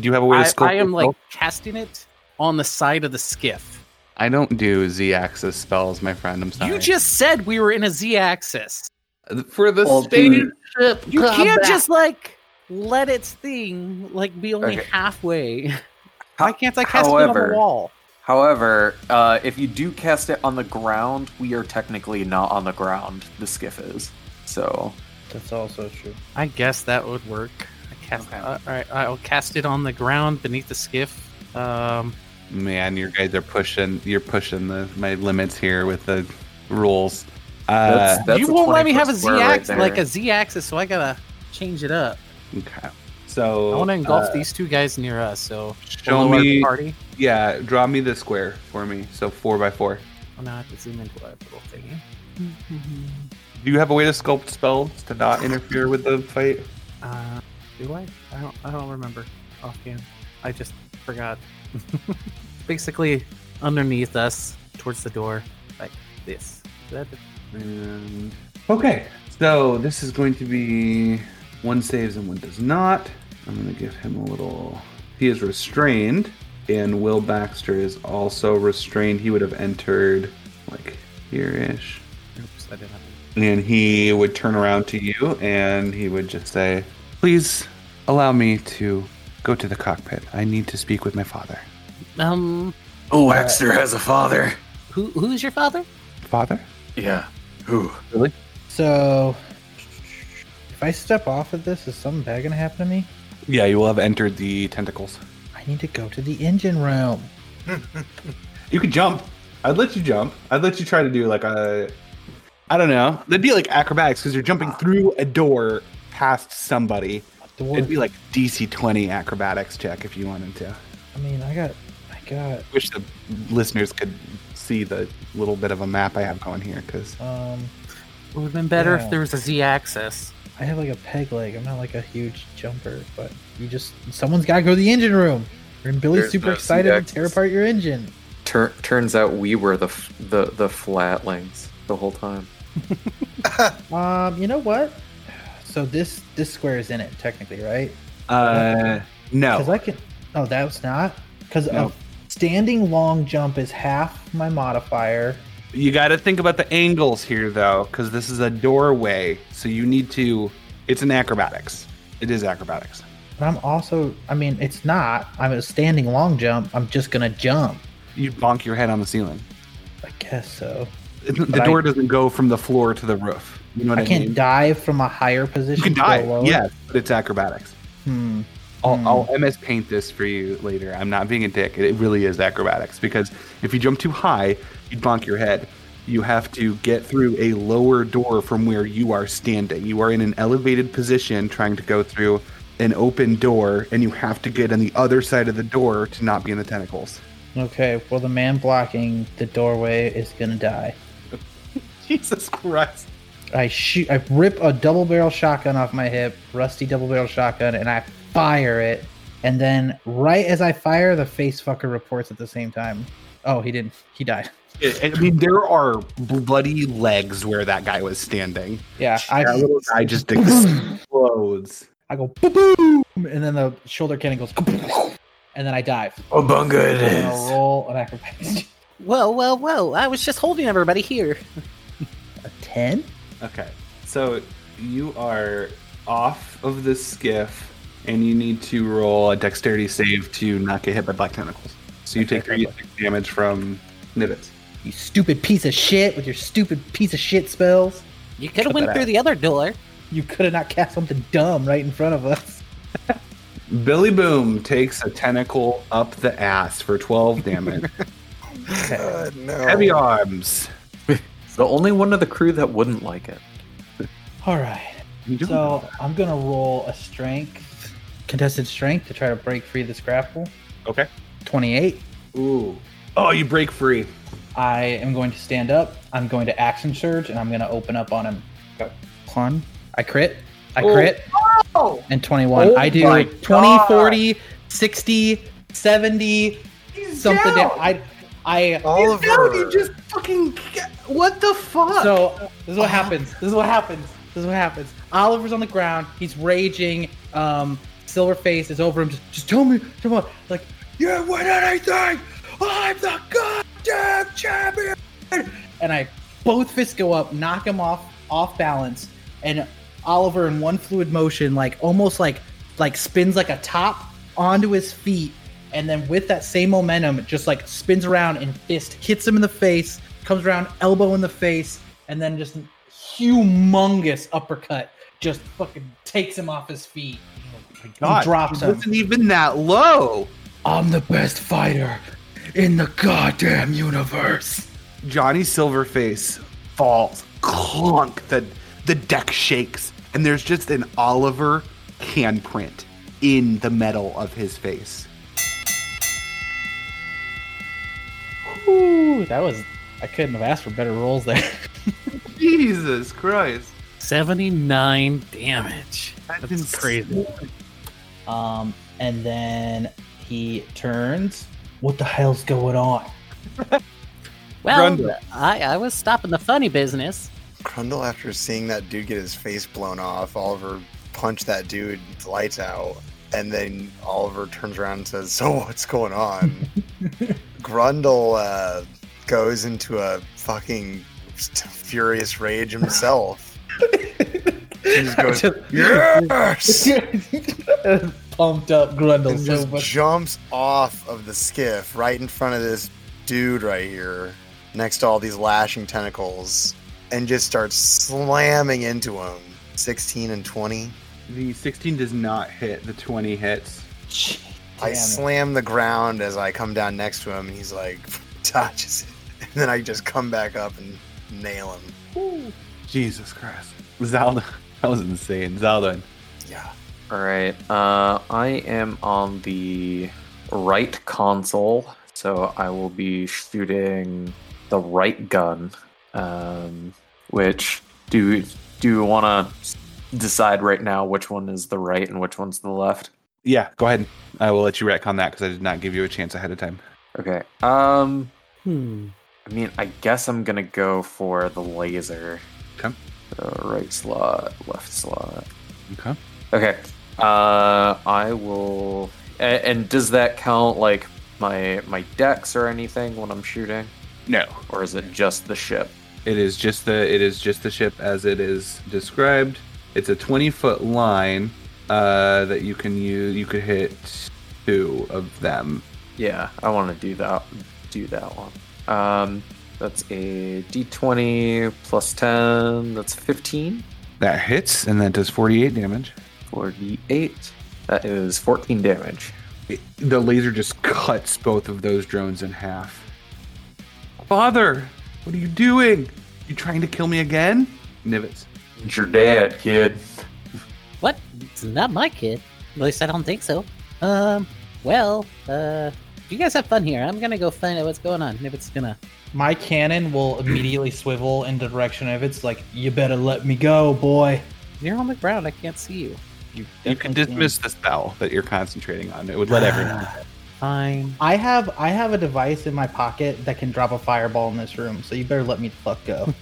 Speaker 2: Do you have a way to
Speaker 5: I,
Speaker 2: sculpt
Speaker 5: I am
Speaker 2: yourself?
Speaker 5: like casting it on the side of the skiff.
Speaker 2: I don't do z-axis spells, my friend. I'm sorry.
Speaker 5: You just said we were in a z-axis.
Speaker 2: for the
Speaker 5: Well,
Speaker 2: stage.
Speaker 5: dude. You can't just like let its thing like be only
Speaker 10: Okay.
Speaker 5: halfway. Why can't I cast it on the wall?
Speaker 10: However, uh, if you do cast it on the ground, we are technically not on the ground. The skiff is. So
Speaker 7: That's also true.
Speaker 5: I guess that would work. I cast. uh, all right, I'll cast it on the ground beneath the skiff. Um,
Speaker 2: Man, your guys are pushing. You're pushing the my limits here with the rules. Uh,
Speaker 5: you won't let me have a
Speaker 2: Z axis
Speaker 5: z-axis like a z-axis, so I gotta change it up.
Speaker 2: Okay. So
Speaker 5: I want to engulf
Speaker 2: uh,
Speaker 5: these two guys near us. So
Speaker 2: Show
Speaker 5: below our
Speaker 2: me.
Speaker 5: party.
Speaker 2: Yeah, draw me the square for me. So four by four.
Speaker 5: Oh, now I have to zoom into our little thingy.
Speaker 2: Do you have a way to sculpt spells to not interfere with the fight?
Speaker 5: Uh, do I? I don't. I don't remember offhand. I just forgot. Basically, underneath us, towards the door, like this. That-
Speaker 2: And okay, so this is going to be one saves and one does not. I'm going to give him a little. He is restrained, and Will Baxter is also restrained. He would have entered like here ish,
Speaker 5: Oops, I didn't. Have it.
Speaker 2: and he would turn around to you and he would just say, "Please allow me to go to the cockpit. I need to speak with my father."
Speaker 5: Um.
Speaker 3: Oh, Axter has a father.
Speaker 5: Who Who is your father?
Speaker 2: Father?
Speaker 3: Yeah. Who?
Speaker 2: Really?
Speaker 7: So, if I step off of this, is something bad gonna happen to me?
Speaker 2: Yeah, you will have entered the tentacles.
Speaker 7: I need to go to the engine room.
Speaker 2: You could jump. I'd let you jump. I'd let you try to do like a. I don't know. That'd be like acrobatics because you're jumping through a door past somebody. It'd be like DC 20 acrobatics check if you wanted to.
Speaker 7: I mean, I got, I got.
Speaker 2: Wish the listeners could see the little bit of a map I have going here because
Speaker 7: Um,
Speaker 5: It would have been better
Speaker 7: Yeah.
Speaker 5: if there was a Z axis.
Speaker 7: I have like a peg leg. I'm not like a huge jumper, but you just someone's got to go to the engine room. And Billy's
Speaker 10: There's
Speaker 7: super
Speaker 10: no
Speaker 7: excited to
Speaker 10: CX.
Speaker 7: tear apart your engine.
Speaker 10: Tur- turns out we were the f- the the flatlings the whole time.
Speaker 7: Um, you know what? So this this square is in it technically, right?
Speaker 2: uh
Speaker 7: Because
Speaker 2: no
Speaker 7: I can. Oh, that was not. Because
Speaker 2: No.
Speaker 7: a standing long jump is half my modifier.
Speaker 18: You got to think about the angles here, though, because this is a doorway.
Speaker 2: so you need to. It's an acrobatics. It is acrobatics.
Speaker 7: But I'm also. I mean, it's not. I'm a standing long jump. I'm just gonna jump.
Speaker 2: You bonk your head on the ceiling.
Speaker 7: I guess so.
Speaker 2: It- the
Speaker 7: But I-
Speaker 2: door doesn't go from the floor to the roof. You know what I,
Speaker 7: I can't
Speaker 2: mean?
Speaker 7: dive from a higher position.
Speaker 2: You can
Speaker 7: to a
Speaker 2: die.
Speaker 7: lower?
Speaker 2: Yes, but it's acrobatics. Mm.
Speaker 7: Hmm.
Speaker 2: I'll,
Speaker 7: Hmm.
Speaker 2: I'll MS paint this for you later. I'm not being a dick. It really is acrobatics because if you jump too high, you'd bonk your head. You have to get through a lower door from where you are standing. You are in an elevated position trying to go through an open door, and you have to get on the other side of the door to not be in the tentacles.
Speaker 7: Okay. Well, the man blocking the doorway is gonna die.
Speaker 2: Jesus Christ.
Speaker 7: I shoot. I rip a double barrel shotgun off my hip, rusty double barrel shotgun, and I fire it. And then, right as I fire, the face fucker reports at the same time. Oh, he didn't. He died.
Speaker 2: I I mean, there are bloody legs where that guy was standing.
Speaker 7: Yeah, I-
Speaker 2: that little guy just explodes.
Speaker 7: I go boom, boom, and then the shoulder cannon goes, kaboom, and then I dive.
Speaker 23: Oh, bunga it
Speaker 7: And
Speaker 23: is.
Speaker 7: I'll roll an acrobatics.
Speaker 5: Whoa, whoa, whoa! I was just holding everybody here.
Speaker 7: Ten.
Speaker 18: Okay. So you are off of the skiff and you need to roll a dexterity save to not get hit by black tentacles.
Speaker 2: So you take three damage from Nivets.
Speaker 7: You stupid piece of shit with your stupid piece of shit spells.
Speaker 5: You could
Speaker 7: Cut
Speaker 5: have went
Speaker 7: that
Speaker 5: through
Speaker 7: out.
Speaker 5: the other door.
Speaker 7: You could have not cast something dumb right in front of us.
Speaker 18: Billy Boom takes a tentacle up the ass for 12 damage.
Speaker 2: Heavy arms.
Speaker 10: the only one of the crew that wouldn't like it.
Speaker 7: All right. So I'm gonna roll a strength, contested strength, to try to break free of this grapple.
Speaker 18: Okay.
Speaker 7: Twenty-eight.
Speaker 18: Ooh. Oh, you break free.
Speaker 7: I am going to stand up. I'm going to action surge, and I'm gonna open up on him. Go. Clun. I crit. I crit.
Speaker 8: Oh!
Speaker 7: And twenty-one.
Speaker 8: Oh
Speaker 7: I do
Speaker 8: my
Speaker 7: 20, 40, 60, 70, something.
Speaker 8: down.
Speaker 7: down. I. I.
Speaker 8: Oliver.
Speaker 7: just
Speaker 2: fucking. What the fuck?
Speaker 7: So this is what happens. This is what happens. This is what happens. Oliver's on the ground. He's raging. Um, Silverface is over him. Just, just tell me, come on. Like, you win anything. I'm the goddamn champion. And I both fists go up, knock him off off balance, and Oliver in one fluid motion, like almost like like spins like a top onto his feet, and then with that same momentum, just like spins around and fist hits him in the face, comes around elbow in the face, and then just humongous uppercut just fucking takes him off his feet.
Speaker 2: God,
Speaker 7: he drops
Speaker 2: he
Speaker 7: him.
Speaker 2: wasn't even that low.
Speaker 7: I'm the best fighter in the goddamn universe.
Speaker 2: Johnny Silverface falls, clunk. The the deck shakes, and there's just an Oliver handprint in the metal of his face.
Speaker 7: Ooh, that was I couldn't have asked for better rolls there.
Speaker 2: Jesus Christ.
Speaker 5: 79 damage. That's, crazy.
Speaker 7: Um, and then he turns. What the hell's going on?
Speaker 5: Well,
Speaker 4: Grundle.
Speaker 5: I, I was stopping the funny business.
Speaker 4: Crundle, after seeing that dude get his face blown off, Oliver punched that dude lights out, and then Oliver turns around and says, "So what's going on?" Grundle uh, goes into a fucking furious rage himself. he just goes, "Yes!"
Speaker 7: Pumped up Grundle
Speaker 4: and
Speaker 7: so
Speaker 4: just
Speaker 7: much.
Speaker 4: jumps off of the skiff right in front of this dude right here, next to all these lashing tentacles, and just starts slamming into him. 16 and 20.
Speaker 2: The 16 does not hit. The 20 hits.
Speaker 4: I
Speaker 2: Damn it.
Speaker 4: slam the ground as I come down next to him, and he's like, touches it. And then I just come back up and nail him.
Speaker 2: Jesus Christ. Zelda. That was insane. Zelda.
Speaker 4: Yeah.
Speaker 10: All right. Uh, I am on the right console, so I will be shooting the right gun. Um, which do do you want to decide right now which one is the right and which one's the left?
Speaker 2: Yeah, go ahead. I will let you retcon that because I did not give you a chance ahead of time.
Speaker 10: Okay. Um.
Speaker 2: Hmm.
Speaker 10: I mean, I guess I'm gonna go for the laser.
Speaker 2: Okay.
Speaker 10: right slot, left slot.
Speaker 2: Okay.
Speaker 10: Okay. Uh, I will. And, and does that count like my my decks or anything when I'm shooting?
Speaker 2: No.
Speaker 10: Or is it just the ship?
Speaker 2: It is just the it is just the ship as it is described. It's a twenty foot line uh, that you can use. You could hit two of them.
Speaker 10: Yeah, I want to do that. Do that one. Um, that's a D20 plus 10. That's 15.
Speaker 2: That hits and that does forty eight damage.
Speaker 10: 48. That is 14 damage.
Speaker 2: It- the laser just cuts both of those drones in half. Father, what are you doing? You trying to kill me again? Nivets.
Speaker 9: It's your dad, kid.
Speaker 5: What? It's not my kid. At least I don't think so. Um, well, uh, you guys have fun here. I'm gonna go find out what's going on. If it's gonna.
Speaker 7: My cannon will immediately swivel in the direction of it's like, you better let me go, boy.
Speaker 5: You're on the ground. I can't see you. You,
Speaker 2: You can dismiss the spell that you're concentrating on. It would let everyone. know.
Speaker 5: Fine.
Speaker 7: I have I have a device in my pocket that can drop a fireball in this room, so you better let me the fuck go.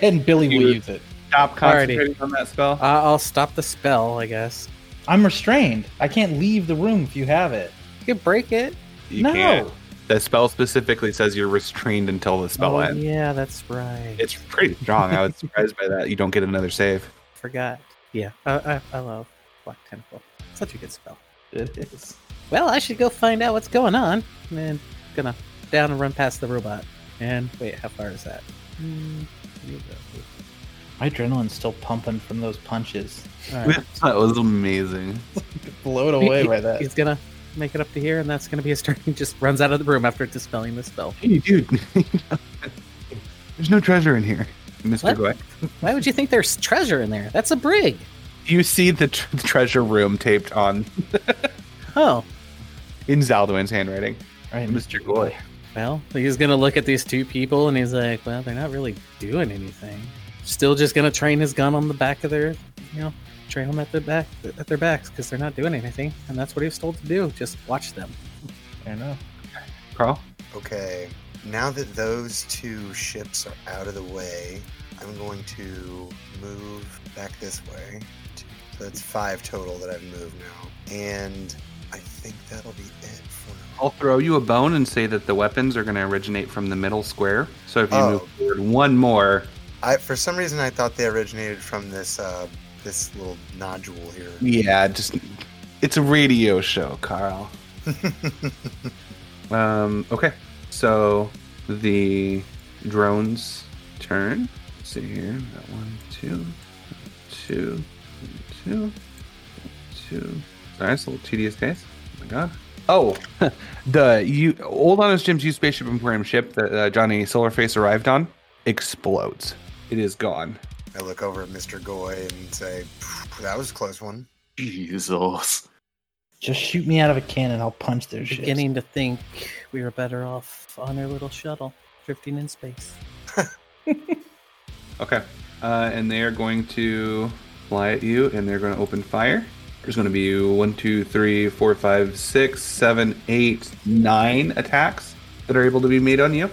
Speaker 7: and Billy will use it.
Speaker 2: Stop
Speaker 7: concentrating
Speaker 2: on that spell.
Speaker 8: Uh, I'll stop the spell, I guess.
Speaker 7: I'm restrained. I can't leave the room if you have it.
Speaker 8: You can break it.
Speaker 2: You
Speaker 7: no.
Speaker 2: can't. The spell specifically says you're restrained until the spell
Speaker 8: oh,
Speaker 2: ends.
Speaker 8: yeah, that's right.
Speaker 2: It's pretty strong. I was surprised by that. You don't get another save.
Speaker 8: Forgot. Yeah, I, I, I love Black Tentacle. Such a good spell. It is. Well, I should go find out what's going on, and gonna down and run past the robot. And wait, how far is that?
Speaker 7: Hmm.
Speaker 8: Mm, you go.
Speaker 7: My adrenaline's still pumping from those punches.
Speaker 8: All right.
Speaker 2: that was amazing.
Speaker 7: Blown away
Speaker 8: He-
Speaker 7: by that.
Speaker 8: He's gonna make it up to here, and that's gonna be his turn. He just runs out of the room after dispelling the spell.
Speaker 2: Hey, dude. There's no treasure in here, Mr.
Speaker 8: What?
Speaker 2: Goy.
Speaker 8: Why would you think there's treasure in there? That's a brig.
Speaker 2: You see the tr- treasure room taped on
Speaker 8: Oh,
Speaker 2: in Zaldwin's handwriting.
Speaker 7: Right,
Speaker 2: Mr. Goy.
Speaker 8: Well, he's gonna look at these two people and he's like, "Well, they're not really doing anything. Still, just gonna train his gun on the back of their, you know, train them at their back at their backs because they're not doing anything, and that's what he was told to do. Just watch them."
Speaker 7: Fair enough.
Speaker 2: Carl.
Speaker 4: Okay. Now that those two ships are out of the way, I'm going to move back this way. So that's five total that I've moved now. And I think that'll be it for
Speaker 2: I'll throw you a bone and say that the weapons are going to originate from the middle square. So if you
Speaker 4: Oh.
Speaker 2: move forward one more,
Speaker 4: I for some reason I thought they originated from this uh this little nodule here.
Speaker 2: yeah, just it's a radio show, Carl. um, okay, so the drones turn. Let's see here, We got one, two, two, two, two. Sorry, it's a little tedious, guys. Oh my god. Oh, the you old honest Jim's used spaceship Emporium ship that uh, Johnny Solarface arrived on explodes. It is gone.
Speaker 4: I look over at Mr. Goy and say, "Phew, "That was a close one."
Speaker 10: Jesus.
Speaker 7: Just shoot me out of a cannon, I'll punch their shit.
Speaker 8: Beginning to think we were better off on our little shuttle drifting in space.
Speaker 2: Okay. Uh, and they are going to fly at you and they're going to open fire. There's going to be one, two, three, four, five, six, seven, eight, nine attacks that are able to be made on you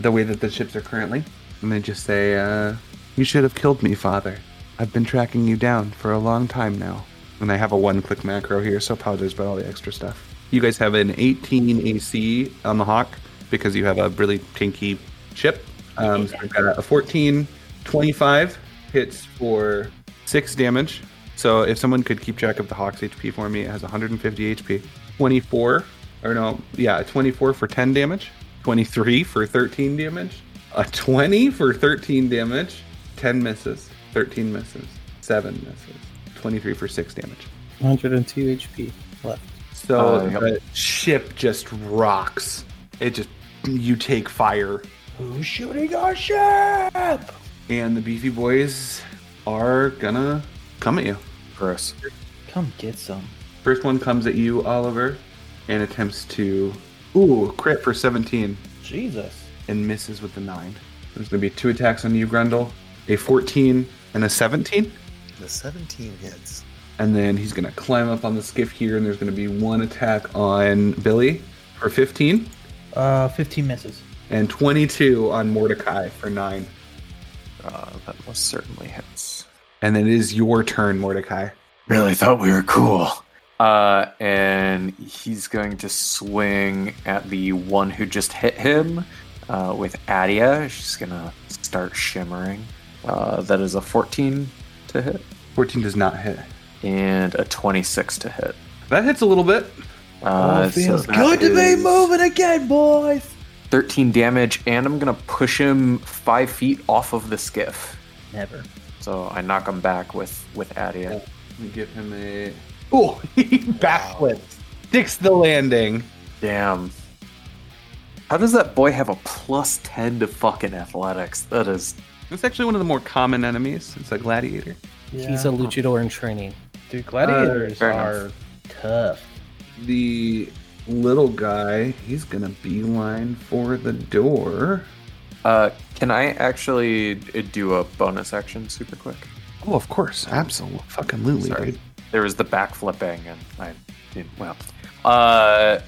Speaker 2: the way that the ships are currently. And they just say, uh, You should have killed me, Father. I've been tracking you down for a long time now. And I have a one click macro here, so apologize about all the extra stuff. You guys have an 18 AC on the Hawk because you have a really tanky ship. Um, so we've got a 14, 25 hits for 6 damage. So if someone could keep track of the Hawk's HP for me, it has 150 HP. 24, or no, yeah, 24 for 10 damage, 23 for 13 damage, a 20 for 13 damage, 10 misses, 13 misses, 7 misses, 23 for 6 damage.
Speaker 8: 102 HP left.
Speaker 2: So
Speaker 8: Uh,
Speaker 7: Oh,
Speaker 5: Oh,
Speaker 2: the ship just rocks. It just you take fire
Speaker 6: Who's shooting our ship?
Speaker 2: And the beefy boys are gonna come at you. Gross.
Speaker 6: Come get some.
Speaker 2: First one comes at you, Oliver, and attempts to. Ooh, crit for 17.
Speaker 6: Jesus.
Speaker 2: And misses with the 9. There's gonna be two attacks on you, Grundle a 14 and a 17.
Speaker 4: The 17 hits.
Speaker 2: And then he's gonna climb up on the skiff here, and there's gonna be one attack on Billy for 15
Speaker 6: Uh, 15 misses.
Speaker 2: and 22 on Mordecai for 9.
Speaker 10: Uh, that most certainly hits.
Speaker 2: And then it is your turn, Mordecai.
Speaker 10: Really thought we were cool. Uh, and he's going to swing at the one who just hit him uh, with Adia. She's gonna start shimmering. Uh, that is a 14 to hit.
Speaker 2: 14 does not hit.
Speaker 10: And a 26 to hit.
Speaker 2: That hits a little bit.
Speaker 10: Uh,
Speaker 6: oh, feels
Speaker 10: so that
Speaker 6: good to be
Speaker 10: is
Speaker 6: moving again, boys.
Speaker 10: 13 damage, and I'm gonna push him five feet off of the skiff.
Speaker 6: Never.
Speaker 10: So I knock him back with with Adia.
Speaker 2: Let me give him a. Oh, he backflips. Sticks the landing.
Speaker 10: Damn. How does that boy have a plus 10 to fucking athletics? That is.
Speaker 2: It's actually one of the more common enemies. It's a gladiator.
Speaker 5: He's a luchador in training.
Speaker 6: Dude,
Speaker 2: gladiators fair enough.
Speaker 6: are tough.
Speaker 2: The little guy, he's gonna beeline for the door.
Speaker 10: Uh, can I actually do a bonus action super quick?
Speaker 2: Oh, of course, absolutely, fucking lutely,
Speaker 10: Sorry.
Speaker 2: dude.
Speaker 10: There was the back flipping, and I didn't. Well. Uh,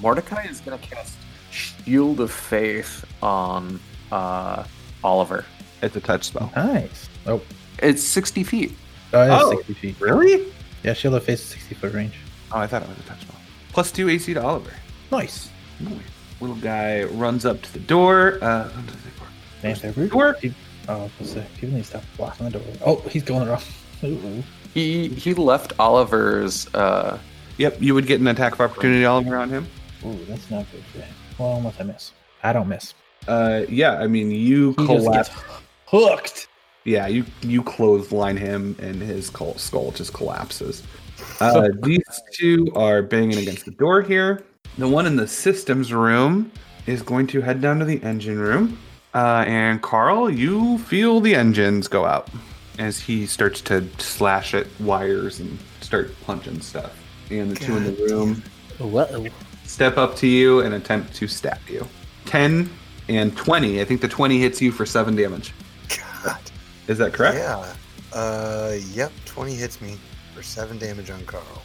Speaker 10: Mordecai is going to cast Shield of Faith on uh, Oliver.
Speaker 2: It's a touch spell.
Speaker 7: Nice. Oh,
Speaker 10: It's 60 feet.
Speaker 7: oh, it is
Speaker 2: Oh,
Speaker 7: 60 feet.
Speaker 2: Really?
Speaker 7: Yeah, Shield of Faith is 60 foot range.
Speaker 2: Oh, I thought it was a touch spell. Plus two AC to Oliver.
Speaker 7: Nice.
Speaker 2: Ooh. Little guy runs up to the door. Uh,
Speaker 7: Man, they're rude. People- Oh, what's that? People need to stop blocking the door. Oh, he's going wrong. Ooh.
Speaker 10: He he left Oliver's. Uh,
Speaker 2: yep, you would get an attack of opportunity, Oliver, on him.
Speaker 7: Ooh, that's not good for him. Well, unless I miss. I don't miss.
Speaker 2: Uh, yeah, I mean, you
Speaker 7: He just
Speaker 2: collapse.
Speaker 7: gets hooked.
Speaker 2: Yeah, you you clothesline him, and his col- skull just collapses. Uh, these two are banging against the door here. The one in the systems room is going to head down to the engine room. Uh, and Carl, you feel the engines go out as he starts to slash at wires and start punching stuff. And the two in the room
Speaker 5: Whoa.
Speaker 2: step up to you and attempt to stab you. 10 and 20. I think the 20 hits you for 7 damage. Is that correct?
Speaker 4: Yeah. Uh, yep. 20 hits me for 7 damage on Carl.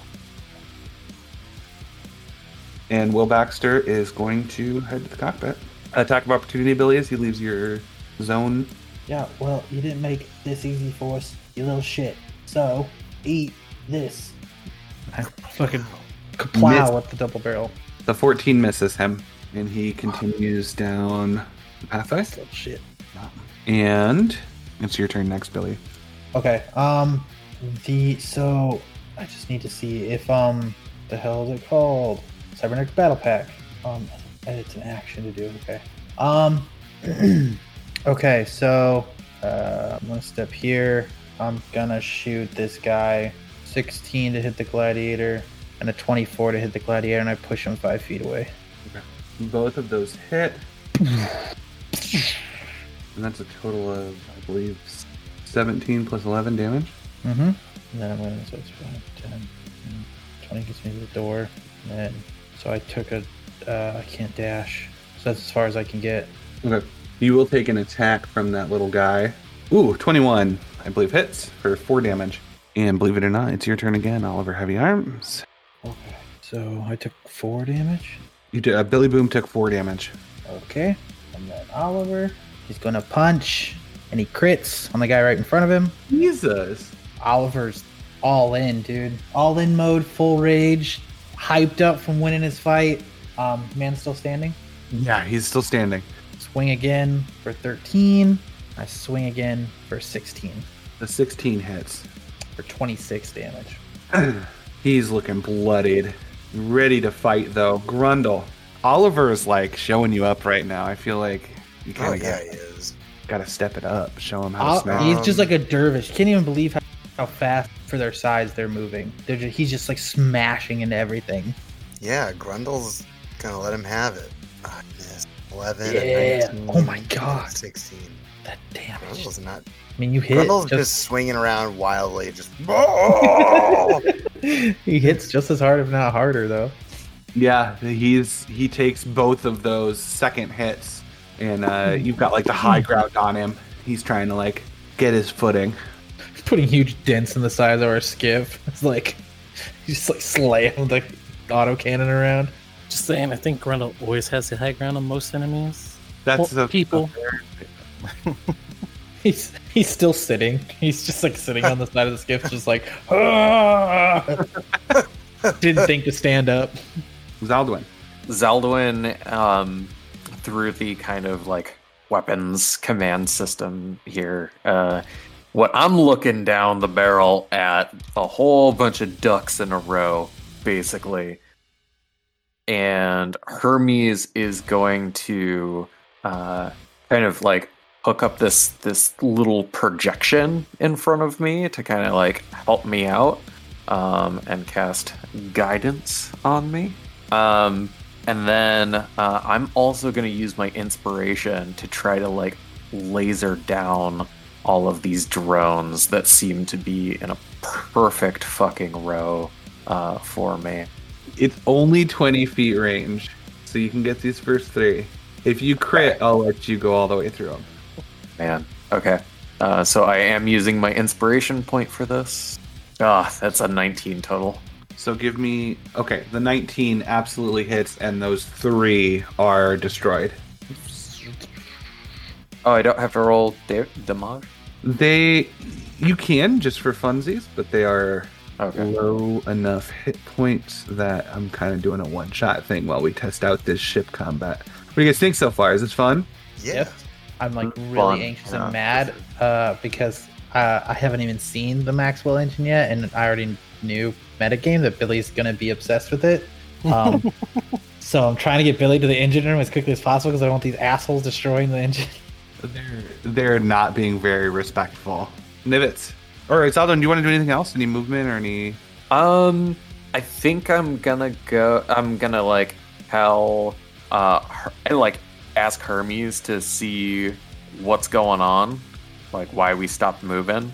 Speaker 2: And Will Baxter is going to head to the cockpit. Attack of opportunity, Billy, as he leaves your zone.
Speaker 6: Yeah, well, you didn't make this easy for us, you little shit. So, eat this.
Speaker 7: I fucking kaplow
Speaker 2: Miss-
Speaker 7: with the double barrel.
Speaker 2: The 14 misses him, and he continues down the pathway.
Speaker 6: Shit.
Speaker 2: And it's your turn next, Billy.
Speaker 7: Okay. Um, the so I just need to see if um the hell is it called cybernetic battle pack. Um, and it's an action to do. Okay. Um, okay. So uh, I'm gonna step here. I'm gonna shoot this guy. 16 to hit the gladiator and a 24 to hit the gladiator, and I push him five feet away.
Speaker 2: Both of those hit. And that's a total of, I believe, 17 plus 11 damage.
Speaker 7: Mm-hmm. And then I'm going to so it's 5, 10, and 20 gets me to the door. And then, so I took a, uh, I can't dash. So that's as far as I can get.
Speaker 2: Okay. You will take an attack from that little guy. Ooh, 21, I believe, hits for 4 damage. And believe it or not, it's your turn again, Oliver Heavy Arms.
Speaker 7: Okay. So I took four damage.
Speaker 2: You did, uh, Billy Boom took 4 damage.
Speaker 7: Okay. And then Oliver, he's going to punch, and he crits on the guy right in front of him.
Speaker 2: Jesus.
Speaker 7: Oliver's all in, dude. All in mode, full rage, hyped up from winning his fight. Um, man still standing.
Speaker 2: Yeah, he's still standing.
Speaker 7: Swing again for 13. I swing again for 16
Speaker 2: The 16 hits.
Speaker 7: for 26 damage.
Speaker 2: He's looking bloodied, ready to fight though. Grundle, Oliver is like showing you up right now. I feel like you kind
Speaker 4: Oh,
Speaker 2: of
Speaker 4: yeah,
Speaker 2: got
Speaker 4: he is.
Speaker 2: gotta step it up, show him how
Speaker 7: I'll-
Speaker 2: to smash.
Speaker 7: Ah, Uh, he's just like a dervish. Can't even believe how, how fast for their size they're moving. They're just, he's just like smashing into everything.
Speaker 4: Yeah, Grundle's gonna let him have it. I missed. 11,
Speaker 17: Yeah.
Speaker 4: a 19,
Speaker 17: Oh my god.
Speaker 4: 16. That damage. Grundle's not.
Speaker 17: I mean, you hit.
Speaker 4: Grundle's
Speaker 17: just-
Speaker 4: just swinging around wildly, just.
Speaker 7: he hits just as hard, if not harder, though.
Speaker 2: Yeah, he's he takes both of those second hits, and uh, you've got like the high ground on him. He's trying to like get his footing.
Speaker 7: He's putting huge dents in the sides of our skiff. It's like he just like slammed the auto cannon around.
Speaker 8: Just saying, I think Grundle always has the high ground on most enemies.
Speaker 7: That's
Speaker 8: Well,
Speaker 7: a-
Speaker 8: people.
Speaker 7: He's he's still sitting. He's just like sitting on the side of the skiff, just like "Ah." didn't think to stand up.
Speaker 2: Zaldwin.
Speaker 10: Zaldwin, um, through the kind of like weapons command system here, uh, what I'm looking down the barrel at a whole bunch of ducks in a row, basically. And Hermes is going to uh, kind of like hook up this this little projection in front of me to kind of like help me out um, and cast guidance on me. Um, and then uh, I'm also going to use my inspiration to try to like laser down all of these drones that seem to be in a perfect fucking row uh, for me.
Speaker 2: It's only twenty feet range, so you can get these first three. If you crit, I'll let you go all the way through them.
Speaker 10: Man, okay. Uh, so I am using my inspiration point for this. Ah, that's a 19 total.
Speaker 2: So give me okay. The nineteen absolutely hits, and those three are destroyed.
Speaker 10: Oh, I don't have to roll da- damage.
Speaker 2: They, you can just for funsies, but they are low enough hit points that I'm kind of doing a one shot thing while we test out this ship combat. What do you guys think so far? Is this fun?
Speaker 4: Yeah.
Speaker 7: I'm like really
Speaker 2: Fun,
Speaker 7: anxious
Speaker 2: yeah.
Speaker 7: and mad uh, because uh, I haven't even seen the Maxwell engine yet, and I already knew metagame that Billy's gonna be obsessed with it. Um, so I'm trying to get Billy to the engine room as quickly as possible because I want these assholes destroying the engine.
Speaker 2: They're they're not being very respectful. Nivets. All right, Saldon, do you want to do anything else? Any movement or any?
Speaker 10: Um, I think I'm gonna go. I'm gonna like tell, uh, her, and like ask Hermes to see what's going on, like why we stopped moving.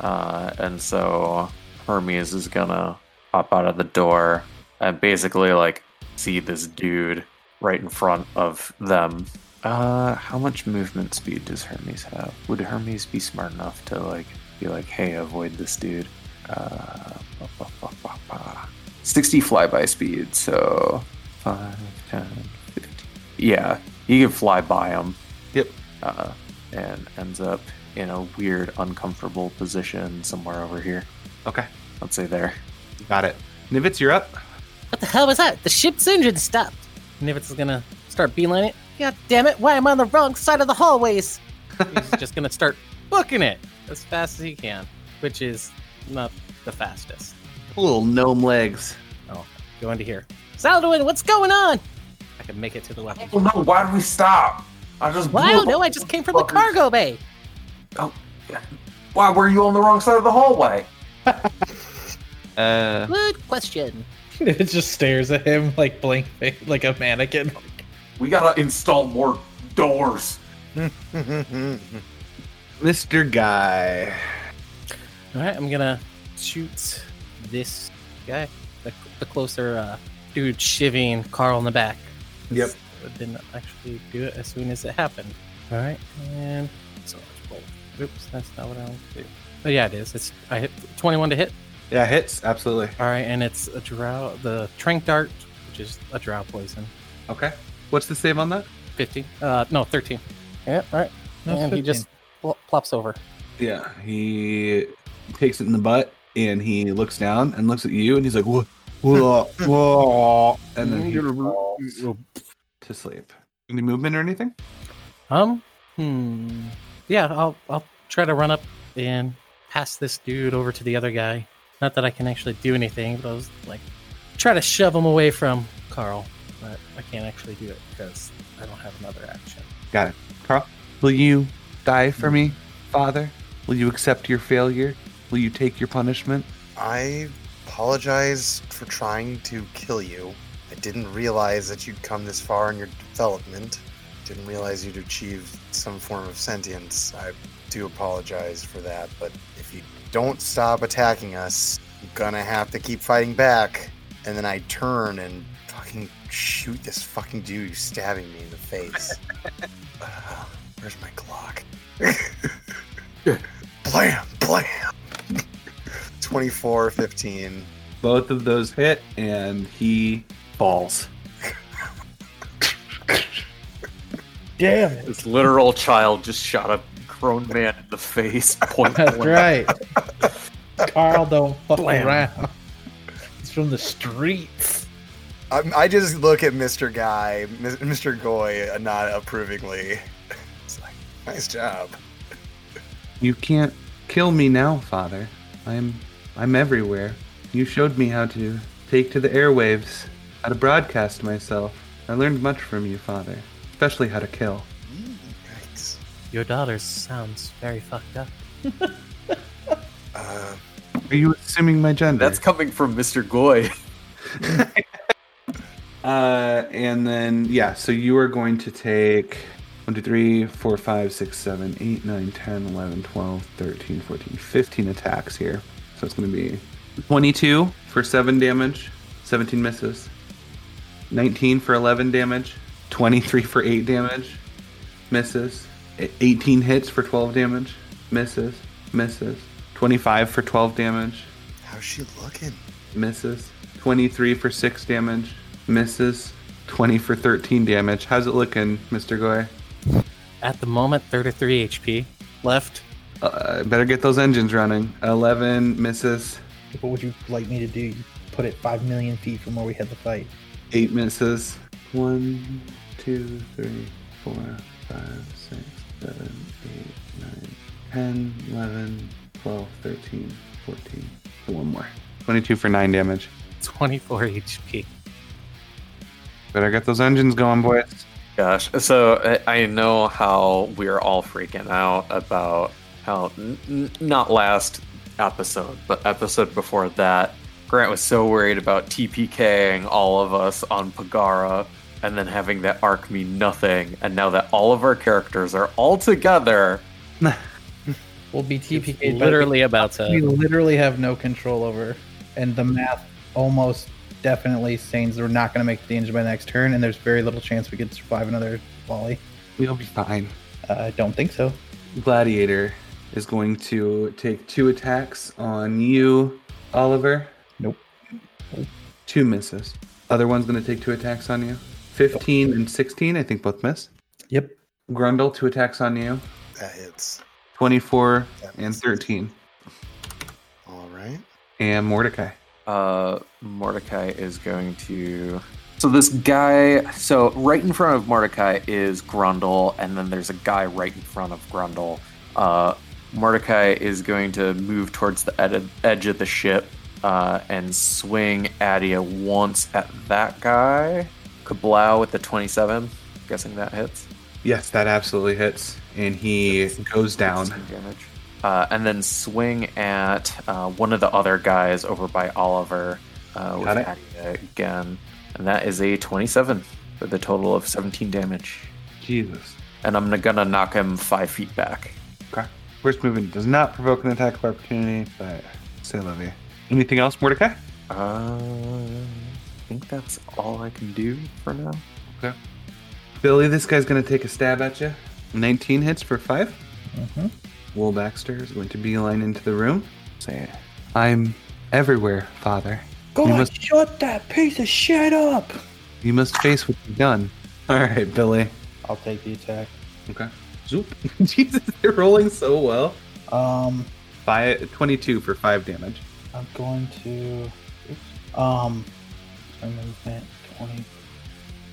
Speaker 10: Uh, and so Hermes is gonna pop out of the door and basically like see this dude right in front of them. Uh, how much movement speed does Hermes have? Would Hermes be smart enough to like be like, "Hey, avoid this dude"? Uh, ba, ba, ba, ba, ba. 60 flyby speed, so 5, 10, 15. Yeah, he can fly by him.
Speaker 2: Yep.
Speaker 10: Uh, and ends up in a weird, uncomfortable position somewhere over here.
Speaker 2: Okay.
Speaker 10: Let's say there.
Speaker 2: Got it. Nivets, you're up.
Speaker 5: What the hell was that? The ship's engine stopped. Nivitz is gonna start beeline it. God damn it! Why am I on the wrong side of the hallways? He's just gonna start booking it as fast as he can, which is not the fastest.
Speaker 2: Little gnome legs.
Speaker 5: Oh, go into here. Zaldwin, what's going on? I can make it to the weapon.
Speaker 9: Oh no, why did we stop? I just.
Speaker 5: Well, I don't know. I just came from the cargo bay.
Speaker 9: Why were you on the wrong side of the hallway?
Speaker 2: Uh,
Speaker 5: Good question.
Speaker 7: it just stares at him like blank, face, like a mannequin.
Speaker 9: We gotta install more doors.
Speaker 2: Mr. Guy.
Speaker 5: All right, I'm gonna shoot this guy, the, the closer uh, dude shivving Carl in the back.
Speaker 2: Yep.
Speaker 5: It didn't actually do it as soon as it happened. All right, and so let's roll. Oops, that's not what I want to do. Oh yeah, it is. It's I hit 21 to hit.
Speaker 2: Yeah, hits absolutely.
Speaker 5: All right, and it's a drow, the trank dart, which is a drow poison.
Speaker 2: Okay. What's the save on that?
Speaker 5: 15. Uh, no, 13. Yeah, all right.
Speaker 2: No,
Speaker 5: and he just pl- plops over.
Speaker 2: Yeah, he takes it in the butt and he looks down and looks at you and he's like, "What? What? What?" And then he falls to sleep. Any movement or anything?
Speaker 5: Um. Hmm. Yeah, I'll I'll try to run up and pass this dude over to the other guy. Not that I can actually do anything, but I was like, try to shove him away from Carl, but I can't actually do it because I don't have another action.
Speaker 2: Got it. Carl, will you die for me, Father? Will you accept your failure? Will you take your punishment?
Speaker 4: I apologize for trying to kill you. I didn't realize that you'd come this far in your development. Didn't realize you'd achieved some form of sentience. I do apologize for that, but if you don't stop attacking us, I'm gonna have to keep fighting back. And then I turn and fucking shoot this fucking dude who's stabbing me in the face. Ugh, where's my clock? blam, blam. 24, 15.
Speaker 2: Both of those hit, and he falls.
Speaker 17: Damn it.
Speaker 10: This literal child just shot a grown man in the face. Point
Speaker 7: That's
Speaker 10: blank.
Speaker 7: right. Carl don't fuck
Speaker 10: Blam.
Speaker 7: around. It's from the streets.
Speaker 4: I, I just look at Mr. Guy, Mis- Mr. Goy, uh, not approvingly. It's like, nice job.
Speaker 2: You can't kill me now, Father. I'm I'm everywhere. You showed me how to take to the airwaves, how to broadcast myself. I learned much from you, Father, especially how to kill.
Speaker 5: Your daughter sounds very fucked up.
Speaker 2: Are you assuming my gender?
Speaker 10: That's coming from Mr. Goy.
Speaker 2: Uh, and then yeah, so you are going to take 1, 2, 3, 4, 5, 6, 7, 8, 9, 10, 11, 12, 13, 14, 15 attacks here. So it's going to be 22 for 7 damage, 17 misses, 19 for 11 damage, 23 for 8 damage, misses, e- 18 hits for 12 damage, misses, misses, 25 for 12 damage,
Speaker 4: How's she looking?
Speaker 2: misses. 23 for 6 damage, misses. 20 for 13 damage. How's it looking, Mr. Goy?
Speaker 5: At the moment, 33 HP left.
Speaker 2: Uh, better get those engines running. 11 misses,
Speaker 17: What would you like me to do? You put it five million feet from where we had the fight.
Speaker 2: 8 misses. 1, 2, 3, 4, 5, 6, 7, 8, 9, 10, 11, 12, 13, 14. And one more. 22 for 9 damage.
Speaker 5: 24 HP.
Speaker 2: Better get those engines going, boys.
Speaker 10: Gosh, so I- I know how we're all freaking out about how n- n- not last episode, but episode before that, Grant was so worried about TPKing all of us on Pagara and then having that arc mean nothing. And now that all of our characters are all together,
Speaker 7: We'll be TPK.
Speaker 5: literally about to-
Speaker 7: We literally have no control over, and the math almost definitely says we're not going to make the engine by the next turn, and there's very little chance we could survive another volley.
Speaker 2: We'll be fine.
Speaker 7: Uh, I don't think so.
Speaker 2: Gladiator is going to take two attacks on you, Oliver.
Speaker 7: Nope.
Speaker 2: Two misses. Other one's going to take two attacks on you. 15 and 16, I think both miss.
Speaker 17: Yep.
Speaker 2: Grundle, two attacks on you.
Speaker 4: That hits.
Speaker 2: 24 and 13.
Speaker 4: All right.
Speaker 2: And Mordecai.
Speaker 10: uh, Mordecai is going to. So this guy, so right in front of Mordecai is Grundle, and then there's a guy right in front of Grundle. Uh, Mordecai is going to move towards the ed- edge of the ship uh, and swing Adia once at that guy. Kablow with the 27. Guessing that hits.
Speaker 2: Yes, that absolutely hits. And he goes down.
Speaker 10: Damage. Uh, and then swing at uh, one of the other guys over by Oliver uh, with
Speaker 2: Got it.
Speaker 10: Adia again. And that is a 27 with a total of 17 damage.
Speaker 2: Jesus.
Speaker 10: And I'm gonna knock him five feet back.
Speaker 2: Okay. First movement does not provoke an attack of opportunity, but say levy. Anything else, Mordecai?
Speaker 10: Uh, I think that's all I can do for now.
Speaker 2: Okay. Billy, this guy's going to take a stab at you. 19 hits for 5.
Speaker 17: Mm-hmm.
Speaker 2: Will Baxter is going to beeline into the room. Say, I'm everywhere, Father.
Speaker 17: God,
Speaker 2: You must,
Speaker 17: shut that piece of shit up.
Speaker 2: you must face what you've done. All right, Billy.
Speaker 7: I'll take the attack.
Speaker 2: Okay. Zoop. Jesus, they're rolling so well.
Speaker 7: Um,
Speaker 2: Five, 22 for 5 damage.
Speaker 7: I'm going to. Oops. Um, my movement 20,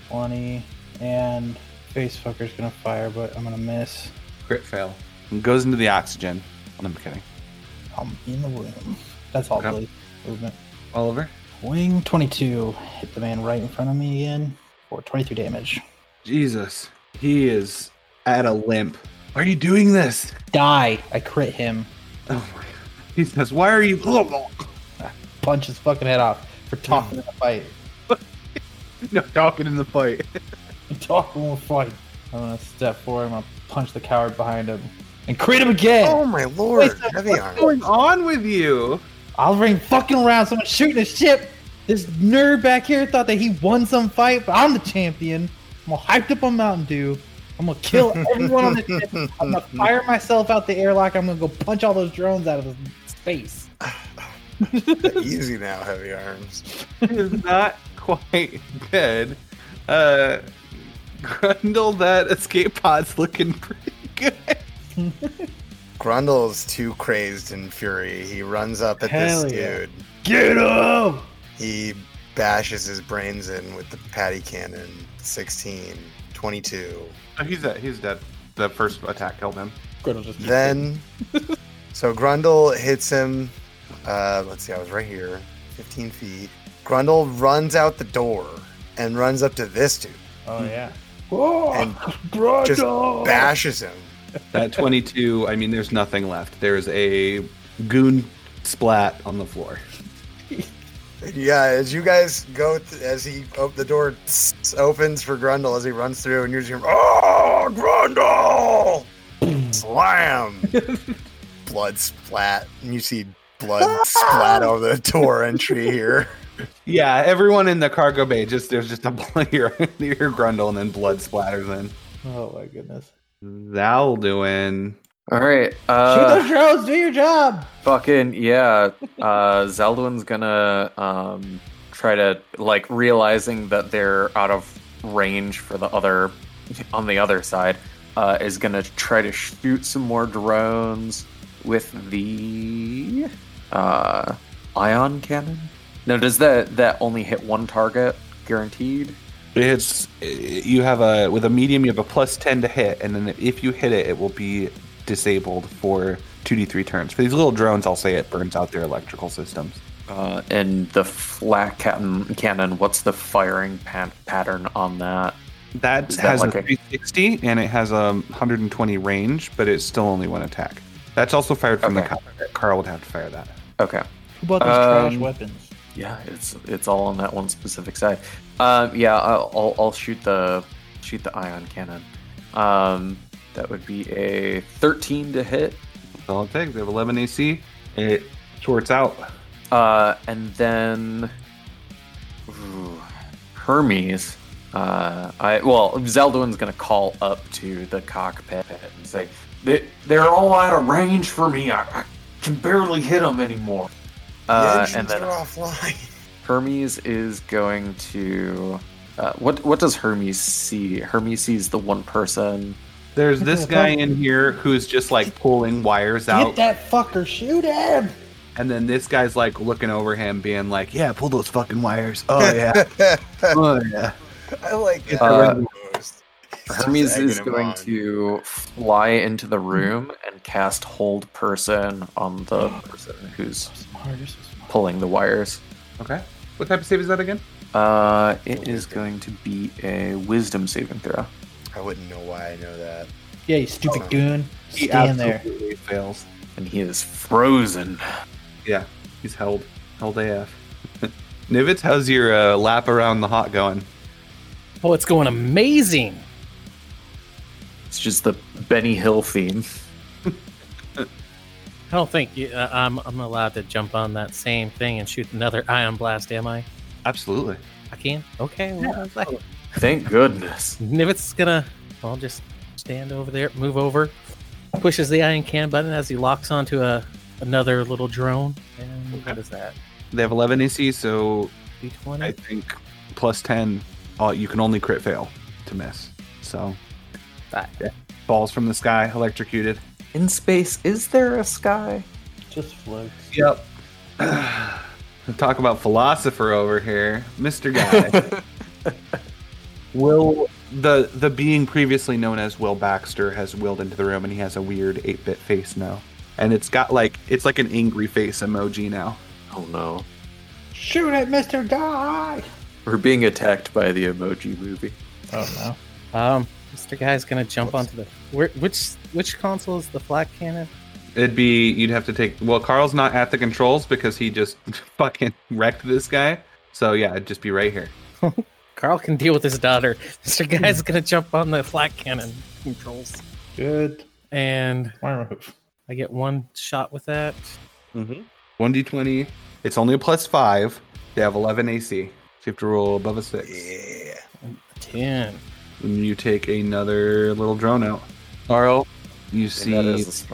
Speaker 7: 20, and face fucker's gonna fire, but I'm gonna miss.
Speaker 2: Crit fail. And goes into the oxygen. Oh, I'm kidding.
Speaker 7: I'm in the room. That's all Billy's movement.
Speaker 2: Oliver?
Speaker 7: Wing 22. Hit the man right in front of me again for 23 damage.
Speaker 2: Jesus. He is at a limp. Why are you doing this?
Speaker 7: Die. I crit him.
Speaker 2: Oh my god. He says, Why are you.
Speaker 7: Punch his fucking head off for talking in the fight.
Speaker 2: no talking in the fight.
Speaker 7: talking in the fight. I'm gonna step forward. I'm gonna punch the coward behind him and create him again.
Speaker 4: Oh my lord! Heavy
Speaker 7: what's going
Speaker 2: on with you?
Speaker 7: I'll ring fucking around. Someone shooting a ship. This nerd back here thought that he won some fight, but I'm the champion. I'm all hyped up on Mountain Dew. I'm gonna kill everyone on the ship. I'm gonna fire myself out the airlock. I'm gonna go punch all those drones out of space.
Speaker 4: Easy now, heavy arms.
Speaker 2: is not quite dead. Uh, Grundle, that escape pod's looking pretty good.
Speaker 4: Grundle is too crazed in fury. He runs up at
Speaker 7: Hell
Speaker 4: this
Speaker 7: yeah.
Speaker 4: dude.
Speaker 7: Get him!
Speaker 4: He bashes his brains in with the patty cannon. 16, 22.
Speaker 1: Oh, he's dead. He's dead. The first attack killed him.
Speaker 4: Then, so Grundle hits him. Uh, let's see, I was right here, 15 feet. Grundle runs out the door and runs up to this dude
Speaker 7: Oh yeah.
Speaker 17: Oh,
Speaker 4: and
Speaker 17: Grundle!
Speaker 4: just bashes him.
Speaker 2: That 22, I mean, there's nothing left. There's a goon splat on the floor.
Speaker 4: And Yeah, as you guys go, th- as he op- the door s- opens for Grundle as he runs through, and you're just hearing, "Oh, Grundle!" Slam! blood splat, and you see blood splat over the door entry here.
Speaker 2: Yeah, everyone in the cargo bay, just there's just a blood your, your grundle and then blood splatters in.
Speaker 7: Oh my goodness.
Speaker 2: That'll do in.
Speaker 10: All right.
Speaker 7: Shoot
Speaker 10: Uh,
Speaker 7: those drones. Do your job.
Speaker 10: fucking yeah. Uh, Zeldwin's gonna um, try to like realizing that they're out of range for the other on the other side. Uh, is gonna try to shoot some more drones with the uh, ion cannon. Now, does that that only hit one target guaranteed?
Speaker 2: It's you have a with a medium, you have a plus ten to hit, and then if you hit it, it will be disabled for two d three turns. For these little drones, I'll say it burns out their electrical systems.
Speaker 10: Uh, and the flat cannon, cannon, what's the firing pa- pattern on that?
Speaker 2: That
Speaker 10: Is that
Speaker 2: has
Speaker 10: like
Speaker 2: a
Speaker 10: a-
Speaker 2: 360 and it has a 120 range, but it's still only one attack. That's also fired from the cockpit. Carl would have to fire that.
Speaker 10: Okay. Um,
Speaker 7: How about those trash weapons?
Speaker 10: Yeah, it's it's all on that one specific side. Um, yeah, I'll, I'll I'll shoot the shoot the ion cannon. Um, that would be a thirteen to hit.
Speaker 2: That's all it takes. They have eleven AC. It shorts out.
Speaker 10: Uh, and then ooh, Hermes. Uh, I well, Zeldwin's gonna call up to the cockpit and say,
Speaker 3: They, they're all out
Speaker 10: Uh,
Speaker 3: of range for me. I, I can barely hit them anymore.
Speaker 10: uh, and
Speaker 4: They're
Speaker 10: then
Speaker 4: offline.
Speaker 10: Hermes is going to. Uh, what what does Hermes see? Hermes sees the one person.
Speaker 2: There's this guy in here who's just like pulling wires
Speaker 17: Get
Speaker 2: out,
Speaker 17: that fucker! Shoot him!
Speaker 2: and then this guy's like looking over him, being like, "Yeah, pull those fucking wires." Oh yeah, oh yeah.
Speaker 4: I like that.
Speaker 10: Uh,
Speaker 4: the most.
Speaker 10: Hermes
Speaker 4: Egging
Speaker 10: is
Speaker 4: him
Speaker 10: going
Speaker 4: on.
Speaker 10: to fly into the room and cast hold person on the person who's pulling the wires.
Speaker 2: Okay. What type of save is that again?
Speaker 10: Uh, it is going to be a wisdom saving throw.
Speaker 4: I wouldn't know why I know that.
Speaker 7: Yeah, you stupid
Speaker 4: Oh.
Speaker 7: goon.
Speaker 2: He
Speaker 7: Stand there.
Speaker 2: absolutely fails.
Speaker 10: And he is frozen.
Speaker 2: Yeah, he's held. Held AF. Nivitz, how's your uh, lap around the hot going?
Speaker 5: Oh, it's going amazing.
Speaker 10: It's just the Benny Hill theme.
Speaker 5: I don't think you, uh, I'm, I'm allowed to jump on that same thing and shoot another ion blast, am I?
Speaker 2: Absolutely.
Speaker 5: I can? Okay. Well, I was like,
Speaker 10: Thank goodness.
Speaker 5: Nivet's gonna, well, just stand over there, move over, pushes the iron can button as he locks onto a another little drone. And what is that?
Speaker 2: They have 11 AC, so
Speaker 5: D20?
Speaker 2: I think plus 10. Uh, you can only crit fail to miss. So yeah. falls from the sky, electrocuted.
Speaker 10: In space, is there a sky?
Speaker 7: Just floats.
Speaker 2: Yep. Talk about philosopher over here, Mister Guy. Will the the being previously known as Will Baxter has willed into the room, and he has a weird eight bit face now, and it's got like it's like an angry face emoji now.
Speaker 10: Oh no.
Speaker 17: Shoot it, Mister Guy!
Speaker 10: We're being attacked by the emoji movie.
Speaker 7: Oh
Speaker 5: no. Um, Mr. Guy's gonna jump onto the where, which which console is the flat cannon?
Speaker 2: It'd be you'd have to take well, Carl's not at the controls because he just fucking wrecked this guy. So yeah, it'd just be right here.
Speaker 5: Carl can deal with his daughter. Mr. Guy's gonna jump on the flat cannon controls.
Speaker 7: Good.
Speaker 5: And I get one shot with that.
Speaker 2: Mm-hmm. 1d20. It's only a plus 5. They have 11 AC. So you have to roll above a 6. Yeah.
Speaker 5: 10.
Speaker 2: And you take another little drone out. Carl, you see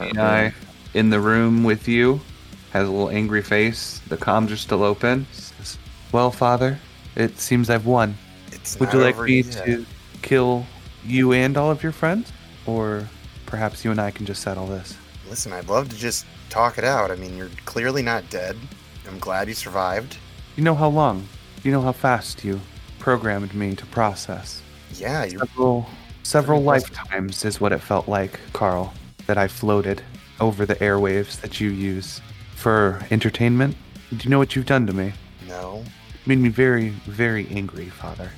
Speaker 2: AI in the room with you. Has a little angry face. The comms are still open. Says, well, father, it seems I've won. Would you
Speaker 4: not
Speaker 2: like
Speaker 4: over
Speaker 2: me
Speaker 4: yet."
Speaker 2: to kill you and all of your friends? Or perhaps you and I can just settle this?
Speaker 4: Listen, I'd love to just talk it out. I mean, you're clearly not dead. I'm glad you survived.
Speaker 2: You know how long, you know how fast you programmed me to process.
Speaker 4: Yeah, you're
Speaker 2: several, several lifetimes is what it felt like, Carl, that I floated over the airwaves that you use for entertainment. Do you know what you've done to me?
Speaker 4: No.
Speaker 2: Made me very, very angry, Father.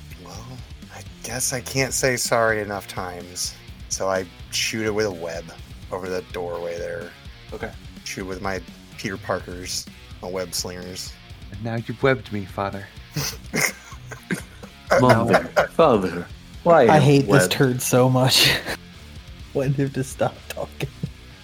Speaker 4: Guess I can't say sorry enough times. So I shoot it with a web over that doorway there.
Speaker 2: Okay.
Speaker 4: Shoot with my Peter Parkers, my web slingers.
Speaker 2: And now you've webbed me, Father.
Speaker 10: Mother, father, why?
Speaker 7: I hate this
Speaker 10: web?
Speaker 7: turd so much. when did to stop talking?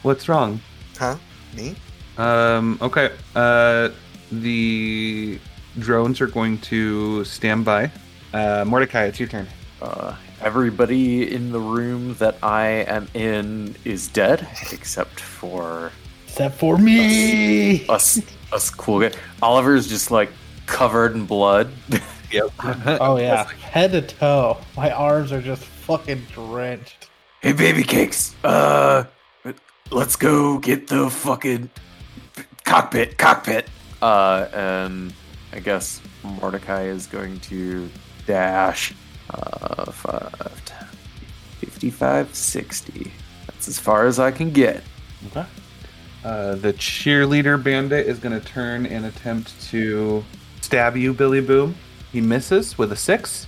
Speaker 2: What's wrong?
Speaker 4: Huh? Me?
Speaker 2: Um, okay. Uh, the drones are going to stand by. Uh, Mordecai, it's your turn.
Speaker 10: Uh, everybody in the room that I am in is dead, except for
Speaker 7: Except for me.
Speaker 10: us, us cool guy. Oliver's just like covered in blood.
Speaker 2: Yep.
Speaker 7: Oh yeah, head to toe. My arms are just fucking drenched.
Speaker 3: Hey, baby cakes. Uh, let's go get the fucking cockpit. Cockpit.
Speaker 10: Uh, and I guess Mordecai is going to dash uh, 5, 10, 55, 60. That's as far as I can get.
Speaker 2: Okay. Uh, the cheerleader bandit is going to turn and attempt to stab you, Billy Boom. He misses with a six.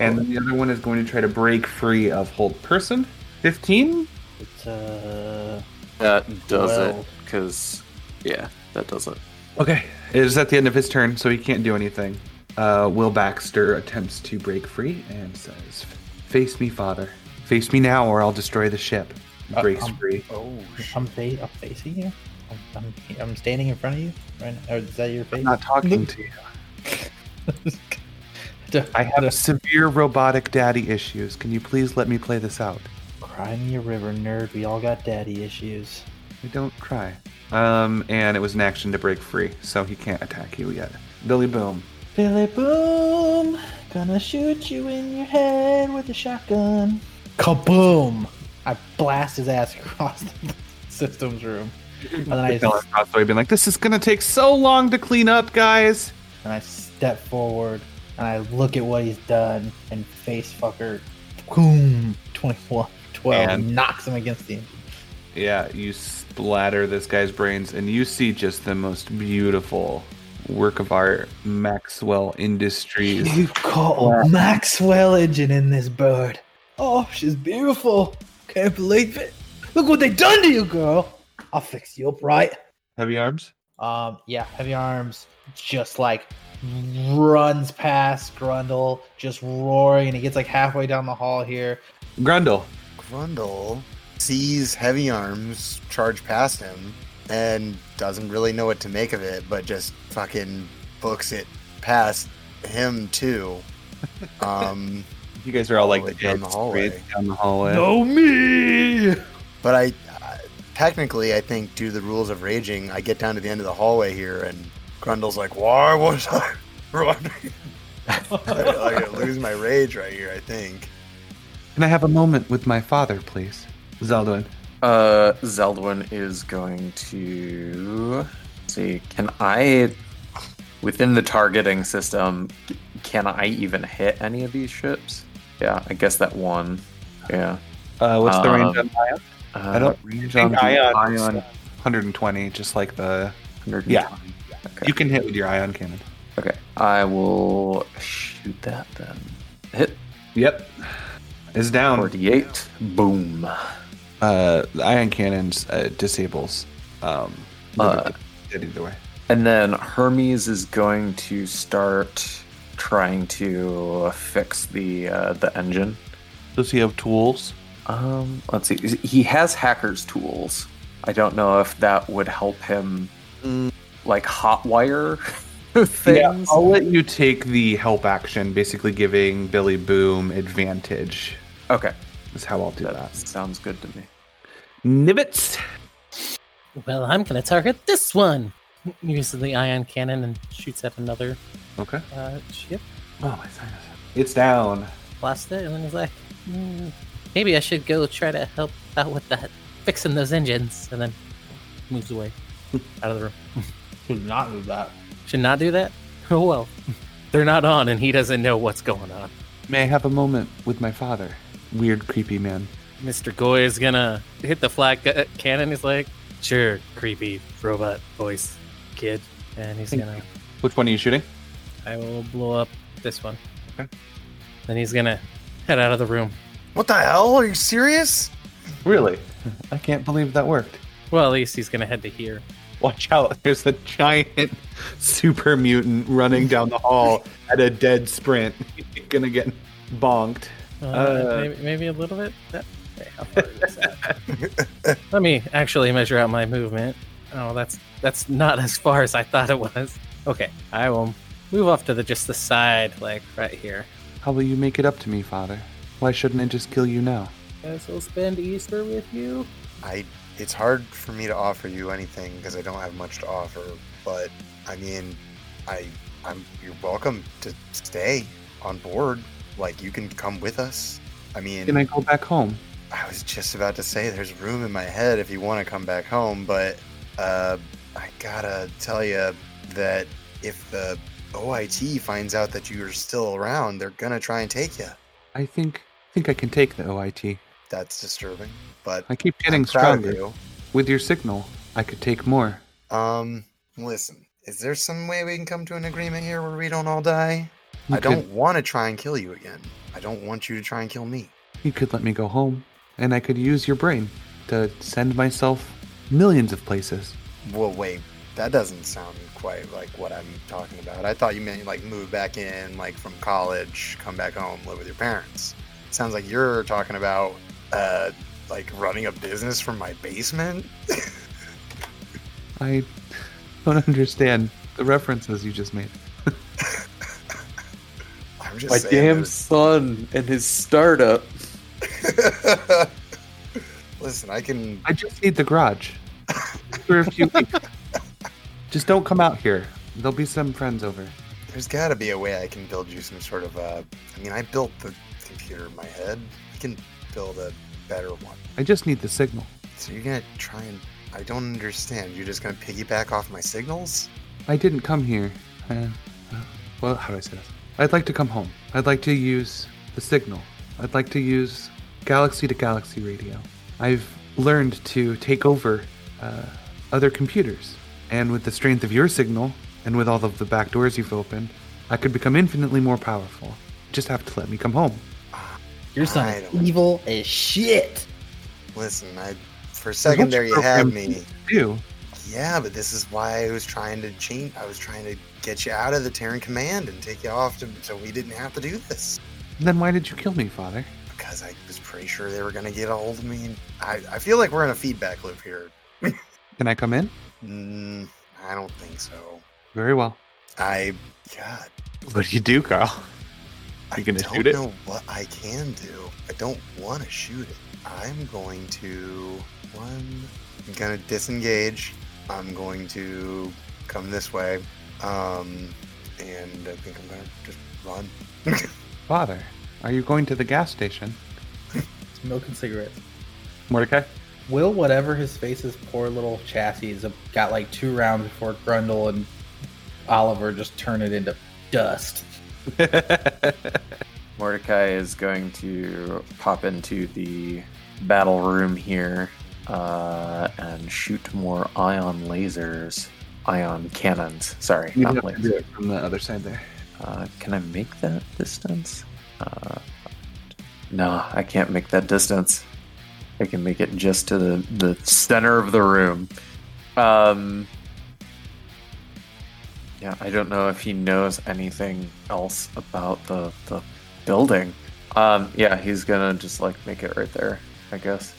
Speaker 2: And then the other one is going to try to break free of hold person. 15?
Speaker 7: It's uh.
Speaker 10: That does it,
Speaker 7: Well.
Speaker 10: because, yeah, that does it.
Speaker 2: Okay. It is at the end of his turn, so he can't do anything. Uh, Will Baxter attempts to break free and says, Face me, father. Face me now, or I'll destroy the ship. He
Speaker 7: Uh,
Speaker 2: Breaks
Speaker 7: um,
Speaker 2: free.
Speaker 7: Oh, I'm, fa- I'm facing you. I'm, I'm, I'm standing in front of you. Right? Now. Or is that your face?
Speaker 2: not talking to
Speaker 7: you.
Speaker 2: I have severe robotic daddy issues. Can you please let me play this out?
Speaker 7: Cry me a river, nerd. We all got daddy issues.
Speaker 2: We don't cry. Um, and it was an action to break free, so he can't attack you yet. Billy Boom.
Speaker 7: Billy Boom, gonna shoot you in your head with a shotgun. Kaboom! I blast his ass across the systems room, and then I,
Speaker 2: The fellow across the way being like, "This is gonna take so long to clean up, guys."
Speaker 7: and I step forward and I look at what he's done, and face fucker, boom, 21, 12,
Speaker 2: And-
Speaker 7: knocks him against the.
Speaker 2: Yeah, you splatter this guy's brains, and you see just the most beautiful work of art, Maxwell Industries.
Speaker 7: You caught a Maxwell engine in this bird. Oh, she's beautiful. Can't believe it. Look what they done to you, girl. I'll fix you up right.
Speaker 2: Heavy arms.
Speaker 7: Um, yeah, heavy arms just like runs past Grundle, just roaring, and he gets like halfway down the hall here.
Speaker 2: Grundle.
Speaker 4: Grundle sees heavy arms charge past him and doesn't really know what to make of it, but just fucking books it past him too. Um,
Speaker 2: You guys are all like
Speaker 4: Like down the
Speaker 2: dead
Speaker 4: hallway.
Speaker 2: straight down the hallway.
Speaker 7: me.
Speaker 4: But I, I technically, I think due to the rules of raging, I get down to the end of the hallway here, and Grundle's like, "Why was I running?" I, I gotta lose my rage right here. I think.
Speaker 2: Can I have a moment with my father, please? Zeldwin.
Speaker 10: Uh, Zeldwin is going to see. Can I, within the targeting system, can I even hit any of these ships? Yeah, I guess that one. Yeah.
Speaker 2: Uh, what's the range
Speaker 10: Um,
Speaker 2: on Ion?
Speaker 10: uh,
Speaker 2: I don't
Speaker 10: range
Speaker 2: think
Speaker 10: on the
Speaker 2: Ion.
Speaker 10: Ion-
Speaker 2: 120, just like the.
Speaker 10: 120.
Speaker 2: Yeah. You can hit with your Ion cannon.
Speaker 10: Okay, I will shoot that then. Hit.
Speaker 2: Yep. Is down.
Speaker 10: 48. Boom.
Speaker 2: Uh, the Ion cannons uh, disables. Um,
Speaker 10: Uh,
Speaker 2: dead either way.
Speaker 10: And then Hermes is going to start trying to fix the uh, the engine.
Speaker 2: Does he have tools?
Speaker 10: Um, let's see. He has hacker's tools. I don't know if that would help him, like hotwire things.
Speaker 2: Yeah, I'll let you take the help action, basically giving Billy Boom advantage.
Speaker 10: Okay.
Speaker 2: Is how I'll do that.
Speaker 10: Sounds good to me.
Speaker 2: Nibbits.
Speaker 5: Well, I'm gonna target this one. Uses the ion cannon and shoots at another
Speaker 2: Okay.
Speaker 5: uh, ship.
Speaker 2: Oh, my sinus. It's down.
Speaker 5: Blast it, and then he's like, "Hmm, maybe I should go try to help out with that, fixing those engines, and then moves away out of the room.
Speaker 7: Should not do that.
Speaker 5: Should not do that. Oh well, they're not on, and he doesn't know what's going on.
Speaker 2: May I have a moment with my father? Weird, creepy man.
Speaker 5: Mr. Goy is gonna hit the flag gu- cannon. He's like, sure, creepy robot voice kid. And he's
Speaker 2: Thank
Speaker 5: gonna,
Speaker 2: Which one are you shooting?
Speaker 5: I will blow up this one.
Speaker 2: Okay.
Speaker 5: Then he's gonna head out of the room.
Speaker 4: What the hell? Are you serious?
Speaker 2: Really? I can't believe that worked.
Speaker 5: Well, at least he's gonna head to here.
Speaker 2: Watch out. There's a giant super mutant running down the hall at a dead sprint. You're gonna get bonked.
Speaker 5: Uh,
Speaker 2: Uh,
Speaker 5: maybe, maybe a little bit. That, okay, how far is this out? Let me actually measure out my movement. Oh, that's that's not as far as I thought it was. Okay, I will move off to the just the side, like right here.
Speaker 2: How will you make it up to me, father? Why shouldn't I just kill you now?
Speaker 5: Guess we'll spend Easter with you.
Speaker 4: I. It's hard for me to offer you anything because I don't have much to offer. But I mean, I. I'm. You're welcome to stay on board. Like you can come with us. I mean,
Speaker 2: Can I go back home?
Speaker 4: I was just about to say there's room in my head if you want to come back home, but uh, I gotta tell you that if the OIT finds out that you're still around, they're gonna try and take you.
Speaker 2: I think think I can take the OIT.
Speaker 4: That's disturbing, but
Speaker 2: I keep getting
Speaker 4: I'm proud of
Speaker 2: stronger.
Speaker 4: you.
Speaker 2: With your signal, I could take more.
Speaker 4: Um, listen, is there some way we can come to an agreement here where we don't all die?
Speaker 2: You
Speaker 4: I don't want to try and kill you again. I don't want you to try and kill me.
Speaker 2: You could let me go home, and I could use your brain to send myself millions of places.
Speaker 4: Well, wait, that doesn't sound quite like what I'm talking about. I thought you meant like move back in, like from college, come back home, live with your parents. sounds like you're talking about uh, like running a business from my basement.
Speaker 2: I don't understand the references you just made.
Speaker 4: I'm
Speaker 10: My
Speaker 4: just saying.
Speaker 10: damn son and his startup.
Speaker 4: Listen, I can.
Speaker 2: I just need the garage for a few weeks. Just don't come out here. There'll be some friends over.
Speaker 4: There's got to be a way I can build you some sort of. Uh, I mean, I built the computer in my head. I can build a better one.
Speaker 2: I just need the signal.
Speaker 4: So you're gonna try and. I don't understand. You're just gonna piggyback off my signals?
Speaker 2: I didn't come here. Uh, well, how do I say this? I'd like to come home. I'd like to use the signal. I'd like to use galaxy to galaxy radio. I've learned to take over uh, other computers. And with the strength of your signal, and with all of the back doors you've opened, I could become infinitely more powerful. You just have to let me come home.
Speaker 7: Your son
Speaker 4: I
Speaker 7: is evil as shit.
Speaker 4: Listen, I for a second there you had
Speaker 2: programmed
Speaker 4: me.
Speaker 2: You.
Speaker 4: Yeah, but this is why I was trying to change. I was trying to get you out of the Terran command and take you off to, so we didn't have to do this.
Speaker 2: Then why did you kill me, Father?
Speaker 4: Because I was pretty sure they were gonna get a hold of me. And I I feel like we're in a feedback loop here.
Speaker 2: Can I come in?
Speaker 4: Mm, I don't think so.
Speaker 2: Very well.
Speaker 4: I God,
Speaker 2: What do you do, Carl?
Speaker 4: I
Speaker 2: You gonna
Speaker 4: don't
Speaker 2: shoot it?
Speaker 4: know what I can do. I don't want to shoot it. I'm going to one. I'm gonna disengage. I'm going to come this way, um, and I think I'm gonna just run.
Speaker 2: Father, are you going to the gas station?
Speaker 7: It's milk and cigarettes.
Speaker 2: Mordecai?
Speaker 7: Will, whatever his face's poor little chassis is, got like two rounds before Grundle and Oliver just turn it into dust.
Speaker 10: Mordecai is going to pop into the battle room here uh, and shoot more ion lasers, ion cannons. Sorry,
Speaker 2: You
Speaker 10: not
Speaker 2: have to do
Speaker 10: lasers.
Speaker 2: it from the other side there.
Speaker 10: Uh, can I make that distance? Uh, no, I can't make that distance. I can make it just to the, the center of the room. Um, Yeah, I don't know if he knows anything else about the the building. Um, yeah, he's gonna just like make it right there, I guess.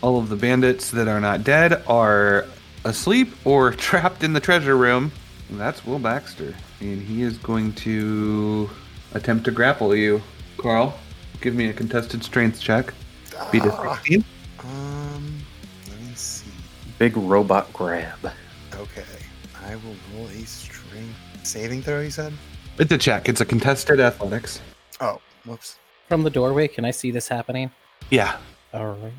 Speaker 2: All of the bandits that are not dead are asleep or trapped in the treasure room. And that's Will Baxter. And he is going to attempt to grapple you. Carl, give me a contested strength check. Beat a
Speaker 4: Ah.
Speaker 2: 16.
Speaker 4: Um, let me see.
Speaker 10: Big robot grab.
Speaker 4: Okay, I will roll a strength saving throw. You said?
Speaker 2: It's a check. It's a contested athletics.
Speaker 4: Oh, whoops.
Speaker 5: From the doorway, can I see this happening?
Speaker 2: Yeah.
Speaker 5: All right.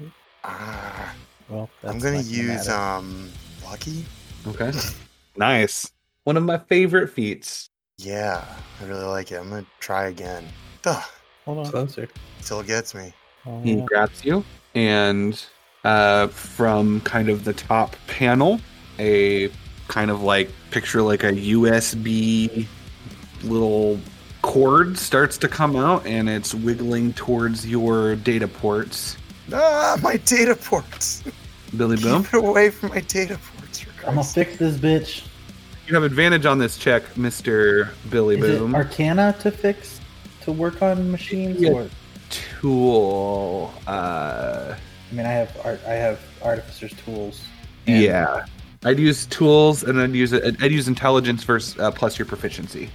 Speaker 4: Ah,
Speaker 5: Well,
Speaker 4: I'm
Speaker 5: that's
Speaker 4: gonna
Speaker 5: not gonna
Speaker 4: use
Speaker 5: matter.
Speaker 4: um lucky.
Speaker 2: Okay. nice. One of my favorite feats.
Speaker 4: Yeah, I really like it. I'm gonna try again. Duh,
Speaker 5: Hold on.
Speaker 2: Closer.
Speaker 4: still gets me.
Speaker 2: He grabs you, and uh, from kind of the top panel, a kind of like picture like a USB little cord starts to come out and it's wiggling towards your data ports.
Speaker 4: Ah, my data ports.
Speaker 2: Billy Boom,
Speaker 4: Get away from my data ports. for
Speaker 17: I'm gonna fix this bitch.
Speaker 2: you have advantage on this check, Mr. Billy
Speaker 17: Is
Speaker 2: Boom.
Speaker 17: it Arcana to fix to work on machines?
Speaker 2: Yeah.
Speaker 17: Or
Speaker 2: Tool. Uh,
Speaker 17: I mean, I have art. I have artificers' tools.
Speaker 2: yeah. I'd use tools and then use I'd use intelligence versus uh, plus your proficiency.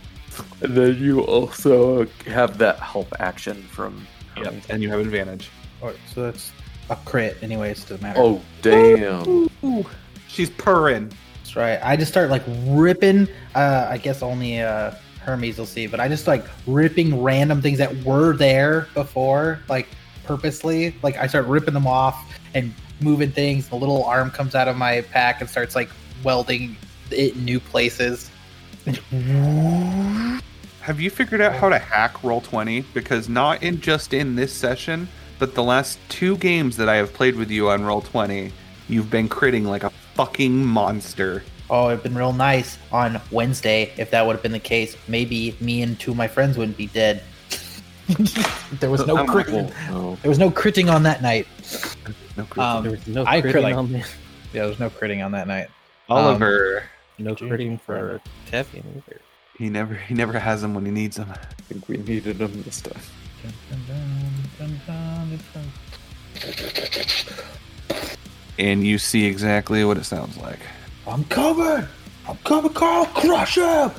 Speaker 10: And then you also have that help action from.
Speaker 2: Yep, and you have advantage.
Speaker 17: Or, so that's a crit, anyways. Doesn't matter.
Speaker 10: Oh damn!
Speaker 2: She's purring.
Speaker 17: That's right. I just start like ripping. Uh, I guess only uh, Hermes will see, but I just like ripping random things that were there before, like purposely. Like I start ripping them off and moving things. The little arm comes out of my pack and starts like welding it in new places.
Speaker 2: Have you figured out how to hack roll 20 because not in just in this session, but the last two games that I have played with you on roll 20, you've been critting like a fucking monster.
Speaker 17: Oh, it'd been real nice on Wednesday. If that would have been the case, maybe me and two of my friends wouldn't be dead. there was no
Speaker 10: I'm-
Speaker 17: critting.
Speaker 4: oh,
Speaker 10: no.
Speaker 17: There was no critting on that night.
Speaker 2: No
Speaker 17: Um,
Speaker 5: There was no
Speaker 17: I
Speaker 5: critting
Speaker 17: crit like,
Speaker 5: on the-
Speaker 17: yeah, there was no critting on that night. Um,
Speaker 2: Oliver,
Speaker 5: No critting for Tevian either.
Speaker 2: he never he never has them when he needs them.
Speaker 10: I think we needed him this time.
Speaker 2: And you see exactly what it sounds like.
Speaker 17: I'm covered. I'm covered, Carl. Crush him.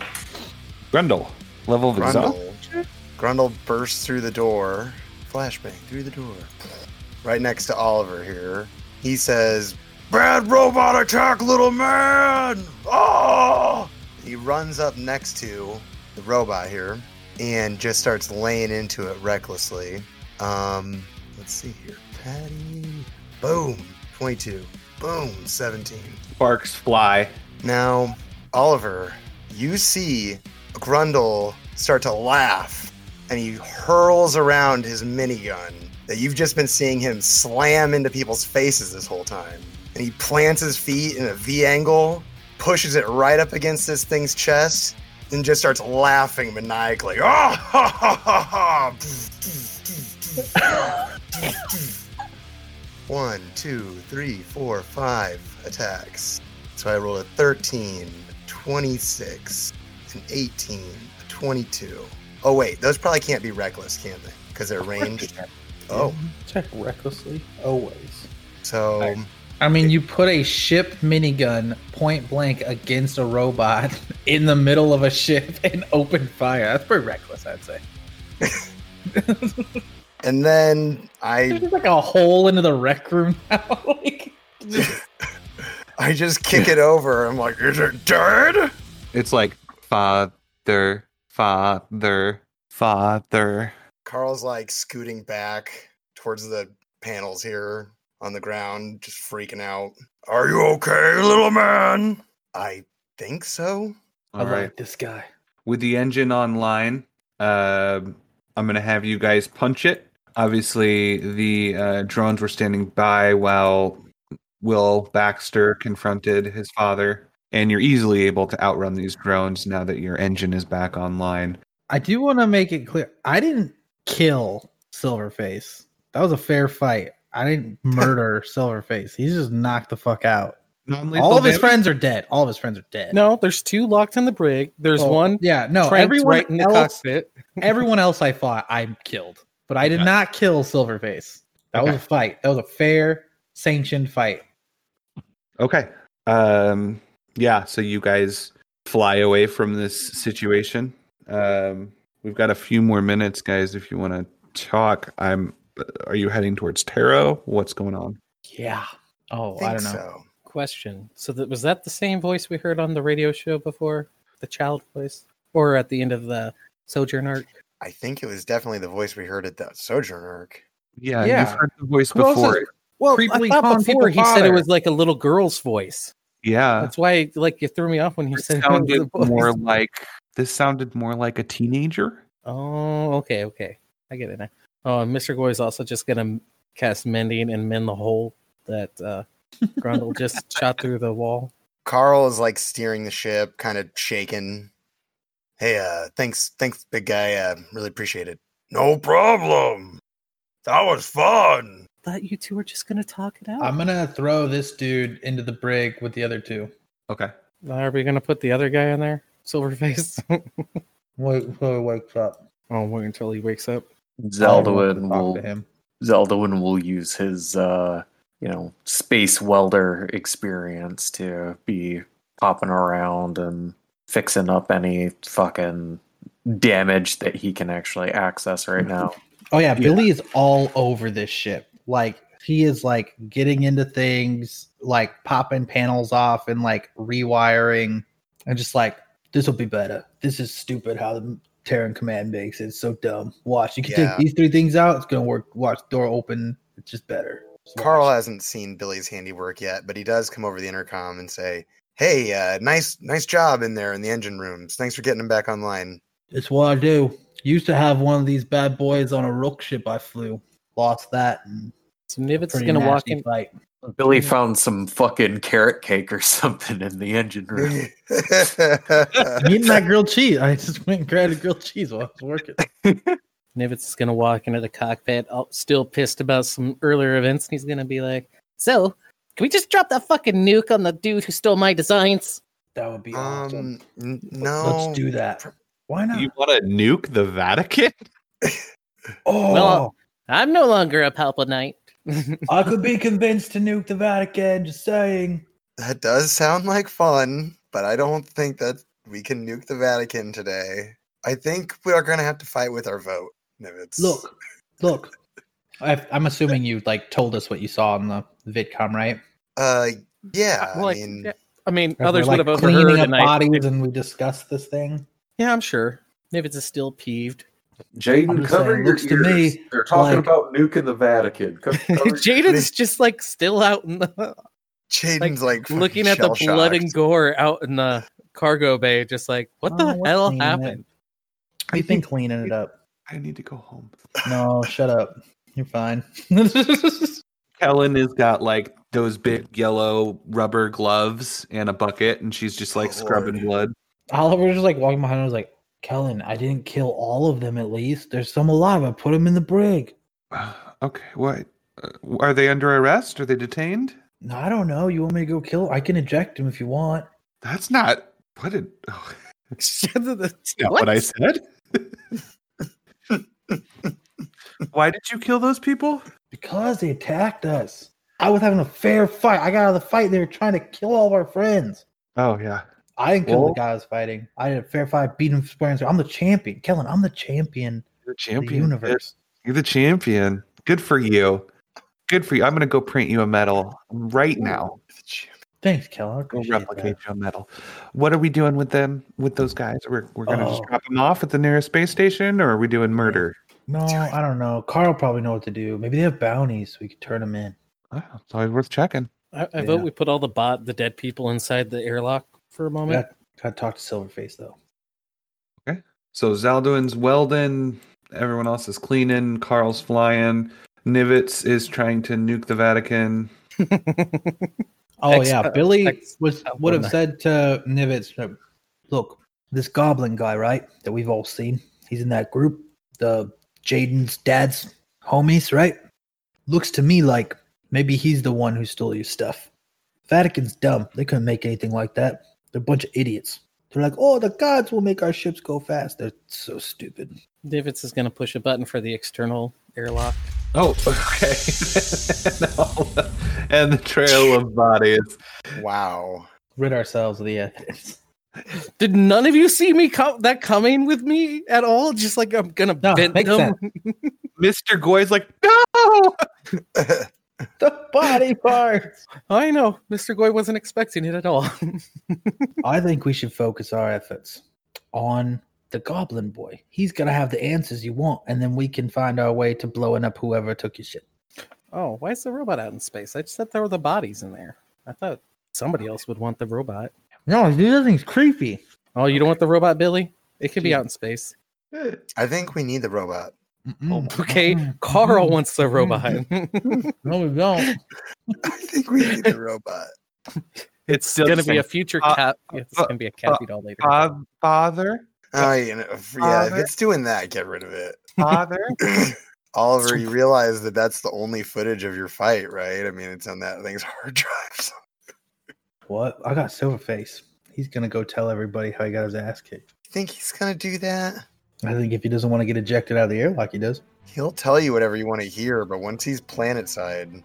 Speaker 2: Grendel, level of exhaust.
Speaker 4: Grundle. Grundle bursts through the door. Flashbang through the door. Right next to Oliver here. He says, Bad robot attack, little man! Oh! He runs up next to the robot here and just starts laying into it recklessly. Um, let's see here. Patty. Boom. 22. Boom. 17.
Speaker 2: Sparks fly.
Speaker 4: Now, Oliver, you see Grundle start to laugh and he hurls around his minigun that you've just been seeing him slam into people's faces this whole time. And he plants his feet in a V angle, pushes it right up against this thing's chest, and just starts laughing maniacally. Ah, ha, ha, ha, ha. One, two, three, four, five attacks. So I rolled a 13, a 26, an 18, a 22. Oh, wait, those probably can't be reckless, can they? Because they're ranged. Oh,
Speaker 17: Check recklessly always.
Speaker 4: so
Speaker 7: I mean, you put a ship minigun point blank against a robot in the middle of a ship and open fire. That's pretty reckless, I'd say.
Speaker 4: and then I
Speaker 7: There's like a hole into the rec room now. like,
Speaker 4: I just kick it over. I'm like, is it dead?
Speaker 2: It's like father, father, father.
Speaker 4: Carl's like scooting back towards the panels here on the ground, just freaking out. Are you okay, little man? I think so.
Speaker 2: All right.
Speaker 17: this guy.
Speaker 2: with the engine online, uh, I'm going to have you guys punch it. Obviously, the uh, drones were standing by while Will Baxter confronted his father, and you're easily able to outrun these drones now that your engine is back online.
Speaker 7: I do want to make it clear I didn't kill Silverface. That was a fair fight. I didn't murder Silverface. He's just knocked the fuck out.
Speaker 5: Non-lethal
Speaker 7: All of his
Speaker 5: damage?
Speaker 7: friends are dead. All of his friends are dead.
Speaker 5: No, there's two locked in the brig. There's
Speaker 7: Oh,
Speaker 5: one.
Speaker 7: Yeah, no.
Speaker 5: trapped
Speaker 7: Everyone
Speaker 5: right in the
Speaker 7: else,
Speaker 5: cockpit.
Speaker 7: everyone else I fought, I killed, but I did
Speaker 5: Okay.
Speaker 7: not kill Silverface. That was a
Speaker 5: Okay.
Speaker 7: fight. That was a fair, sanctioned fight.
Speaker 2: Okay. Um yeah, so you guys fly away from this situation. Um we've got a few more minutes guys if you want to talk. I'm are you heading towards Tarot? What's going on?
Speaker 7: Yeah. Oh,
Speaker 5: I don't know. Question. So that was that the same voice we heard on the radio show before? The child voice? Or at the end of the Sojourn arc?
Speaker 4: I think it was definitely the voice we heard at the Sojourn arc.
Speaker 2: Yeah,
Speaker 5: Yeah.
Speaker 2: you've heard the voice
Speaker 5: Who else
Speaker 2: before.
Speaker 5: is- Well, I thought before he said it was like a little girl's voice.
Speaker 2: yeah.
Speaker 5: That's why, like, you threw me off when you said it was the
Speaker 2: Uh, sounded
Speaker 5: voice.
Speaker 2: more like this sounded more like a teenager.
Speaker 5: Oh, okay, okay. I get it now. Oh, and Mr. Goy is also just gonna cast mending and mend the hole that uh Grundle just shot through the wall.
Speaker 4: Carl is like steering the ship, kind of shaken. Hey, uh, thanks, thanks, big guy. Uh, really appreciate it.
Speaker 11: No problem. That was fun.
Speaker 5: Thought you two were just gonna talk it out.
Speaker 7: I'm gonna throw this dude into the brig with the other two.
Speaker 2: Okay.
Speaker 5: Are we gonna put the other guy in there? Silverface.
Speaker 7: Wait until he wakes up.
Speaker 5: Oh, wait until he wakes up. Oh,
Speaker 10: Zeldwin
Speaker 7: talk
Speaker 10: will
Speaker 7: to him.
Speaker 10: Zeldwin will use his uh you know space welder experience to be popping around and fixing up any fucking damage that he can actually access right now.
Speaker 7: Oh yeah, Billy is all over this ship. Like he is like getting into things, like popping panels off and like rewiring, and just like
Speaker 6: This will be better. This is stupid how the Terran command makes it. It's so dumb. Watch. You can
Speaker 4: Yeah.
Speaker 6: take these three things out. It's gonna work. Watch. Door open. It's just better.
Speaker 4: Carl hasn't seen Billy's handiwork yet, but he does come over the intercom and say, "Hey, uh, nice, nice job in there in the engine rooms. Thanks for getting him back online."
Speaker 6: It's what I do. Used to have one of these bad boys on a rook ship I flew. Lost that. And
Speaker 5: so Nivet's
Speaker 10: gonna walk in-
Speaker 6: Fight.
Speaker 10: Billy found some fucking carrot cake or something in the engine room.
Speaker 7: I'm eating that grilled cheese. I just went and grabbed a grilled cheese while I was working.
Speaker 5: Nivet's is gonna walk into the cockpit, all, still pissed about some earlier events, and he's gonna be like, "So, can we just drop that fucking nuke on the dude who stole my designs?"
Speaker 6: That would be
Speaker 4: awesome. Um, no,
Speaker 6: Let's do that.
Speaker 7: Why not?
Speaker 2: You want to nuke the Vatican?
Speaker 6: Oh,
Speaker 5: Well, I'm no longer a Palpatine.
Speaker 6: I could be convinced to nuke the Vatican. Just saying.
Speaker 4: That does sound like fun, but I don't think that we can nuke the Vatican today. I think we are going to have to fight with our vote. Nivets.
Speaker 7: Look, look. i I'm assuming you like told us what you saw on the VidCom, right?
Speaker 4: Uh, yeah.
Speaker 5: Well, I
Speaker 4: mean,
Speaker 5: I mean,
Speaker 2: Oh,
Speaker 7: We're,
Speaker 5: others would
Speaker 7: like,
Speaker 5: have overheard,
Speaker 7: cleaning up
Speaker 5: and I-
Speaker 7: bodies, and we discussed this thing.
Speaker 5: yeah, I'm sure Nivet's is still peeved.
Speaker 9: Jaden, cover your ears. They're talking about nuking the Vatican. Co- cover-
Speaker 5: Jaden's just like still out in the
Speaker 4: Jaden's like,
Speaker 5: looking at the
Speaker 4: shell-shocked.
Speaker 5: blood and gore out in the cargo bay, just like, what the
Speaker 7: Oh, what's
Speaker 5: hell
Speaker 7: cleaning it?
Speaker 5: happened?
Speaker 7: We've been cleaning it up.
Speaker 2: I need to go home.
Speaker 7: No, shut up. You're fine.
Speaker 2: Helen has got like those big yellow rubber gloves and a bucket, and she's just
Speaker 5: Oh,
Speaker 2: like scrubbing blood.
Speaker 7: Oliver's just like walking behind.
Speaker 6: I was like, Kellen, I didn't kill all of them. At least there's some alive. I put them in the brig.
Speaker 2: Okay, what? Uh, are they under arrest? Are they detained?
Speaker 6: No, I don't know. You want me to go kill? I can eject him if you want.
Speaker 2: That's not what did. Oh,
Speaker 5: That's
Speaker 2: not what, I said. Why did you kill those people?
Speaker 6: Because they attacked us. I was having a fair fight. I got out of the fight. They were trying to kill all of our friends.
Speaker 2: Oh yeah.
Speaker 6: I didn't kill
Speaker 2: Well-
Speaker 6: the guy I was fighting. I did a fair fight, beat him square and square. I'm the champion. Kellen, I'm the champion.
Speaker 2: You're the
Speaker 6: champion.
Speaker 2: champion.
Speaker 6: universe.
Speaker 2: You're the champion. Good for you. Good for you. I'm gonna go print you a medal right now.
Speaker 6: Thanks, Kellen.
Speaker 2: Go replicate you a medal. What are we doing with them? With those guys? We're we're gonna
Speaker 18: Oh.
Speaker 2: just drop them off at the nearest space station, or are we doing murder?
Speaker 6: No, I don't know. Carl probably know what to do. Maybe they have bounties. We could turn them in.
Speaker 2: It's always worth checking.
Speaker 5: I, I vote we put all the bot, the dead people inside the airlock for a moment.
Speaker 6: Gotta, gotta talk to Silverface though.
Speaker 2: So Zaldwin's welding, everyone else is cleaning, Carl's flying, Nivitz is trying to nuke the Vatican.
Speaker 6: Oh
Speaker 7: Ex-
Speaker 6: yeah,
Speaker 7: uh,
Speaker 6: Billy
Speaker 7: ex-
Speaker 6: was
Speaker 7: uh,
Speaker 6: would have
Speaker 7: wouldn't I?
Speaker 6: said to Nivitz, "No, "Look, this goblin guy, right? That we've all seen. He's in that group, the Jaden's dad's homies, right? Looks to me like maybe he's the one who stole your stuff. Vatican's dumb. They couldn't make anything like that. They're a bunch of idiots. They're like, oh, the gods will make our ships go fast. They're so stupid.
Speaker 5: Davids is going to push a button for the external airlock.
Speaker 2: Oh, okay. and, all the, and the trail of bodies.
Speaker 4: Wow.
Speaker 7: Rid ourselves of the evidence.
Speaker 5: Did none of you see me co- that coming with me at all? Just like I'm gonna
Speaker 7: No,
Speaker 5: bend
Speaker 7: makes
Speaker 5: them.
Speaker 2: Mr. Goy's like,
Speaker 5: no,
Speaker 6: the body parts.
Speaker 5: I know, Mr. Goy wasn't expecting it at all.
Speaker 6: I think we should focus our efforts on the goblin boy. He's gonna have the answers you want, and then we can find our way to blowing up whoever took your ship.
Speaker 5: oh, why is the robot out in space? I just thought there were the bodies in there. I thought somebody else would want the robot.
Speaker 7: No, this thing's creepy.
Speaker 5: Oh, you don't want the robot, Billy? It could be out in space.
Speaker 4: I think we need the robot.
Speaker 5: Okay, Carl wants the robot.
Speaker 7: no, we don't.
Speaker 4: I think we need the robot.
Speaker 5: It's
Speaker 2: still
Speaker 5: gonna
Speaker 2: the
Speaker 5: be a
Speaker 2: same.
Speaker 5: future
Speaker 2: Uh,
Speaker 5: cat. It's
Speaker 2: uh,
Speaker 5: gonna be a
Speaker 2: uh,
Speaker 5: cat doll later.
Speaker 2: uh, Father?
Speaker 4: Oh, you know, if- yeah, if it's doing that, get rid of it.
Speaker 2: Father?
Speaker 4: Oliver, you realize that that's the only footage of your fight, right? I mean, it's on that thing's hard drive.
Speaker 6: What? I got Silverface. He's gonna go tell everybody how he got his ass kicked.
Speaker 4: Think he's gonna do that?
Speaker 6: I think if he doesn't want to get ejected out of the airlock, he does.
Speaker 4: He'll tell you whatever you want to hear, but once he's planet side,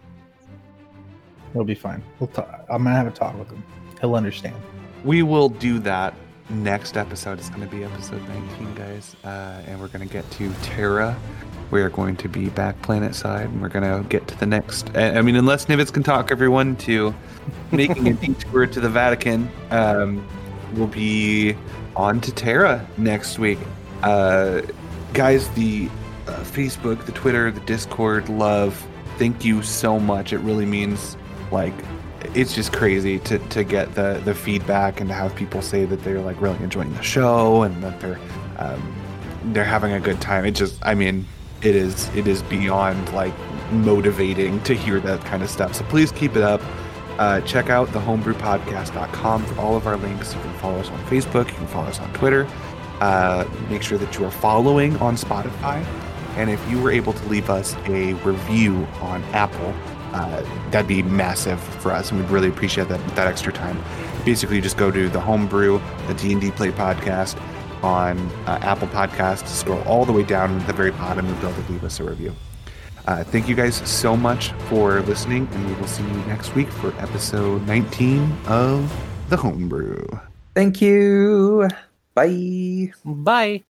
Speaker 6: It'll be fine. We'll talk. I'm gonna have a talk with him. He'll understand.
Speaker 2: We will do that. Next episode is going to be episode 19, guys. Uh, and we're going to get to Terra. We are going to be back planet side and we're going to get to the next. I I mean, unless Nivitz can talk everyone to making a detour to the Vatican, um, we'll be on to Terra next week. Uh, guys, the uh, Facebook, the Twitter, the Discord, love. Thank you so much. It really means like it's just crazy to, to get the, the feedback and to have people say that they're like really enjoying the show and that they're um, they're having a good time. It just I mean it is it is beyond like motivating to hear that kind of stuff. So please keep it up. Uh, check out the homebrewpodcast.com for all of our links. You can follow us on Facebook. You can follow us on Twitter. Uh, make sure that you are following on Spotify. And if you were able to leave us a review on Apple, uh, that'd be massive for us, and we'd really appreciate that that extra time. Basically, just go to the Homebrew, the D and D Play podcast on uh, Apple Podcasts. Scroll all the way down to the very bottom and be able to leave us a review. Uh, thank you guys so much for listening, and we will see you next week for episode 19 of the Homebrew.
Speaker 10: Thank you. Bye.
Speaker 5: Bye.